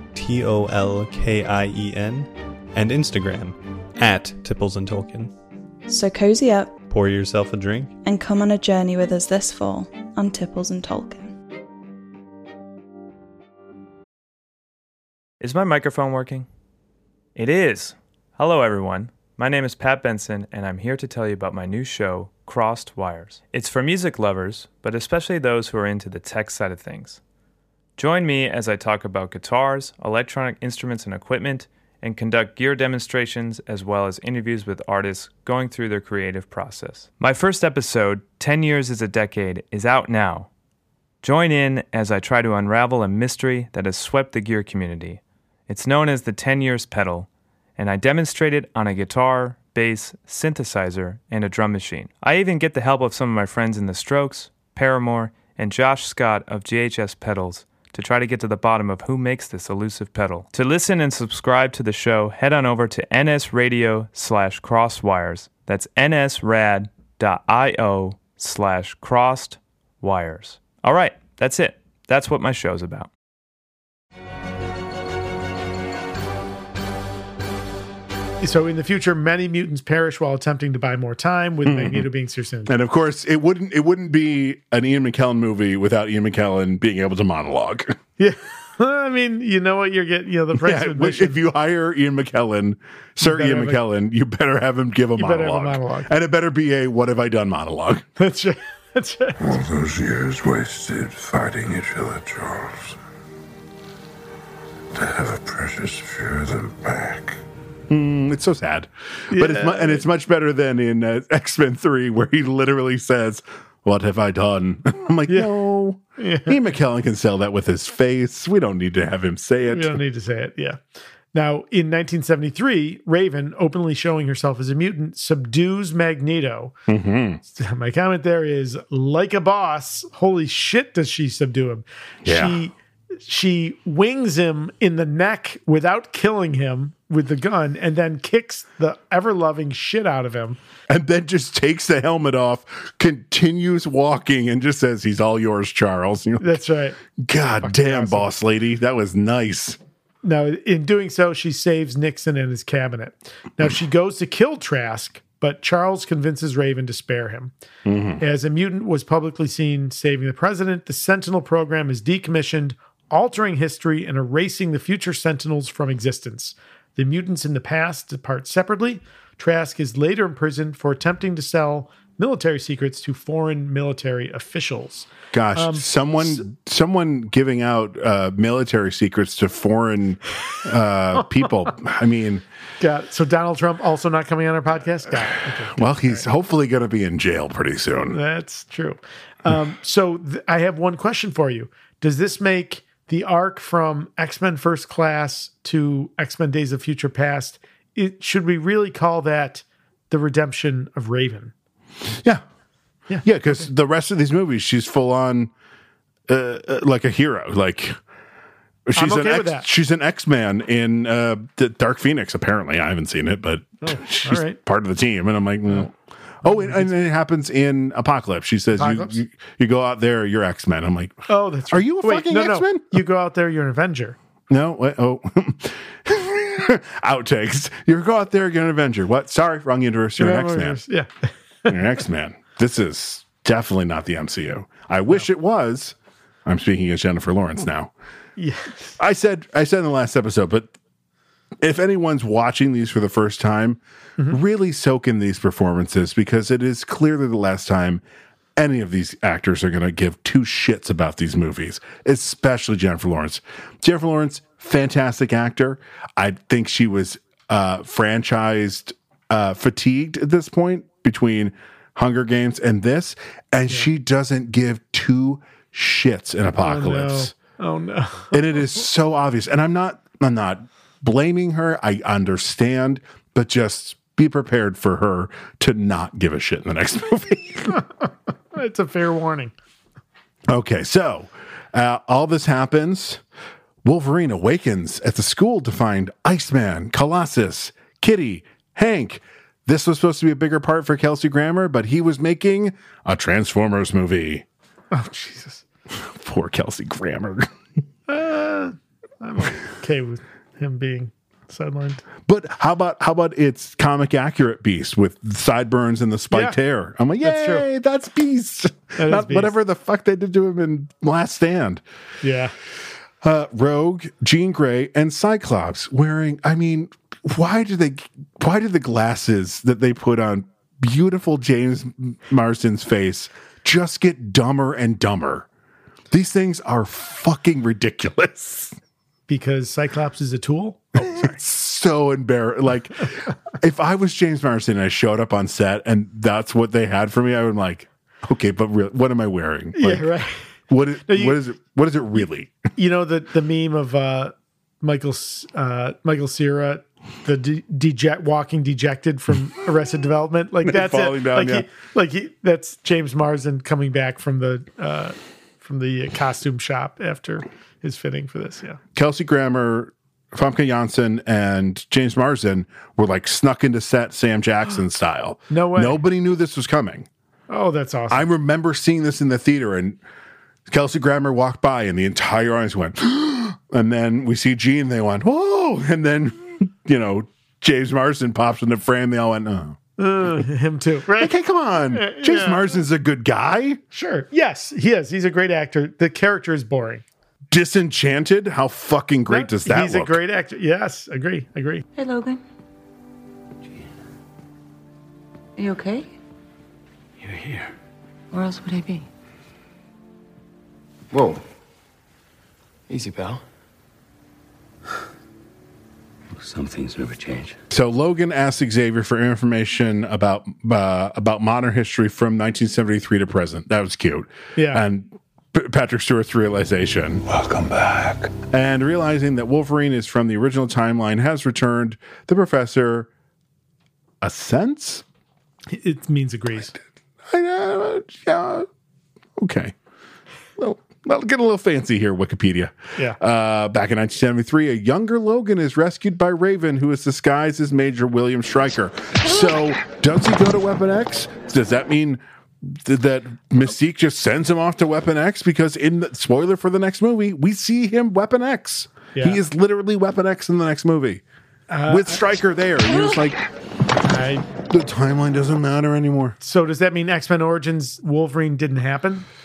Speaker 18: T O L K I E N, and Instagram at Tipples and Tolkien.
Speaker 19: So cozy up
Speaker 18: Pour yourself a drink.
Speaker 19: and come on a journey with us this fall on Tipples and Tolkien.
Speaker 20: Is my microphone working? It is. Hello, everyone. My name is Pat Benson, and I'm here to tell you about my new show, Crossed Wires. It's for music lovers, but especially those who are into the tech side of things. Join me as I talk about guitars, electronic instruments and equipment, and conduct gear demonstrations as well as interviews with artists going through their creative process. My first episode, 10 Years is a Decade, is out now. Join in as I try to unravel a mystery that has swept the gear community. It's known as the 10 years pedal, and I demonstrate it on a guitar, bass, synthesizer, and a drum machine. I even get the help of some of my friends in The Strokes, Paramore, and Josh Scott of GHS Pedals to try to get to the bottom of who makes this elusive pedal. To listen and subscribe to the show, head on over to nsradio slash crosswires. That's nsrad.io slash crossed wires. All right, that's it. That's what my show's about.
Speaker 2: So in the future, many mutants perish while attempting to buy more time, with
Speaker 1: Mhm.
Speaker 2: Magneto being Circentic.
Speaker 1: And of course, it wouldn't it wouldn't be an Ian McKellen movie without Ian McKellen being able to monologue.
Speaker 2: Yeah. I mean, you know what you're getting. You know the price
Speaker 1: Yeah,
Speaker 2: of
Speaker 1: which-
Speaker 2: admission.
Speaker 1: if you hire Ian McKellen, Sir
Speaker 2: better
Speaker 1: Ian
Speaker 2: have a-
Speaker 1: McKellen, you better have him give a
Speaker 2: You better
Speaker 1: monologue.
Speaker 2: have a monologue.
Speaker 1: And it better be a what have I done monologue.
Speaker 2: That's right. That's right.
Speaker 7: All those years wasted fighting each other, Charles. To have a precious few of them back.
Speaker 1: Mm, it's so sad, but it's mu- and it's much better than in uh, X Men Three, where he literally says, "What have I done?" I'm like, no, know. Ian McKellen can sell that with his face. We don't need to have him say
Speaker 2: We
Speaker 1: it.
Speaker 2: don't need to say it. Yeah. Now, in 1973, Raven, openly showing herself as a mutant, subdues Magneto.
Speaker 1: Mhm.
Speaker 2: My comment there is like a boss. Holy shit, does she subdue him?
Speaker 1: Yeah.
Speaker 2: She she wings him in the neck without killing him with the gun, and then kicks the ever loving shit out of him.
Speaker 1: And then just takes the helmet off, continues walking, and just says, He's all yours, Charles. And you're like,
Speaker 2: That's right.
Speaker 1: God damn, boss lady. That was nice.
Speaker 2: Now, in doing so, she saves Nixon and his cabinet. Now, she goes to kill Trask, but Charles convinces Raven to spare him. As a mutant was publicly seen saving the president, the Sentinel program is decommissioned, altering history and erasing the future Sentinels from existence. The mutants in the past depart separately. Trask is later imprisoned for attempting to sell military secrets to foreign military officials.
Speaker 1: Gosh,
Speaker 2: Um,
Speaker 1: someone someone giving out uh, military secrets to foreign uh, people. I mean,
Speaker 2: Got it. So Donald Trump also not coming on our podcast? Got it.
Speaker 1: well, he's hopefully going to be in jail pretty soon.
Speaker 2: That's true. Um, so th- I have one question for you. Does this make the arc from X Men First Class to X Men Days of Future Past? It, should we really call that the redemption of Raven?
Speaker 1: Yeah. Yeah, because the rest of these movies, she's full on uh, uh, like a hero. Like she's
Speaker 2: okay with
Speaker 1: an
Speaker 2: that.
Speaker 1: X, she's an X Man in uh, the Dark Phoenix. Apparently, I haven't seen it, but
Speaker 2: Oh, all
Speaker 1: she's
Speaker 2: right.
Speaker 1: part of the team, and I'm like, no. oh, and, and it happens in Apocalypse. She says, you,
Speaker 2: Apocalypse?
Speaker 1: you you go out there, you're X Men. I'm like,
Speaker 2: Oh, that's
Speaker 1: Are
Speaker 2: right.
Speaker 1: you a fucking X-Men?
Speaker 2: You go out there, you're an Avenger.
Speaker 1: no, wait, oh. Outtakes. You go out there, you're an Avenger. What? Sorry, wrong universe. You're an X Man.
Speaker 2: Oh, Yeah.
Speaker 1: You're an X Man. This is definitely not the MCU. I wish it was. I'm speaking as Jennifer Lawrence now.
Speaker 2: Yeah.
Speaker 1: I said I said in the last episode, but if anyone's watching these for the first time, really soak in these performances because it is clearly the last time any of these actors are going to give two shits about these movies, especially Jennifer Lawrence. Jennifer Lawrence, fantastic actor. I think she was uh, franchised uh, fatigued at this point between Hunger Games and this, and she doesn't give two shits in Apocalypse
Speaker 2: Oh no. Oh,
Speaker 1: and it is so obvious and i'm not i'm not blaming her i understand but just be prepared for her to not give a shit in the next movie
Speaker 2: no. It's a fair warning.
Speaker 1: okay so uh, all this happens wolverine awakens at the school to find iceman colossus kitty hank this was supposed to be a bigger part for kelsey grammer but he was making a transformers movie
Speaker 2: Oh Jesus.
Speaker 1: poor kelsey grammer
Speaker 2: Uh, I'm okay with him being sidelined.
Speaker 1: But how about how about it's comic accurate beast with sideburns and the spiked
Speaker 2: Yeah.
Speaker 1: hair? I'm like, yay,
Speaker 2: That's
Speaker 1: that's,
Speaker 2: true.
Speaker 1: beast.
Speaker 2: That is
Speaker 1: Not
Speaker 2: Beast.
Speaker 1: whatever the fuck they did to him in Last Stand.
Speaker 2: Yeah.
Speaker 1: Uh, Rogue, Jean Grey, and Cyclops wearing. I mean, why do they? Why do the glasses that they put on beautiful James Marsden's face just get dumber and dumber? These things are fucking ridiculous.
Speaker 2: Because Cyclops is a tool?
Speaker 1: It's so embarrassing. Like, if I was James Marsden and I showed up on set and that's what they had for me, I would like, okay, but real what am I wearing? Like,
Speaker 2: yeah, right.
Speaker 1: What is
Speaker 2: No, you-
Speaker 1: what is it? What is it really?
Speaker 2: you know the the meme of uh Michael S- uh Michael Cera the de- deject walking dejected from Arrested Development like that's
Speaker 1: Falling
Speaker 2: it
Speaker 1: down,
Speaker 2: like
Speaker 1: yeah.
Speaker 2: he, like he, that's James Marsden coming back from the uh from the costume shop after his fitting for this yeah
Speaker 1: Kelsey Grammer, Famke Janssen, and James Marsden were like snuck into set Sam Jackson style.
Speaker 2: No way.
Speaker 1: Nobody knew this was coming.
Speaker 2: oh that's awesome
Speaker 1: I remember seeing this in the theater and Kelsey Grammer walked by and the entire audience went, and then we see Gene, they went, whoa. And then, you know, James Marsden pops into frame. They all went, oh.
Speaker 2: Uh, him too right
Speaker 1: Okay, come on.
Speaker 2: Uh,
Speaker 1: James
Speaker 2: yeah.
Speaker 1: Marsden's a good guy.
Speaker 2: sure yes he is he's a great actor the character is boring
Speaker 1: Disenchanted? How fucking great does that
Speaker 2: he's
Speaker 1: look?
Speaker 2: a great actor yes agree agree
Speaker 10: Hey, Logan. Are you okay?
Speaker 5: You're here.
Speaker 10: Where else would I be?
Speaker 5: Whoa. Easy, pal. Some things never change.
Speaker 1: So Logan asks Xavier for information about uh, about modern history from 1973 to present. That was cute.
Speaker 2: Yeah.
Speaker 1: And p- Patrick Stewart's realization. Welcome back. And realizing that Wolverine is from the original timeline has returned, the professor assents?
Speaker 2: It means agrees.
Speaker 1: I know. Yeah. Okay. Well, well, get a little fancy here, Wikipedia.
Speaker 2: Yeah.
Speaker 1: Uh, back in 1973, a younger Logan is rescued by Raven, who is disguised as Major William Stryker. So, does he go to Weapon X? Does that mean th- that Mystique just sends him off to Weapon X? Because, in the spoiler for the next movie, we see him Weapon X.
Speaker 2: Yeah.
Speaker 1: He is literally Weapon X in the next movie
Speaker 2: Uh,
Speaker 1: with Stryker there. You're just like, the timeline doesn't matter anymore.
Speaker 2: So does that mean X Men Origins Wolverine didn't happen?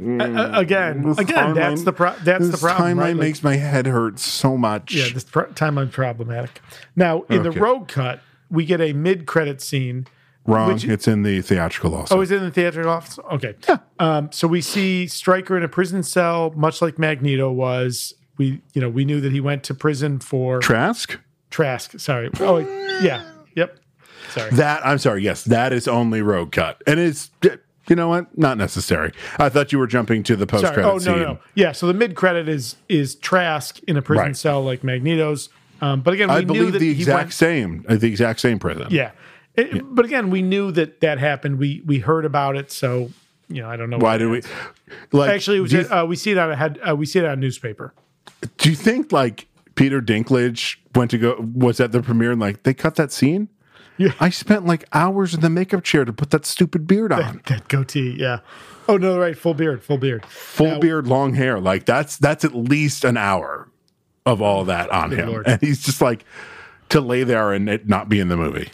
Speaker 2: A- a- again,
Speaker 1: This
Speaker 2: again, that's
Speaker 1: timeline-
Speaker 2: the pro- that's the
Speaker 1: this
Speaker 2: problem.
Speaker 1: timeline
Speaker 2: right? Like-
Speaker 1: makes my head hurt so much.
Speaker 2: Yeah, this pro- timeline problematic. Now in the
Speaker 1: Okay.
Speaker 2: road cut, we get a mid credit scene.
Speaker 1: Wrong.
Speaker 2: which-
Speaker 1: it's in the theatrical also.
Speaker 2: Oh, is it in the theatrical office? Okay. Um, so we see Stryker in a prison cell, much like Magneto was. We, you know, we knew that he went to prison for
Speaker 1: Trask.
Speaker 2: Trask. Sorry. Oh, yeah. Yep. Sorry.
Speaker 1: That I'm sorry. Yes, that is only road cut, and it's you know what? Not necessary. I thought you were jumping to the post
Speaker 2: Sorry.
Speaker 1: credit
Speaker 2: Oh no,
Speaker 1: scene.
Speaker 2: no. Yeah. So the mid credit is is Trask in a prison
Speaker 1: Right.
Speaker 2: cell like Magneto's. Um, but again, we
Speaker 1: I
Speaker 2: knew
Speaker 1: believe
Speaker 2: that
Speaker 1: the
Speaker 2: he
Speaker 1: exact
Speaker 2: went-
Speaker 1: same, uh, the exact same prison.
Speaker 2: Yeah. It- But again, we knew that that happened. We we heard about it. So you know, I don't know
Speaker 1: Why
Speaker 2: what
Speaker 1: do
Speaker 2: it
Speaker 1: we?
Speaker 2: is.
Speaker 1: Like,
Speaker 2: Actually, it was
Speaker 1: do you,
Speaker 2: at- uh, we see it on a head, uh, we see it on a newspaper.
Speaker 1: do you think like Peter Dinklage went to go was at the premiere and like they cut that scene?
Speaker 2: Yeah.
Speaker 1: I spent like hours in the makeup chair to put that stupid beard on.
Speaker 2: That goatee, yeah. Oh no, right, full beard, full beard.
Speaker 1: full beard, long hair. Like that's that's at least an hour of all that on
Speaker 2: Good
Speaker 1: him,
Speaker 2: lord.
Speaker 1: and he's just like to lay there and it not be in the movie.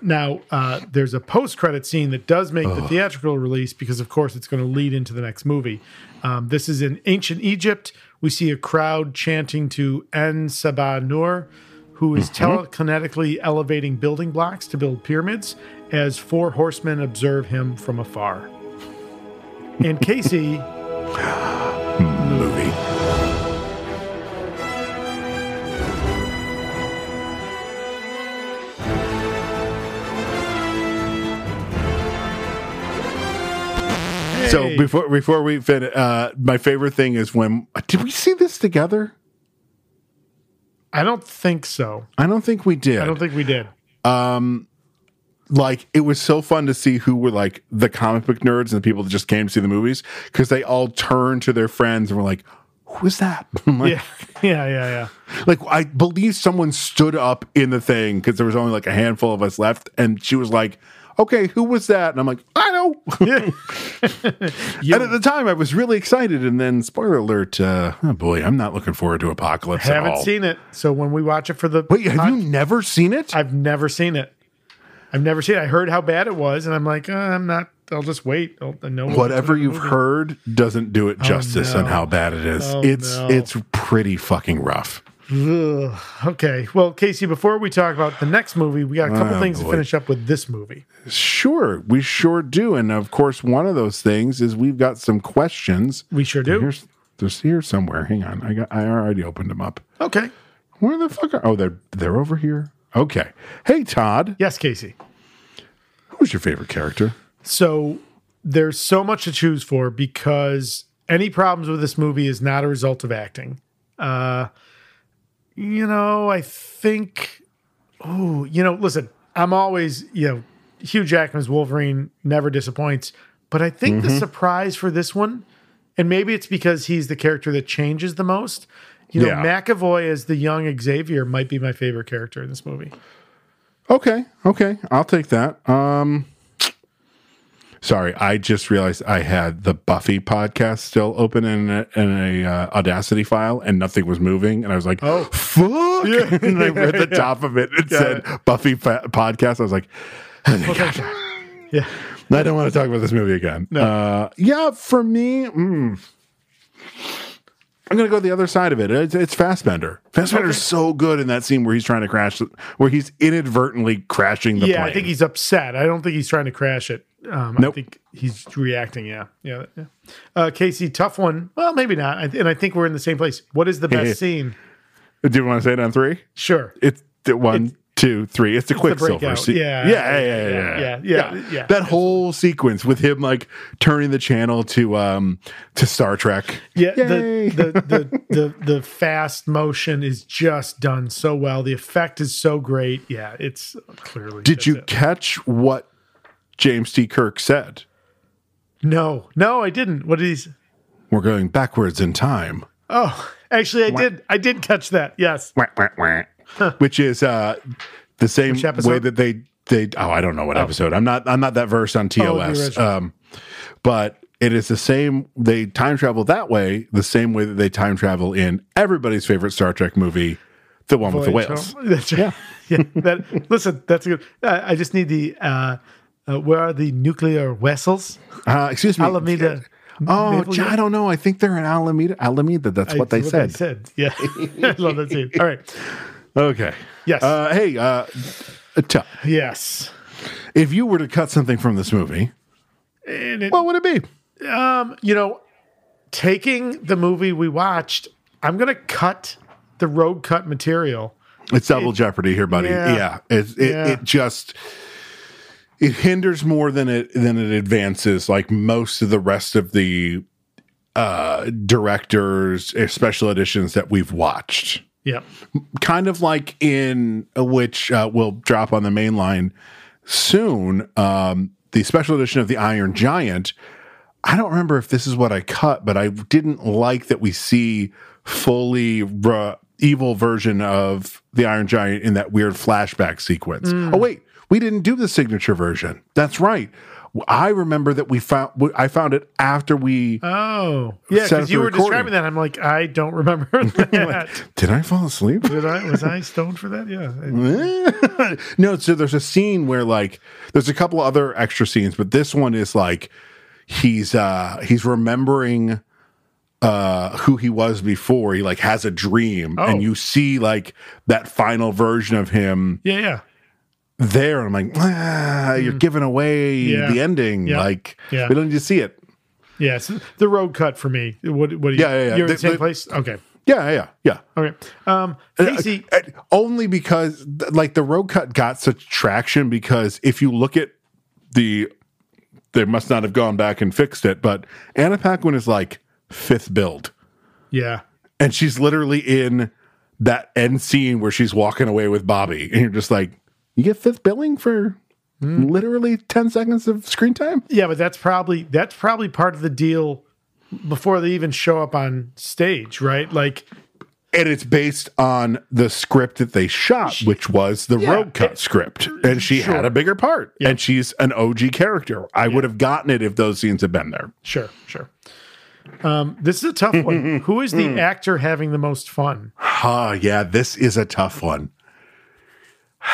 Speaker 2: Now, uh, there's a post credit scene that does make the theatrical release because, of course, it's going to lead into the next movie. Um, this is in ancient Egypt. We see a crowd chanting to En Saba Nur, who is
Speaker 1: Mm-hmm.
Speaker 2: telekinetically elevating building blocks to build pyramids as four horsemen observe him from afar. And Casey,
Speaker 1: Movie. So before before we finish, uh, my favorite thing is when did we see this together?
Speaker 2: I don't think so.
Speaker 1: I don't think we did.
Speaker 2: I don't think we did.
Speaker 1: um like it was so fun to see who were like the comic book nerds and the people that just came to see the movies because they all turned to their friends and were like who was that I'm like,
Speaker 2: Yeah, yeah, yeah,
Speaker 1: like i believe someone stood up in the thing because there was only like a handful of us left and she was like okay who was that and i'm like i know and at the time i was really excited and then spoiler alert uh, oh boy i'm not looking forward to
Speaker 2: yeah.
Speaker 1: apocalypse at
Speaker 2: Haven't
Speaker 1: all.
Speaker 2: seen it. So when we watch it for the
Speaker 1: wait have you never seen it
Speaker 2: I've never seen it. I've never seen it. I heard how bad it was, and I'm like, uh, I'm not. I'll just wait. I'll, I know
Speaker 1: whatever you've heard doesn't do it justice on
Speaker 2: Oh, no.
Speaker 1: how bad it is.
Speaker 2: Oh,
Speaker 1: it's
Speaker 2: no.
Speaker 1: it's pretty fucking rough.
Speaker 2: Ugh. Okay. Well, Casey, before we talk about the next movie, we got a couple
Speaker 1: Oh,
Speaker 2: things to
Speaker 1: boy.
Speaker 2: finish up with this movie.
Speaker 1: Sure, we sure do, and of course, one of those things is we've got some questions.
Speaker 2: We sure do.
Speaker 1: Here's they're here somewhere. Hang on, I got I already opened them up.
Speaker 2: Okay.
Speaker 1: Where the fuck are? Oh, they're they're over here. Okay. Hey, Todd.
Speaker 2: Yes, Casey.
Speaker 1: Who's your favorite character?
Speaker 2: So there's so much to choose for because any problems with this movie is not a result of acting. Uh, you know, I think. Oh, you know, listen, I'm always you know Hugh Jackman's Wolverine never disappoints, but I think the surprise for this one, and maybe it's because he's the character that changes the most. You know,
Speaker 1: Yeah.
Speaker 2: McAvoy as the young Xavier might be my favorite character in this movie.
Speaker 1: Okay, okay, I'll take that. Um, sorry, I just realized I had the Buffy podcast still open in a, in a uh, Audacity file, and nothing was moving, and I was like, "Oh, fuck!" and I read the
Speaker 2: Yeah.
Speaker 1: top of it. It
Speaker 2: Got
Speaker 1: said Buffy fa- podcast. I was like, "Oh
Speaker 2: Yeah.
Speaker 1: "I don't want to talk about this movie again." Uh, yeah, for me, mm, I'm gonna go the other side of it. It's, it's Fassbender. Fassbender's so good in that scene where he's trying to crash, where he's inadvertently crashing the
Speaker 2: yeah,
Speaker 1: plane.
Speaker 2: I think he's upset. I don't think he's trying to crash it. Um, I
Speaker 1: Nope.
Speaker 2: think he's reacting. Yeah, yeah. yeah. Uh, Casey, tough one. Well, maybe not. I th- and I think we're in the same place. What is the best scene?
Speaker 1: Do you want to say it on three?
Speaker 2: Sure.
Speaker 1: It's the one, two, three. two, three. It's the
Speaker 2: It's the
Speaker 1: Quicksilver.
Speaker 2: breakout.
Speaker 1: se-
Speaker 2: Yeah.
Speaker 1: yeah, yeah,
Speaker 2: Yeah,
Speaker 1: yeah,
Speaker 2: yeah, yeah, yeah.
Speaker 1: That whole sequence with him like turning the channel to um to Star Trek.
Speaker 2: Yeah, the, the, the the the fast motion is just done so well. The effect is so great. Yeah, it's clearly.
Speaker 1: Did you catch what James T. Kirk said?
Speaker 2: No, no, I didn't. What did he? s-
Speaker 1: We're going backwards in time.
Speaker 2: Oh, actually, I did. I did catch that. Yes.
Speaker 1: which is uh the same
Speaker 2: Which episode?
Speaker 1: way that they they oh I don't know what episode I'm not I'm not that versed on
Speaker 2: Oh, the
Speaker 1: TOS
Speaker 2: original.
Speaker 1: um but it is the same they time travel that way the same way that they time travel in everybody's favorite Star Trek movie the one with
Speaker 2: Voyage
Speaker 1: the whales
Speaker 2: home. That's right. Yeah. That listen. That's a good. I, I just need the. Uh, uh, where are the nuclear vessels?
Speaker 1: Uh, excuse me.
Speaker 2: Alameda.
Speaker 1: oh
Speaker 2: Naval
Speaker 1: gee, I
Speaker 2: Yard?
Speaker 1: don't know I think they're in Alameda Alameda that's what they
Speaker 2: It's
Speaker 1: said
Speaker 2: Yeah, I love that scene. All right.
Speaker 1: okay
Speaker 2: Yes.
Speaker 1: uh, hey uh Tuck,
Speaker 2: yes
Speaker 1: if you were to cut something from this movie
Speaker 2: And what
Speaker 1: would it
Speaker 2: be? Um, you know, taking the movie we watched, I'm gonna cut the road cut material.
Speaker 1: It's double jeopardy here, buddy.
Speaker 2: Yeah.
Speaker 1: Yeah, It's- It,
Speaker 2: Yeah.
Speaker 1: it just it hinders more than it than it advances. Like most of the rest of the uh directors uh, special editions that we've watched,
Speaker 2: Yep.
Speaker 1: kind of like in which uh, will drop on the main line soon. Um, the special edition of the Iron Giant. I don't remember if this is what I cut, but I didn't like that we see fully ra- evil version of the Iron Giant in that weird flashback sequence.
Speaker 2: Mm.
Speaker 1: Oh wait, we didn't do the signature version. That's right. I remember that we found I found it after we
Speaker 2: Oh, yeah,
Speaker 1: Set
Speaker 2: because
Speaker 1: up
Speaker 2: you
Speaker 1: the
Speaker 2: were
Speaker 1: recording.
Speaker 2: describing that. I'm like, I don't remember that.
Speaker 1: did I fall asleep?
Speaker 2: Did I, was I stoned for that? Yeah.
Speaker 1: Mm-hmm. no, so there's a scene where like there's a couple other extra scenes, but this one is like he's uh he's remembering uh who he was before. He like has a dream
Speaker 2: Oh.
Speaker 1: and you see like that final version of him
Speaker 2: Yeah, yeah.
Speaker 1: there and I'm like, ah, you're giving away
Speaker 2: Mm. Yeah.
Speaker 1: the ending.
Speaker 2: Yeah.
Speaker 1: Like
Speaker 2: Yeah.
Speaker 1: we don't need to see it.
Speaker 2: Yeah, so the road cut for me. What what do you
Speaker 1: Yeah, yeah, yeah.
Speaker 2: You're in the
Speaker 1: The-
Speaker 2: same
Speaker 1: the-
Speaker 2: place? Okay.
Speaker 1: Yeah, yeah, yeah.
Speaker 2: Okay. Um Casey
Speaker 1: Uh, uh, only because th- like the road cut got such traction because if you look at the they must not have gone back and fixed it, but Anna Paquin is like fifth build.
Speaker 2: Yeah.
Speaker 1: And she's literally in that end scene where she's walking away with Bobby. And you're just like, you get fifth billing for literally 10 seconds of screen time?
Speaker 2: Yeah, but that's probably that's probably part of the deal before they even show up on stage, right? Like
Speaker 1: And it's based on the script that they shot, which was the
Speaker 2: Yeah, Mm,
Speaker 1: road cut script. And she
Speaker 2: sure.
Speaker 1: had a bigger part. And she's an OG character. I would have gotten it if those scenes had been there.
Speaker 2: sure, sure. Um this is a tough one. Who is
Speaker 1: Hmm.
Speaker 2: the actor having the most fun?
Speaker 1: Ah, yeah, this is a tough one.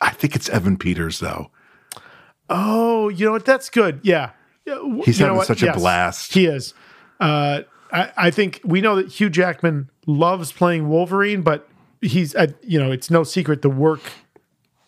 Speaker 1: I think it's Evan Peters, though.
Speaker 2: Oh, you know what? That's good. Yeah. Yeah, w-
Speaker 1: He's
Speaker 2: you know
Speaker 1: having
Speaker 2: what?
Speaker 1: such a blast.
Speaker 2: He is. Uh, I, I think we know that Hugh Jackman loves playing Wolverine, but he's, uh, you know, it's no secret the work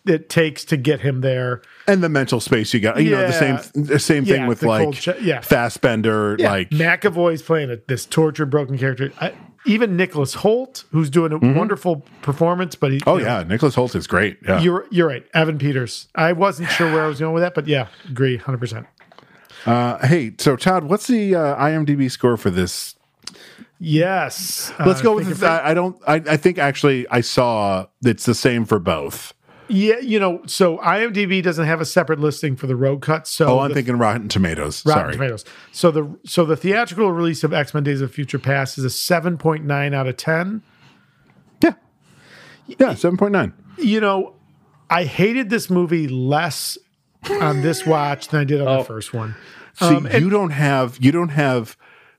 Speaker 2: it takes to get him there.
Speaker 1: And the mental space you got, you know,
Speaker 2: Yeah.
Speaker 1: the same the same thing
Speaker 2: Yeah,
Speaker 1: with
Speaker 2: the
Speaker 1: like
Speaker 2: cold sh- yeah.
Speaker 1: Fassbender,
Speaker 2: Yeah,
Speaker 1: like
Speaker 2: McAvoy's playing it, this tortured, broken character. I, even Nicholas Holt, who's doing a wonderful performance, but he,
Speaker 1: Mm-hmm. oh
Speaker 2: you know,
Speaker 1: yeah, Nicholas Holt is great. Yeah,
Speaker 2: you're you're right, Evan Peters. I wasn't sure where I was going with that, but yeah, agree, hundred percent.
Speaker 1: uh, hey, so Todd, what's the uh, IMDb score for this?
Speaker 2: Yes,
Speaker 1: Let's
Speaker 2: Uh,
Speaker 1: go
Speaker 2: think
Speaker 1: with.
Speaker 2: of-
Speaker 1: The, I I don't. I, I think actually, I saw it's the same for both.
Speaker 2: Yeah, you know, so IMDb doesn't have a separate listing for the road cut. So
Speaker 1: oh, I'm
Speaker 2: the
Speaker 1: thinking Rotten Tomatoes.
Speaker 2: Rotten
Speaker 1: Sorry,
Speaker 2: Tomatoes. So the so the theatrical release of X Men: Days of Future Past is a seven point nine out of ten.
Speaker 1: yeah, seven point nine.
Speaker 2: You know, I hated this movie less on this watch than I did on
Speaker 1: Oh.
Speaker 2: the first one.
Speaker 1: See, you don't have you don't have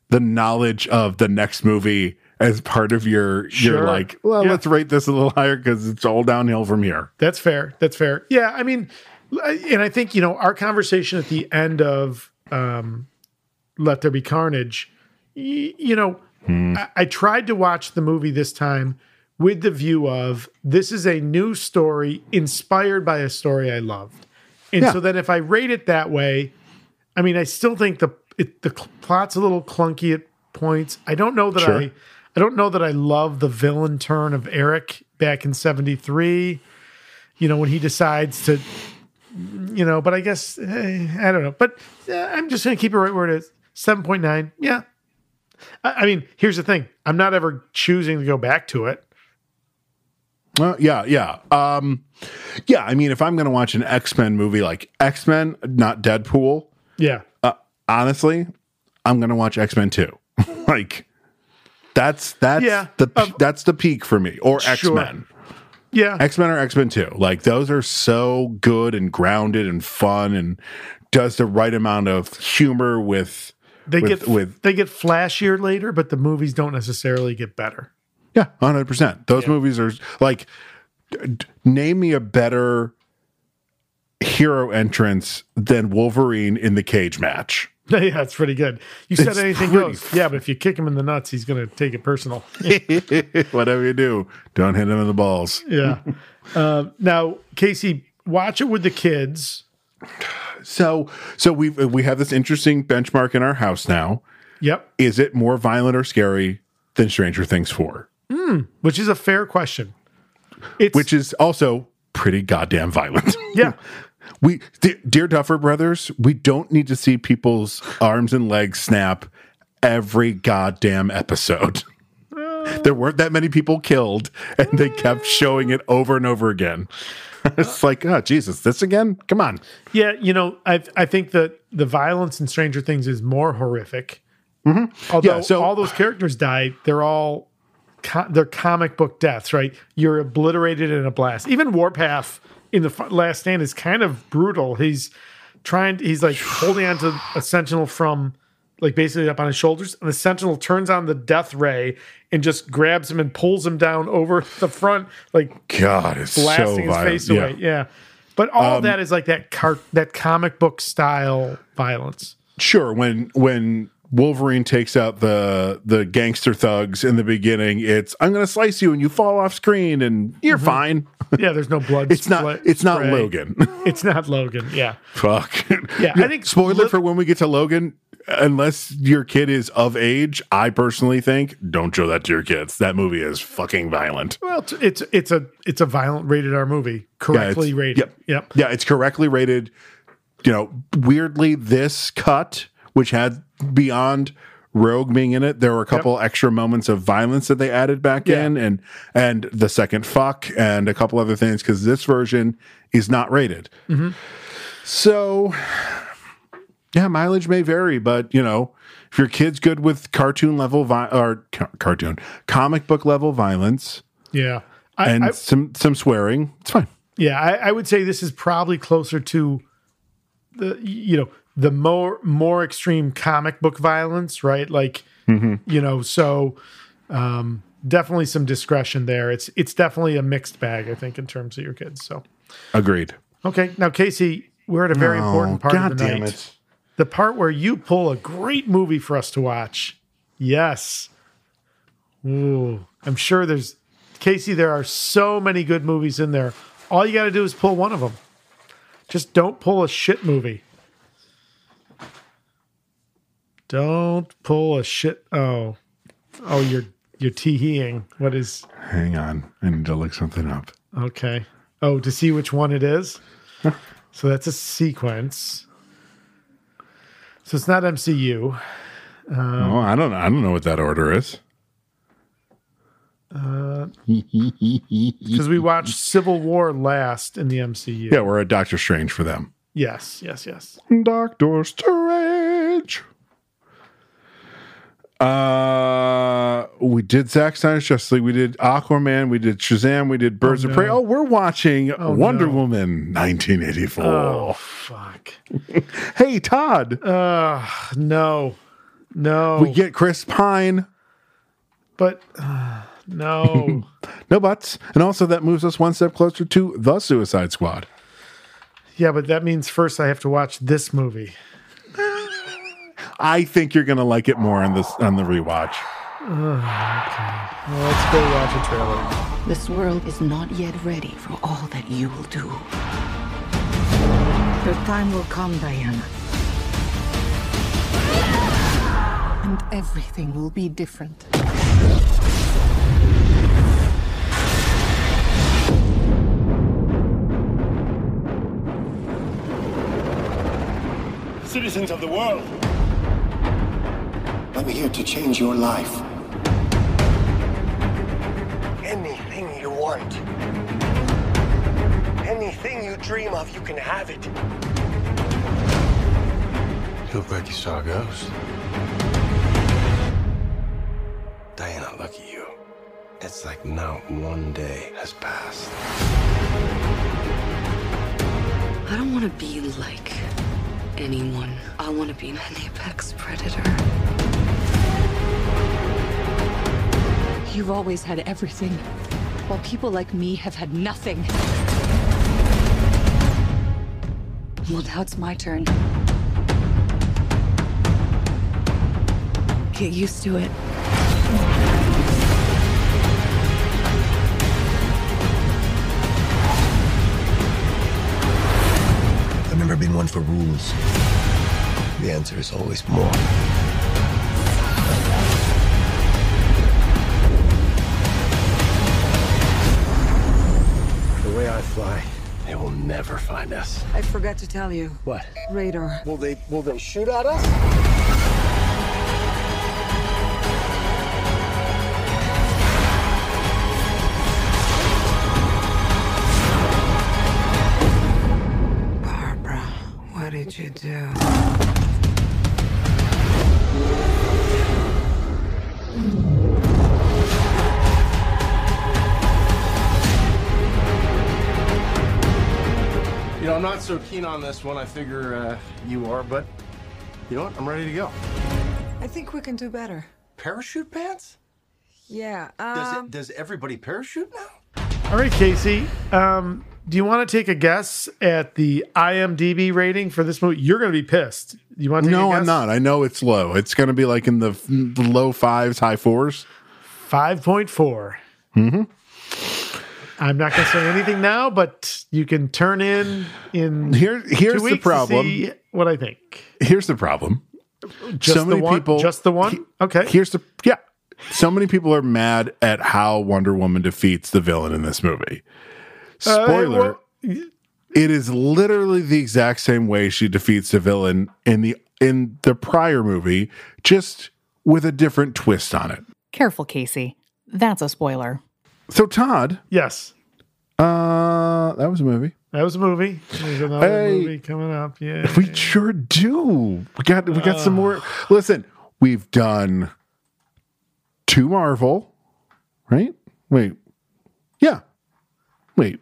Speaker 1: the knowledge of the next movie as part of your
Speaker 2: Sure.
Speaker 1: your like. Well, let's rate this a little higher because it's all downhill from here.
Speaker 2: That's fair. That's fair. Yeah, I mean, I- and I think you know our conversation at the end of um, "Let There Be Carnage." y- you know, I, I tried to watch the movie this time with the view of this is a new story inspired by a story I loved, and so then if I rate it that way, I mean, I still think the it, the cl- plot's a little clunky at points. I don't know that
Speaker 1: Sure.
Speaker 2: I I don't know that I love the villain turn of Eric back in 73, you know, when he decides to, you know, but I guess, eh, I don't know. But eh, I'm just going to keep it right where it is 7.9. Yeah. I, I mean, here's the thing I'm not ever choosing to go back to it.
Speaker 1: Well, yeah, yeah. Um, yeah, I mean, if I'm going to watch an X Men movie like X Men, not Deadpool,
Speaker 2: Yeah.
Speaker 1: uh, honestly, I'm going to watch X Men 2. like, that's that's
Speaker 2: Yeah,
Speaker 1: the that's the peak for me or X Men.
Speaker 2: Yeah.
Speaker 1: X Men or X Men 2. Like those are so good and grounded and fun and does the right amount of humor with
Speaker 2: They
Speaker 1: with,
Speaker 2: get
Speaker 1: with
Speaker 2: they get flashier later, but the movies don't necessarily get better.
Speaker 1: yeah, 100%. Those movies are like d- d- name me a better hero entrance than Wolverine in the cage match.
Speaker 2: yeah, it's pretty good. You said
Speaker 1: It's
Speaker 2: anything
Speaker 1: pretty
Speaker 2: goes. yeah, but if you kick him in the nuts, he's going to take it personal.
Speaker 1: Whatever you do, don't hit him in the balls.
Speaker 2: yeah. Uh, now, Casey, watch it with the kids.
Speaker 1: So so we we have this interesting benchmark in our house now.
Speaker 2: Yep.
Speaker 1: Is it more violent or scary than Stranger Things 4?
Speaker 2: Mm, which is a fair question. It's,
Speaker 1: which is also pretty goddamn violent.
Speaker 2: Yeah.
Speaker 1: we, de- dear Duffer Brothers, we don't need to see people's arms and legs snap every goddamn episode. There weren't that many people killed, and they kept showing it over and over again. it's like, oh Jesus, this again? Come on.
Speaker 2: Yeah, you know, I I think that the violence in Stranger Things is more horrific. Although
Speaker 1: Mm-hmm. Yeah, so-
Speaker 2: all those characters die, they're all co- they're comic book deaths, right? You're obliterated in a blast. Even Warpath in the f- Last Stand is kind of brutal. He's trying. He's like holding onto a sentinel from like basically up on his shoulders, and the sentinel turns on the death ray and just grabs him and pulls him down over the front, like
Speaker 1: God, it's so
Speaker 2: blasting his
Speaker 1: violent.
Speaker 2: face
Speaker 1: Yeah.
Speaker 2: away. Yeah. But all
Speaker 1: Um,
Speaker 2: that is like that cart that comic book style violence.
Speaker 1: Sure, when when Wolverine takes out the the gangster thugs in the beginning, it's I'm gonna slice you and you fall off screen and you're
Speaker 2: Mm-hmm.
Speaker 1: fine.
Speaker 2: Yeah, there's no blood.
Speaker 1: It's not
Speaker 2: split-
Speaker 1: it's not
Speaker 2: spray.
Speaker 1: Logan.
Speaker 2: It's not Logan. Yeah.
Speaker 1: Fuck.
Speaker 2: Yeah, I think
Speaker 1: spoiler for when we get to Logan. Unless your kid is of age, I personally think don't show that to your kids. That movie is fucking violent.
Speaker 2: Well, it's it's, it's a it's a violent rated R movie, correctly
Speaker 1: it's-
Speaker 2: rated.
Speaker 1: yep.
Speaker 2: Yep.
Speaker 1: Yeah, it's correctly rated. You know, weirdly, this cut, which had beyond Rogue being in it, there were a couple extra moments of violence that they added back in, and and the second fuck and a couple other things because this version is not rated.
Speaker 2: Mhm.
Speaker 1: So, yeah, mileage may vary, but you know, if your kid's good with cartoon level vi- or ca- cartoon comic book level violence
Speaker 2: Yeah. I,
Speaker 1: and
Speaker 2: I-
Speaker 1: some some swearing, it's fine.
Speaker 2: yeah, I, I would say this is probably closer to the you know the more more extreme comic book violence, right? Like
Speaker 1: Mm-hmm.
Speaker 2: you know so um definitely some discretion there it's it's definitely a mixed bag i think in terms of your kids so
Speaker 1: Agreed.
Speaker 2: okay now casey we're at a very
Speaker 1: Oh,
Speaker 2: important part of the
Speaker 1: goddamn
Speaker 2: night
Speaker 1: it.
Speaker 2: the part where you pull a great movie for us to watch yes Ooh, i'm sure there's casey there are so many good movies in there all you got to do is pull one of them just don't pull a shit movie don't pull a shit oh oh you're you're teeing what is
Speaker 1: Hang on. I need to look something up.
Speaker 2: Okay. Oh, to see which one it is. so that's a sequence. So it's not MCU.
Speaker 1: oh,
Speaker 2: Uh,
Speaker 1: I don't I don't know what that order is.
Speaker 2: because Uh,
Speaker 1: Because
Speaker 2: we watched Civil War last in the MCU.
Speaker 1: Yeah, Oh. we're a Doctor Strange for them.
Speaker 2: Yes. Yes. Yes.
Speaker 1: Doctor Strange. Uh we did Zack Snyder's Justice League, we did Aquaman, we did Shazam, we did Birds of Prey.
Speaker 2: no.
Speaker 1: Oh, we're watching
Speaker 2: Oh,
Speaker 1: Wonder
Speaker 2: no.
Speaker 1: Woman 1984.
Speaker 2: Oh fuck.
Speaker 1: hey Todd.
Speaker 2: Uh no. No.
Speaker 1: We get Chris Pine.
Speaker 2: But uh, no.
Speaker 1: No buts. And also that moves us one step closer to the Suicide Squad.
Speaker 2: yeah, but that means first I have to watch this movie.
Speaker 1: I think you're gonna like it more on this on the rewatch.
Speaker 2: Ugh, okay. Well, let's go watch a trailer.
Speaker 21: This world is not yet ready for all that you will do. Your time will come, Diana. And everything will be different.
Speaker 3: citizens of the world. I'm here to change your life. Anything you want. Anything you dream of, you can have it.
Speaker 5: Looked like you saw a ghost. Diana, look at you. It's like not one day has passed.
Speaker 11: I don't want to be like anyone. I want to be an apex predator. You've always had everything, while people like me have had nothing. Well, now it's my turn. Get used to it.
Speaker 5: I've never been one for rules. The answer is always more. The way I fly, they will never find us.
Speaker 11: I forgot to tell you.
Speaker 5: What?
Speaker 11: Radar.
Speaker 5: Will they will they
Speaker 3: Shoot at us?
Speaker 11: What did you do?
Speaker 5: You know, I'm not so keen on this one. I figure uh, you are, but you know what? I'm ready to go.
Speaker 11: I think we can do better.
Speaker 5: Parachute pants?
Speaker 11: Yeah.
Speaker 5: Does it, does everybody parachute now?
Speaker 2: All right, Casey. Um, do you want to take a guess at the IMDb rating for this movie? You're going to be pissed. You want to take a
Speaker 1: No,
Speaker 2: guess?
Speaker 1: I'm not. I know it's low. It's going to be like in the, the low fives, high fours.
Speaker 2: 5.4.
Speaker 1: Mm-hmm.
Speaker 2: I'm not going to say anything now, but you can turn in in
Speaker 1: Here- here's
Speaker 2: two
Speaker 1: the
Speaker 2: weeks to
Speaker 1: problem.
Speaker 2: see what I think.
Speaker 1: Here's the problem.
Speaker 2: Just the one? Just the one? okay.
Speaker 1: Here's the yeah. So many people are mad at how Wonder Woman defeats the villain in this movie.
Speaker 2: Uh,
Speaker 1: Spoiler.
Speaker 2: well-
Speaker 1: it is literally the exact same way she defeats the villain in the in the prior movie, just with a different twist on it.
Speaker 22: Careful, Casey. That's a spoiler.
Speaker 1: So Todd,
Speaker 2: yes,
Speaker 1: uh, that was a movie.
Speaker 2: That was a movie. There's another
Speaker 1: Hey.
Speaker 2: movie coming up. Yeah.
Speaker 1: We sure do. We got we got some more. Listen, we've done two Marvel, right? Wait, yeah, wait.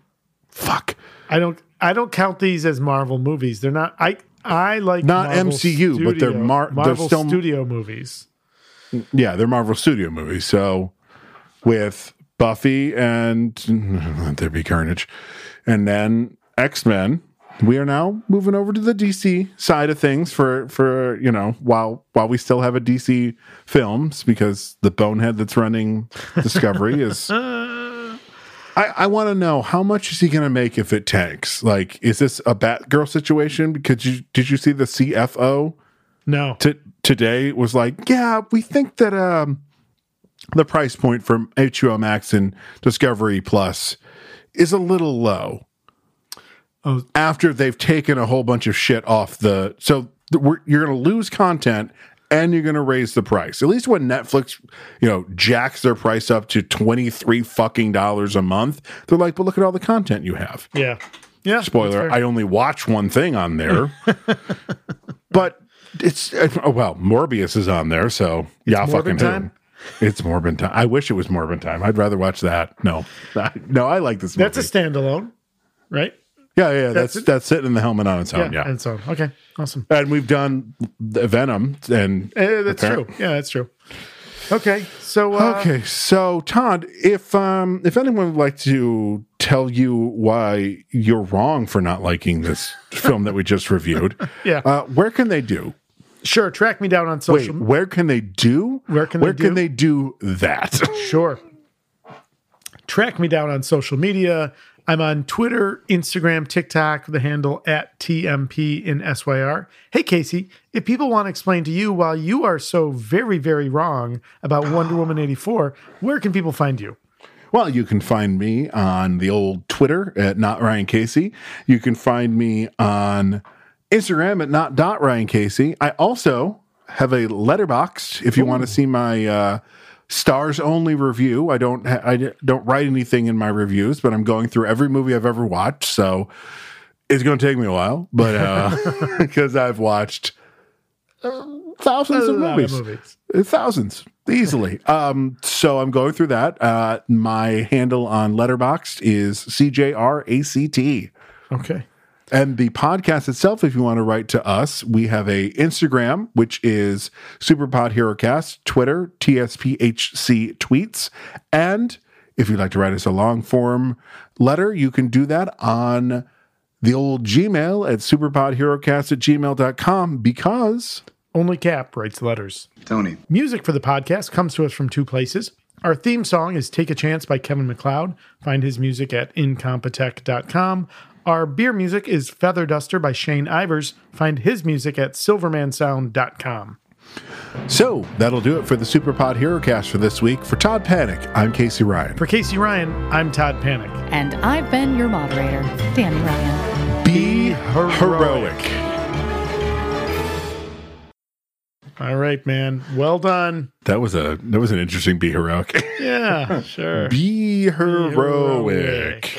Speaker 2: I don't I don't count these as Marvel movies. They're not I I like
Speaker 1: Not MCU, but they're Mar- they're
Speaker 2: Marvel
Speaker 1: still-
Speaker 2: studio movies.
Speaker 1: Yeah, they're Marvel Studio movies. So with Buffy and Let There Be Carnage, and then X Men, we are now moving over to the DC side of things for for you know while while we still have a DC films because the bonehead that's running Discovery is. I, I want to know how much is he going to make if it tanks? Like, is this a Batgirl situation? Because you did you see the CFO?
Speaker 2: No.
Speaker 1: T- today was like, yeah, we think that um, the price point from HBO Max and Discovery Plus is a little low. After they've taken a whole bunch of shit off the, so th- we're, you're going to lose content and you're going to raise the price. At least when Netflix, you know, jacks their price up to twenty three fucking dollars a month, they're like, but look at all the content you have.
Speaker 2: Yeah. Yeah.
Speaker 1: Spoiler: I only watch one thing on there, but it's oh, well, Morbius is on there, so yeah,
Speaker 2: Morbin
Speaker 1: fucking
Speaker 2: time?
Speaker 1: who? It's Morbin time. I wish it was Morbin time. I'd rather watch that. No, I- no, I like this.
Speaker 2: That's
Speaker 1: movie.
Speaker 2: a standalone, right?
Speaker 1: yeah, yeah.
Speaker 2: that's
Speaker 1: That's
Speaker 2: it?
Speaker 1: that's, sitting in the helmet on its own. Oh, Yeah,
Speaker 2: And so okay. Awesome.
Speaker 1: and we've done the Venom, and
Speaker 2: Eh, that's
Speaker 1: apparent-
Speaker 2: true. Yeah, that's true. Okay. So uh,
Speaker 1: okay, so Todd, if um if anyone would like to tell you why you're wrong for not liking this film that we just reviewed,
Speaker 2: Yeah.
Speaker 1: uh, where can they do?
Speaker 2: Sure. Track me down on social
Speaker 1: Wait, where can they do?
Speaker 2: Where can
Speaker 1: where
Speaker 2: they
Speaker 1: can
Speaker 2: do?
Speaker 1: they do that?
Speaker 2: Sure. Track me down on social media. I'm on Twitter, Instagram, TikTok, the handle at TMP in SYR. Hey, Casey, if people want to explain to you why you are so very, very wrong about Wonder Woman 84, where can people find you?
Speaker 1: Well, you can find me on the old Twitter at not Ryan Casey. You can find me on Instagram at not dot Ryan Casey. I also have a letterbox if you want to see my uh, stars only review. I don't ha- I d- don't write anything in my reviews, but I'm going through every movie I've ever watched. So it's going to take me a while, but uh, because I've watched uh, thousands
Speaker 2: A
Speaker 1: of
Speaker 2: lot of
Speaker 1: movies. Uh, thousands easily um so i'm going through that uh my handle on letterboxd is cjract
Speaker 2: Okay.
Speaker 1: and the podcast itself if you want to write to us we have a instagram which is superpod herocast twitter tsphc tweets and if you'd like to write us a long form letter you can do that on the old gmail at superpodherocast at gmail.com because
Speaker 2: Only Cap writes letters.
Speaker 1: tony
Speaker 2: Music for the podcast comes to us from two places. Our theme song is Take a Chance by Kevin McLeod. Find his music at incompetech.com. Our beer music is Feather Duster by Shane Ivers. Find his music at silvermansound.com.
Speaker 1: So that'll do it for the Superpod HeroCast for this week. For Todd Panic, I'm Casey Ryan.
Speaker 2: For Casey Ryan, I'm Todd Panic.
Speaker 22: And I've been your moderator, Danny Ryan.
Speaker 1: Be heroic.
Speaker 2: All right, man. Well done.
Speaker 1: That was a that was an interesting be heroic.
Speaker 2: Yeah, sure.
Speaker 1: be heroic.